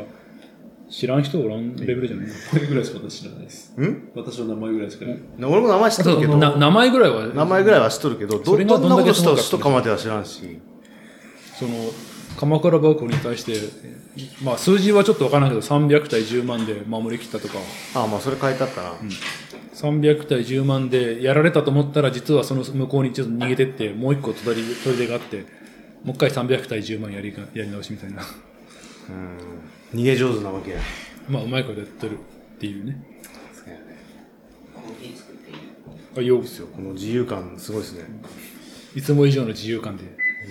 知らん人おらんレベルじゃない
これぐらいしか私知らないです。
ん
私の名前ぐらいしか。
な俺も名前知っとるけど、
な
名
名前ぐらいは
前ぐらいは知っとるけど、
そ
ど
れ
どん
が
な
どん
こ
だけ
と
す
し
ごい
た
か
人かまでは知らんし。
その鎌倉幕府に対して、まあ、数字はちょっと分からないけど300対10万で守りきったとか
あー、まあ、それ書いてあったな。
300対10万でやられたと思ったら実はその向こうにちょっと逃げてってもう一個取り出があってもう一回300対10万やりがやり直しみたいな (laughs)
うん。逃げ上手なわけや。
まあうまいことやってるっていうね
そうやね
あよ
いいですよ。この自由感、すごいですね。
いつも以上の自由感で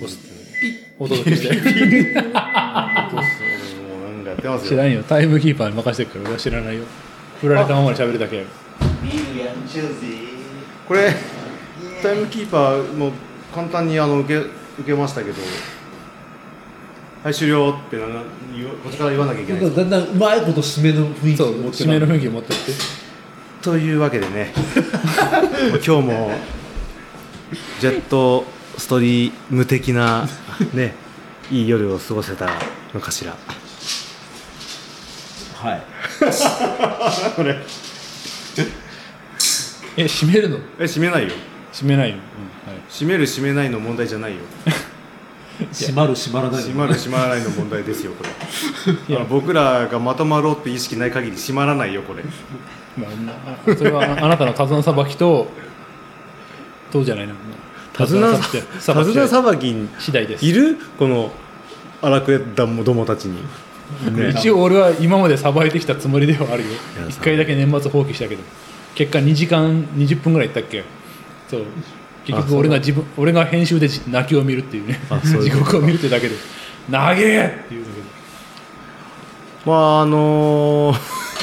おすお届け (laughs) して
もうなんかやってます
知
よ。
らんよタイムキーパーに任せてるから俺は知らないよ振られたままに喋るだけや
これ、タイムキーパーも簡単にあの受け受けましたけど、はい、終了ってなな言わこっちから言わなきゃいけないです
だんだんうまいこと締めの雰囲気を持って
締めの雰囲気持ってって
というわけで (laughs) ね、今日もジェットストリーム的な、ね、いい夜を過ごせたのかしら。
はい。
これ
え締めるの
え、閉めないよ。
締めないよ、はい
閉める閉めないの問題じゃないよ。
閉まる、閉まらない。
閉まる閉まらないの問題ですよこれあの僕らがまとまろうって意識ない限り閉まらないよこれ
まあ、あそれはああなたの手綱さばきと、どうじゃないな。
手綱さ
さば
手
き
綱さばきに
次第です
い。るこの荒くれたどもたちに、ね、
一応俺は今までさばいてきたつもりではあるよ
い。や
一回だけ年末放棄したけど、結果2時間20分ぐらいいったっけ。そう。結
あ
局
そう
俺が自分、俺が編集でじ泣きを見るっていうね。
あそうい
地
うこと
獄を見るってだけで、長えっていうだけで。
まああのー、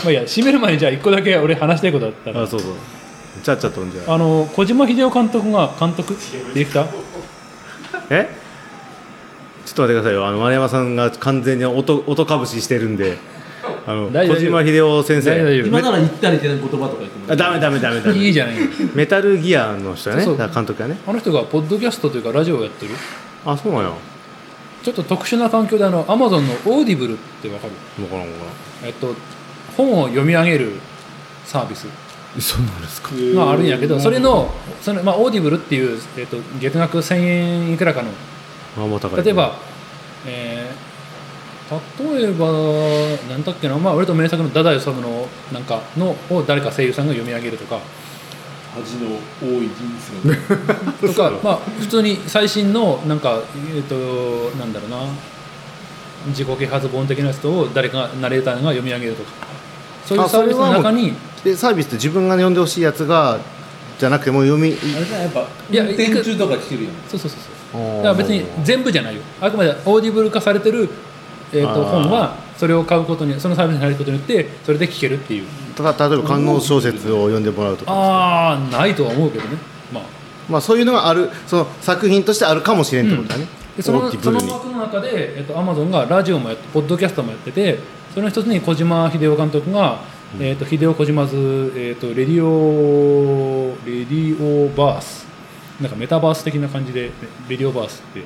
まあいいや、閉める前にじゃあ一個だけ俺話したいことあったら
あ。そうそうちゃっちゃとんじゃ
あの、小島秀夫監督が、監督、ディレクター
えちょっと待ってくださいよあの丸山さんが完全に音音かぶししてるんであの
大丈夫
小島秀夫先
大丈夫大
生
丈夫
今なら言ったりいけない言葉とか言っても
あダメダメダメダ
いい
メ
じゃない
メタルギアの人やね
そう
だから監督やね
あの人がポッドキャストというかラジオをやってる
あそうなんやも
ちょっと特殊な環境であのアマゾンのオーディブルってわかる
うこのもうこ
えっと本を読み上げるサービス
のそうなんですか
まああるんやけどそれのその、まあ、オーディブルっていう、えっと、月額1000円いくらかの
あもう高い
例えば、えー例えば、なんだっけな、まあ、割と名作のダダイ・サムのなんかのを誰か声優さんが読み上げるとか、
恥の多い人生
(laughs)
の
とかまあ、普通に最新の、なんか、えっ、と、なんだろうな、自己啓発本的なやつを誰かが、ナレーターが読み上げるとか、そういう
あ
サー
そ
ビ
れ
ス
は
の
もう
中に、
でサービスって自分が読んでほしいやつがじゃなくてもう読み
あれじゃやっぱ
いや
運転中とか聞けるやん
そうそうそうそう。だ
だ
から別に全部じゃないよあくまでオーディブル化されてる、えー、と
あー
本はそれを買うことにそのサービスに入ることによってそれで聞けるっていう
ただ例えば官能小説を読んでもらうとか
ああないとは思うけどねまあ
まあそういうのがあるその作品としてあるかもしれんってことだね、
でその
大きい
そ
ブ
の
ルーに
枠の中で、えっとアマゾンがラジオもやってポッドキャストもやっててその一つに小島秀夫監督が「えっと秀夫小島ズ、えっとレディオレディオバース」なんかメタバース的な感じでレディオバースって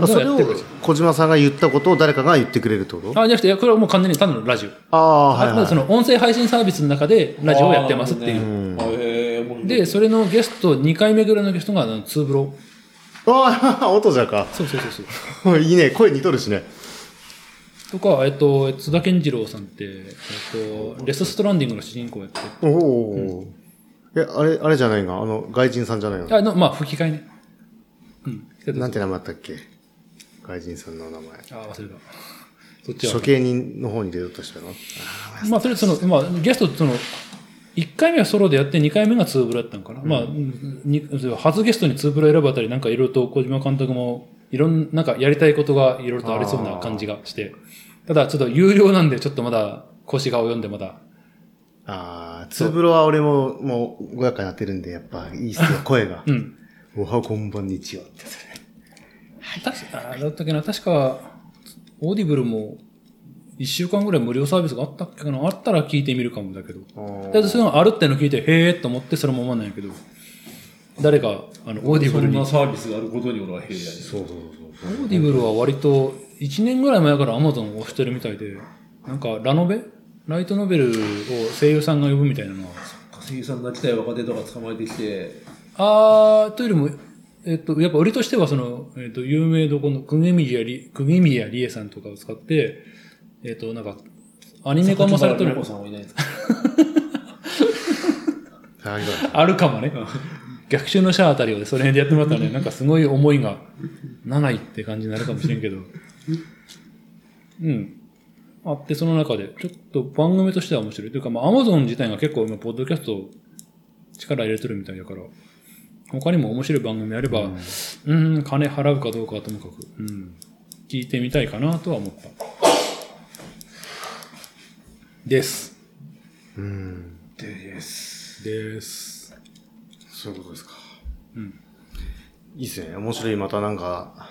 あそれ
や
を
ってるらしい
小島さんが言ったことを誰かが言ってくれるってこと
あじゃなくていやこれはもう完全に単なるラジオ
ああはい、
あくま
は
でそ
い、
の音声配信サービスの中でラジオをやってますっていう。
うへえ面白い
で、それのゲスト、2回目ぐらいのゲストが、あの、ツーブロ。
ああ (laughs) 音じゃか
そうそうそうそう。
いいね声似とるしね
とか、えっと、津田健次郎さんって、えっと、レス・ストランディングの主人公やって、
おお、えあれあれじゃないのあの外人さんじゃないの
あの、まあ、吹き替えね。うん。けど
なんて名前だったっけ外人さんの名前
あ、忘れた。そっちは
処。刑人の方に出ようとしたの
まあ、それ、その、まあ、ゲスト、その、1回目はソロでやって、2回目がツーブロやったのかな。まあ、に初ゲストにツーブロ選ぶあたり、なんかいろいろと小島監督も、いろんな、なんかやりたいことがいろいろとありそうな感じがして、ただちょっと有料なんで、ちょっとまだ、腰が及んでまだ。
ああツーブロは俺ももうごやかになってるんでやっぱいいっすよ声が
うん。
「おはこんばんにちは」ってそれ
確か、あだったっけな、確か、オーディブルも、1週間ぐらい無料サービスがあったっけかな、あったら聞いてみるかもだけど。だってそういうのあるっての聞いて、へえと思って、そのままなんやけど、誰か、あの、オーディブ
そ
ル
ん
に
なサービスがあることに俺は平やね
そうそうそう
オーディブルは割と1年ぐらい前からアマゾンを押してるみたいで、なんかラノベライトノベルを声優さんが呼ぶみたいなのは。
声優さん泣きたい若手とか捕まえてきて
あー、というよりも、えっと、やっぱ売りとしてはその、えっと、有名どこの、くげみやり、くげみやりえさんとかを使って、えっと、なんか、アニメ化もされて
榊原美
る
穂。さんはいないんですか
ありがとう
あるかもね。逆襲のシャアあたりをねその辺でやってもらったらね、なんかすごい思いが、長いって感じになるかもしれんけど。うん。あって、その中で、ちょっと番組としては面白い。というか、まあ、アマゾン自体が結構今、ポッドキャスト力入れてるみたいだから、他にも面白い番組あれば、うん、ん、金払うかどうかはともかく、うん、聞いてみたいかなとは思った。です。うん。です。です。
そういうことですか。うん。いいっすね。面白い、またなんか、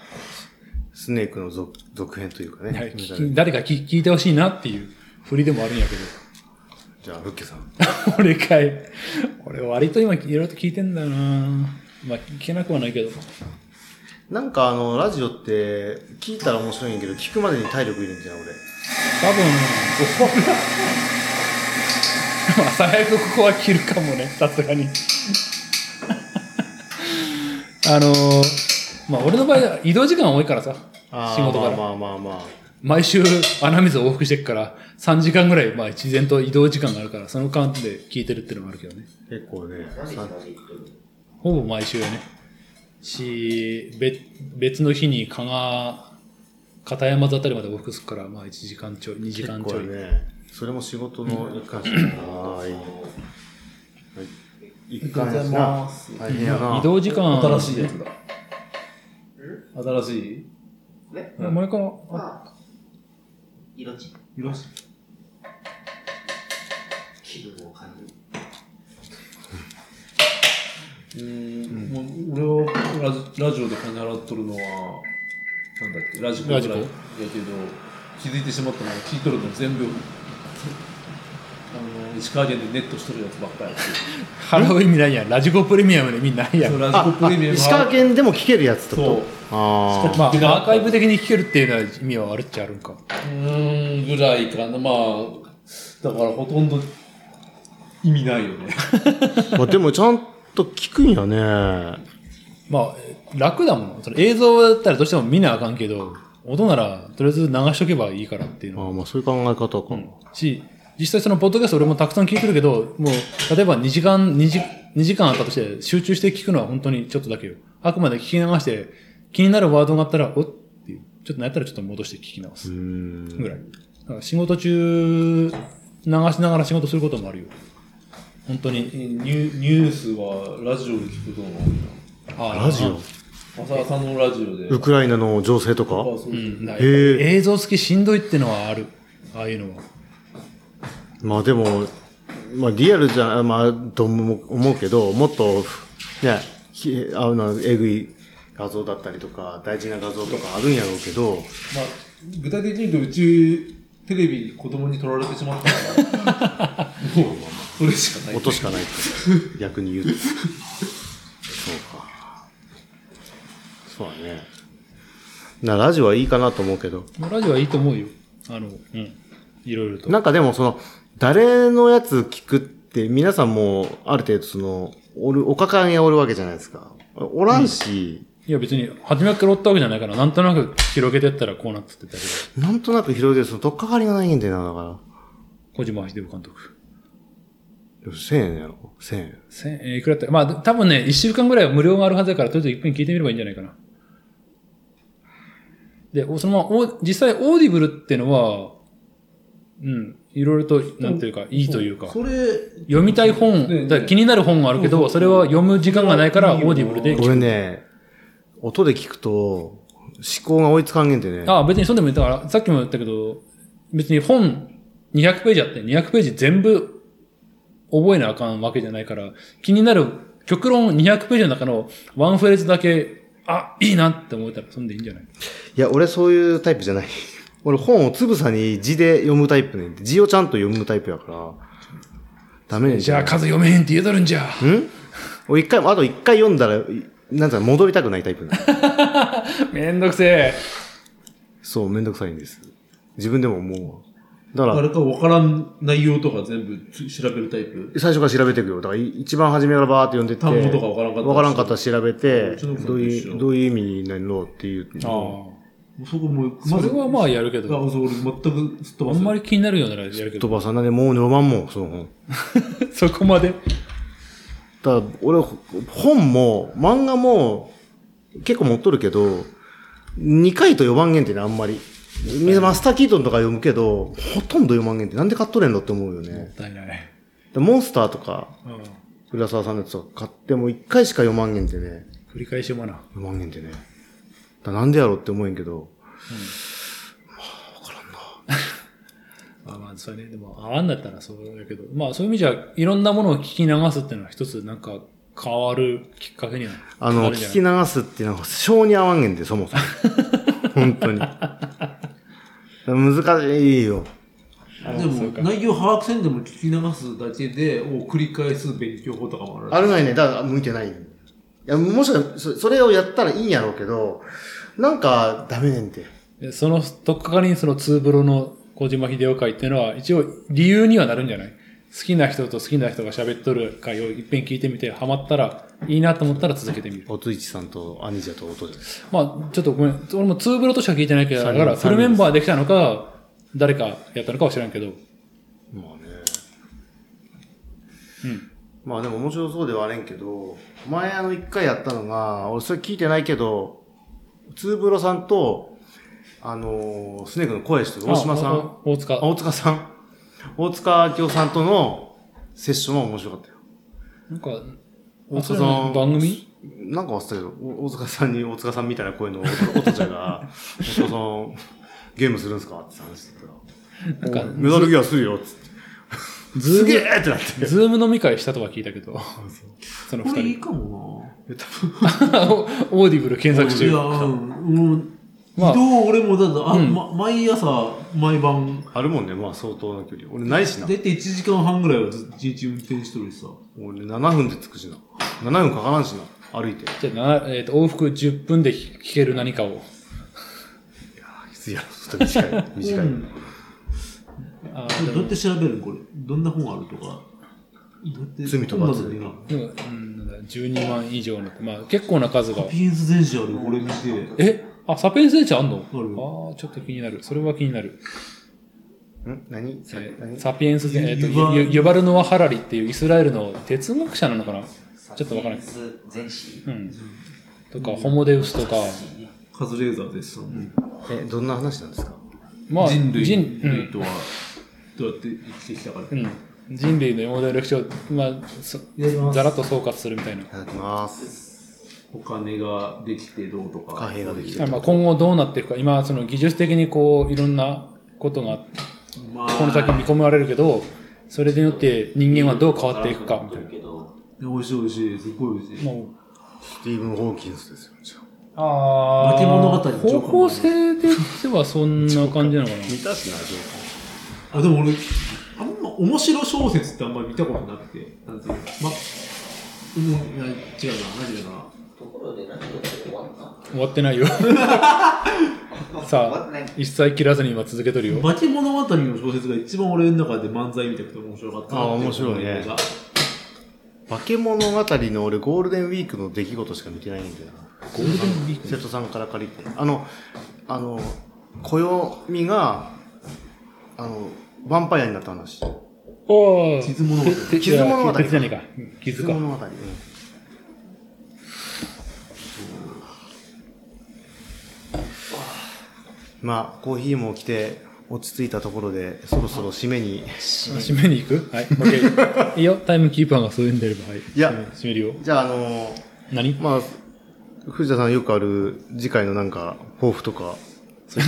スネークの続続編というかね。
はい、
みたい
聞
な
き誰か聞聞いてほしいなっていう振りでもあるんやけど。 (laughs)
じゃあ、ルッケさん。
俺かい。俺割と今いろいろと聞いてんだよなまあ聞けなくはないけど。
なんかあの、ラジオって、聞いたら面白いんやけど、聞くまでに体力いるんじゃない俺。
多分、 (laughs) 朝早くここは切るかもね、さすがに。 (laughs) あのーまあ俺の場合は移動時間多いからさ、
あー
仕事から。
まあまあまあまあ。
毎週穴水往復してっから3時間ぐらい、まあ自然と移動時間があるから、その間で聞いてるっていうのもあるけどね。
結構ね、さ
ほぼ毎週やね。し、べ別の日に加賀、片山座あたりまで往復するから、まあ1時間ちょい、2時間
結
ちょ
構
い。
ね、それも仕事の一環しかな。はい。はい一環やしな。大変やな。
移動時間、
新しいやつだ新しい
前から、あ
まあ、色違い。
色し
気分を感じる。
うーんもう俺はラジラジオで金払っとるのはなんだっけラジコ
ラジコ
やけど気づいてしまったのは聞いとるの全部あの石川県でネットしとるやつばっかりやし
払う意味ないやんラジコプレミアムでみんなないやん
そうラ
あ
ジコプレミア
あ
ム
石川県でも聞けるやつって
そう
ことあ
まあ、アーカイブ的に聞けるっていうのは意味はあるっちゃあるんか。
うーんぐらいかなまあだからほとんど意味ないよね
あ、 (laughs) まあ、でもちゃんと聞くんやね
まあ、楽だもん。それ映像だったらどうしても見なあかんけど、音ならとりあえず流しとけばいいからっていうの
あ
は。
あまあそういう考え方か、
し、実際そのポッドキャスト俺もたくさん聞いてるけど、もう、例えば2時間、2時、2時間あったとして集中して聞くのは本当にちょっとだけよ。あくまで聞き流して、気になるワードがあったら、おっっていう。ちょっとなったらちょっと戻して聞き直す
う。ん
ぐらい。だから仕事中、流しながら仕事することもあるよ。本当に。
(laughs) ニュニュースはラジオで聞くこともある
あ
ラジオ
な浅田さんのラジオで
ウクライナの情勢と
あそう
か
そう
うん、だから
へえ
映像付きしんどいってのはある。ああいうのは。
まあでもまあリアルじゃまあとも思うけどもっとねひあのえぐい画像だったりとか大事な画像とかあるんやろうけど
まあ、具体的に言うと、うち、テレビ、子供に取られてしまったから、もう、それしかない。
音しかないって逆に言うとそうかそうだねなラジオはいいかなと思うけど
まあラジオはいいと思うよ。あの、うん。いろいろと。
なんかでもその、誰のやつ聞くって、皆さんもうある程度その、おる、おかかんやおるわけじゃないですか。おらんし、
いや別に、初めから追ったわけじゃないから、なんとなく広げてったらこうなっつってたけど。
なんとなく広げる、その、とっかかりがないんだよな、だか
小島秀夫監督。
ら。1000円やろ ?1000 円。
せんえーいくらだったまあ、多分ね、1週間ぐらいは無料があるはずだから、とりあえず一遍聞いてみればいいんじゃないかな。で、おそのまま、お実際、オーディブルってのは、うん、いろいろと、なんていうか、いいというか、
それ、
読みたい本、
ねえねえ
だから気になる本があるけ
そう
ど、
そ
そうれは読む時間がないから、
い
オ
いよ
ーディブルで聞く
俺ね、音で聞くと、思考が追いつかんげんでね。
ああ、別にそうでもいい。だから、さっきも言ったけど、別に本200ページあって、200ページ全部覚えなあかんわけじゃないから、気になる極論200ページの中のワンフレーズだけ、あ、いいなって思えたら、そんでいいんじゃない
いや、俺そういうタイプじゃない。 (laughs) 俺本をつぶさに字で読むタイプねんて字をちゃんと読むタイプやから、ダメねんて
じゃあ、数読めへんって言うとるんじゃ。
ん俺一回、あと一回読んだら、いなんつうか戻りたくないタイプなの
めんどくせえ。
(laughs) そう、めんどくさいんです。自分でも思うわ。だか
誰かわからん内容とか全部調べるタイプ。
ら、最初から調べていくよ。だから、い一番初めからバーって読んでって。
単語とかわからんかったら
わからんかったら調べて
うちの、子
ど
と
う
一緒
いう、どういう意味になるのっていう。
そこもう、
それはまあやるけ
あ、
ど、
そう俺全くすっ飛
あ
ばす。
んまり気になるようならやるけ
飛
ど、
ばさんなんでもう読まんもん、その本。
(laughs) そこまで。
ただ俺、ほ本も、漫画も、結構持っとるけど、2回と4万元ってね、あんまり。みんなマスターキートンとか読むけど、ほとんど4万元ってなんで買っとれんのって思う
も
よ
っ
ね。
たいない。
でモンスターとか、
うん。
浦沢さんのやつとか買っても1回しか4万元ってね、
繰り返し読まな。
4万元ってね。だからなんでやろうって思うんやけど、
まあまあ、それね、でも、合わんだったらそうだけど、まあそういう意味じゃ、いろんなものを聞き流すっていうのは一つ、なんか、変わるきっかけには
あ
な
の、
るんじゃ
聞
な
き
い
流すっていうのは、性に合わんげんで、そもそ
(laughs)
も。本当に。難しいよ。
でも、内容把握せんでも聞き流すだけで、を繰り返す勉強法とかもある。
あるないね、だから向いてない。いや、もしかしたらそそれをやったらいいんやろうけど、なんか、ダメねんて。
でその、とっかかりにそのツーブロの小島秀夫会っていうのは、一応理由にはなるんじゃない好きな人と好きな人が喋っとる会を一遍聞いてみて、ハマったら、いいなと思ったら続けてみる。
おついちさんと兄者と弟じゃない
まあ、ちょっとごめん。俺もツーブロとしか聞いてないけど、
三
だ
人
からフル
三人で
メ
す
ンバーできたのか、誰かやったのかは知らんけど。
まあね。
うん。
まあでも面白そうではあれんけど、前あの一回やったのが、俺それ聞いてないけど、ツーブロさんと、あのースネークの声してる大島さん。
あ。お大塚
あ。大塚さん。大塚明夫さんとのセッションは面白かったよ。
なんか、
大
大塚
塚さ
さ
ん
ん。番組
なんか忘れたけど、お大塚さんに大塚さんみたいな声のおお父ちゃん (laughs) が、大塚さん、ゲームするんすかって話してたら。
なんか
メダルギアするよっつって。す
ズ
げ
ー
えってなって。
(laughs)
ム、ズーム飲み会したとは聞いたけど、その
これい
二
いかも
(laughs)
な。
人。オーディブル検索
いや、
中。
うん、うん移
まあ
動俺もだんだあ、
うん
ま、毎朝毎晩
あるもんね、まあ相当な距離。俺ないしな。
大体1時間半ぐらいはず一日運転しとるしさ
俺7分で着くしな。7分かからんしな。歩いて。
じゃあ、なえっ、と、往復10分で聞ける何かを。
きついやろ、ちょっと短い。短い。
あ
これどうやって調べるのこれどんな本あるとかどうやって
罪と
本な
罰
の今
でもうん、12万以上の、まあ結構な数が
サ。ピエンス全史あるこれ見て
えあ、サペンセンチあんの
ある
ああ、ちょっと気になる。それは気になる。
ん何さ
えー
何
サピエンス全、えっ、
ユバ
と、ユユバルノア・ハラリっていうイスラエルの哲学者なのかなちょっとわからない。
全史
うん。とか、ホモデウスとか、
カズレーザーです、うん、
え、どんな話なんですか
まあ、
人類
人、うん
とはどうやって生きてきたか、ね
うん、人類の今までの歴史を、まあ、そ
やります
ざらっと総括するみたいな。
いただきます。
お金ができてどうとか
貨幣ができて
まあ、今後どうなっていくか、今、その技術的にこう、いろんなことが、
まあ、
この先見込まれるけど、それによって人間はどう変わっていくか、みたいな。
美味しい美味しい、すっごい美味しい。
もう
スティーブン・ホーキンスですよ、じゃあ
あ
ー化け物語のジョーカー
方
も
向性ではそんな感じなのかな。
見たしな、ジョー
あ、でも俺、あんま面白小説ってあんまり見たことなくて、なんていうの、ま、うん、いや違うな、何だな。
ところで何を終わった
終わってないよ。さあ、一切切らずに今続けとるよ。
化け物語の小説が一番俺の中で漫才見たくて面白かったなって
あ面白いね
思うのが
化け物語の俺、ゴールデンウィークの出来事しか見てないんだよな。
ゴールデンウィー
瀬戸さんから借りて。あの、あの、暦が、あの、ヴァンパイアになった話。
ク。おー。
傷物語
て
傷物語
てじゃねえか。傷か。
物語。うんまあ、コーヒーも来て、落ち着いたところで、そろそろ締めに。
締めに行くはい。オッケー。いいよ、タイムキーパーがそういうんであれば。はい。
いや
締め締めるよ。
じゃあ、あの、
何
まあ、藤田さんよくある次回のなんか、抱負とか、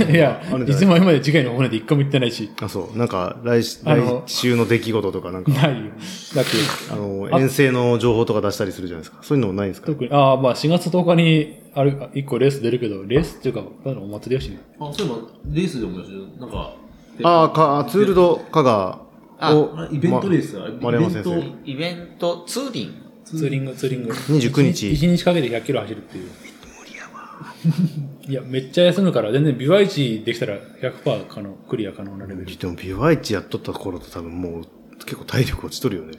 いや
あるん、じ
い
ゃない
つも今まで次回の骨で一個も言ってないし。
あ、そう、なんか来し、
あの
来週の出来事とか、なんか、
ないよ。だって、
あの、遠征の情報とか出したりするじゃないですか。そういうのもないんですか
特に、ああ、まあ4月10日に、ある、一個レース出るけど、レースっていうか、ただのお祭りやしね。
あ、そういえば、レースでもやし、なんか、
ああ、か、ツールド香川を
あ、イベントレースだ、
丸山先生
イベン
イベントツーリン
ツーリング、ツーリング。
29日
1日かけて100キロ走るっていう。いや、めっちゃ休むから、全然、ビワイチできたら100%可能、クリア可能なレベル。
でも、ビワイチやっとった頃と多分もう、結構体力落ちとるよね。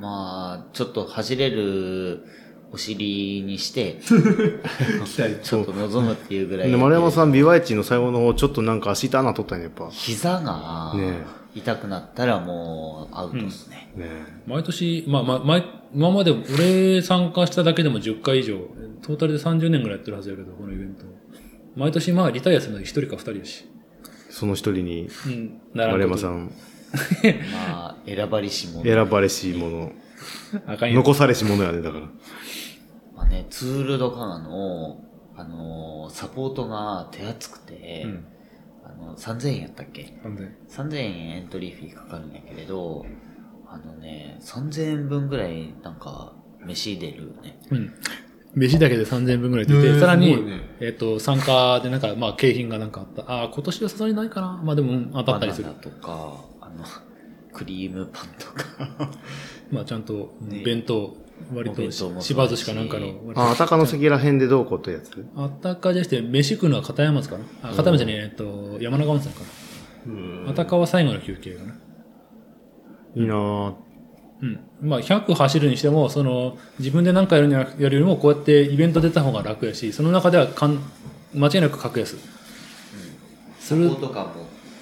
まあ、ちょっと走れるお尻に
(laughs)
して、
ト期待。
ちょっと望むっていうぐらい。
で、丸山さん、ビワイチの最後の方、ちょっとなんか足痛なとったんや、やっぱ。ね
膝が
ね
痛くなったらもうアウトですね。
え
毎年、まあ、まあ、毎、今まで俺参加しただけでも10回以上、トータルで30年ぐらいやってるはずやけど、このイベント。毎年、まあ、リタイアするの1人か2人やし。
その一人に、
うん、
丸山さ
ん。
ん、
まあ、選ばれし者。
選ばれし者、
あかんよ。
残されし者やね、だから。
まあね、ツールドカナの、あのーサポートが手厚くて、
うん、
あの、3000円やったっけ
完全。
3000円エントリーフィーかかるんやけれど、あのね、3000円分ぐらい、なんか、飯出るよね。
うん。飯だけで3000円分ぐらい出て、
へー
さらに、
すごいね
えっ、と、参加でなんか、まあ、景品がなんかあった。ああ、今年はさすがにないかな。まあ、でも、うん当たったりする
バナ。ナとか、あの、 (laughs) クリームパンとか。
まあ、ちゃんと、
ね
弁当、割
お弁
と
当もそうだし
し、ばずしかなんかの、
あ、あたかの関ら辺でどうこうってやつ
あったかじゃなくて、飯食うのは片山津かな。あ、片山じゃねえ、えっと、山中温泉か
うん
な。あたかは最後の休憩かな。
いいなぁ。
うん。まあ、100走るにしても、その、自分で何かやるにはやるよりも、こうやってイベント出た方が楽やし、その中ではかん、間違いなく格安。それ
こ、ことかも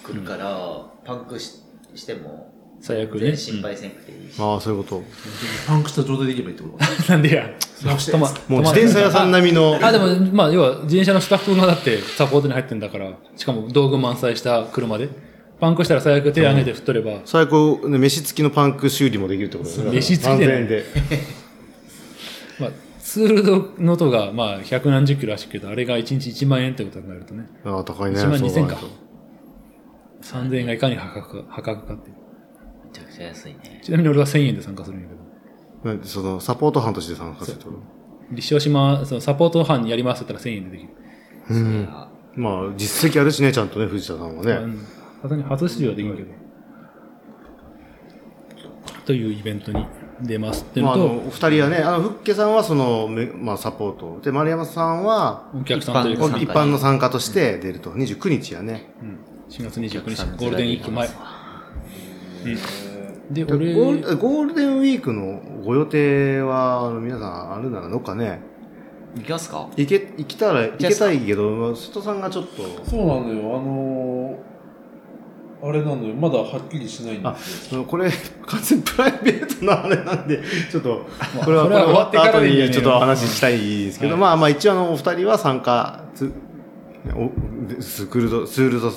来るから、パンクししても、
最悪
全
ね。
然心配せんくていいし。
ああ、そういうこと。
パンクした状態でいけばいいってことか。
うんなんでや。止ま
もう自転車屋さん並みの、
あ、でも、まあ、要は、自転車のスタッフがだってサポートに入ってんだから、しかも道具満載した車で、パンクしたら最悪手上げて振っとれば、
最高、ね飯付きのパンク修理もできるってことだよね。
飯付きで
3000
(laughs)
円で。
まあ、ツールドのとが、まあ、百何十キロ走るけど、あれが1日1万円ってことになるとね、
ああ、高いね。
1万2000か
そう考えると。
3000円がいかに破格か、破格かっていう。
めちゃくちゃ安いね。
ちなみに俺は1000円で参加するんやけど、
なんでそのサポート班として参加するってこと
立証しま、そのサポート班やりますって言ったら1000円でできる。
そりゃ
まあ、実績あるしね、ちゃんとね、藤田さんは
う
ね。
んさすがに初出場はできんけど、というイベントに出ますっていう
ま
の
あ、あ
と、
の、お二人はね、あの、ふっけさんはその、めまあ、サポート。で、丸山さんは、
お客さんというか
一般
一般の参加として出ると、29日やね。
4月29日ゴールデンウィーク前で
ゴ
俺
ールゴールデンウィークのご予定は、あの皆さんあるならどっかね、
行きますか
行け、行きたら、行けたいけど、瀬戸さんがちょっと、
そうなのよ、あのー、あれなのよ、まだはっきりしないんですよ。
そのこれ、完全にプライベートなあれなんで、ちょっと、これは、
それ
これ
は
は終わった後
終わってからでいいん
に
だよ
ちょっとお話ししたいですけど、
うん
まあまあ一応あの、お二人は参加、つおスクールド、スールド、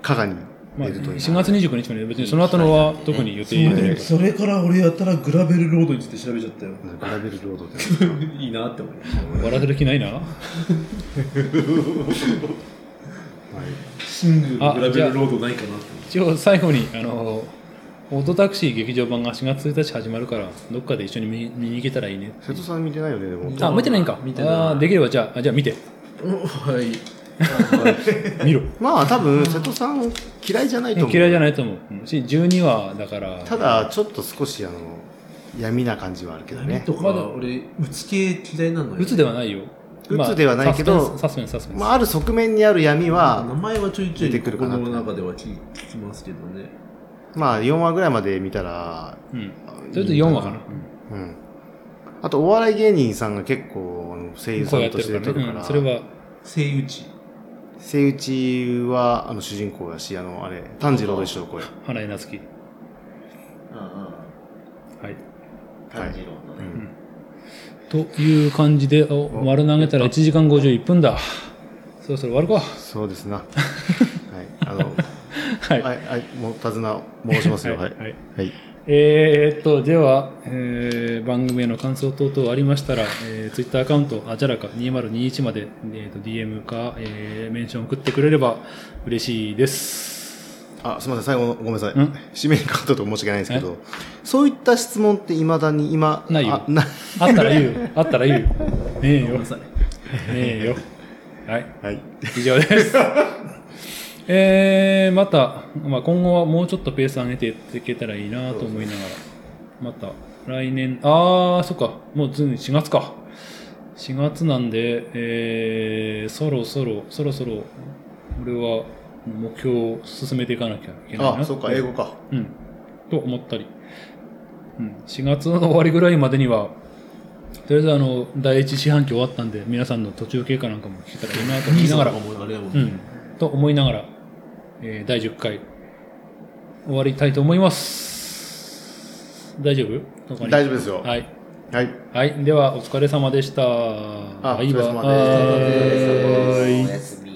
加賀に
まあ、
出るという。
4月29日まで別にその後のは特に予定入れてないか
それから俺やったらグラベルロードについて調べちゃったよ。
グラベルロードで。
(laughs) いいなって思いました。
ら笑ってる気ないな
シングルのグラベルロードないかなって
一応最後にあのオートタクシー劇場版が4月1日始まるからどっかで一緒に見見に行けたらいいね
瀬戸さん見てないよね、でも。
あ見てないんか
見てない
あーできればじゃああじゃあ見て
思って。はい。
見ろ
まあ多分、瀬戸さん嫌いじゃないと思う。
嫌いじゃないと思ううんし12話だから
ただ、ちょっと少し、あの、闇な感じはあるけどね。
とか、俺、打ち系嫌いなのよ。
鬱ではないよ
鬱ではないけど
まあサスペンスサスペンスサスペンス、
まあ、ある側面にある闇
名
は、
前はちょいち
出
ょい
てくる
こ
かな
の中では聞きますけどね。
まあ、4話ぐらいまで見たら、
うんそれと4話かな、
うん。あと、お笑い芸人さんが結構、あの声優
こ
さ
うやっ
ん
て
として
る
出
か
て
らね
るか、
うん
ら、
それは
声打ち。
セイウチは、あの、主人公やし、あの、あれ、炭治郎と一緒の声。
花江夏樹はい
炭治郎のね。
という感じでお丸投げたら1時間51分だそろそろ終わるか
そうです
(laughs)
な。はい。あの、
は
はい、はい、もう、手綱申しますよ。はい。
はい
はい。
えーっと、では、えー番組への感想等々ありましたら、えー、ツイッターアカウント、あじゃらか2021まで、えーっと DM か、えーメンション送ってくれれば嬉しいです。
あ、すみません、最後の、ごめんなさい
ん。
締めにかかったと申し訳ないんですけど、そういった質問って未だに今、
ないよ
あな
あったら言うよ。あったら
(laughs)
言うよ。ねえよ。ねえよ。はい。
はい。
以上
(laughs)
です。えー、また、まあ、今後はもうちょっとペース上げていけたらいいなと思いながら、また来年、あー、そっか、もうついに4月か。4月なんで、えー、そろそろ、そろそろ、俺は目標を進めていかなきゃいけないな。
あ、そっか、英語か。
うん。と思ったり。うん。4月の終わりぐらいまでには、とりあえずあの、第一四半期終わったんで、皆さんの途中経過なんかも聞けたらいいなと思いながら、
もうあれやもん
う
ね。
ん。と思いながら、えー第10回、終わりたいと思います。大丈夫他に
大丈夫ですよ。
はい。
はい。
はい。では、お疲れ様でした。
あ
バイバイ
お疲れ様です
お
バイバイ
やすみ。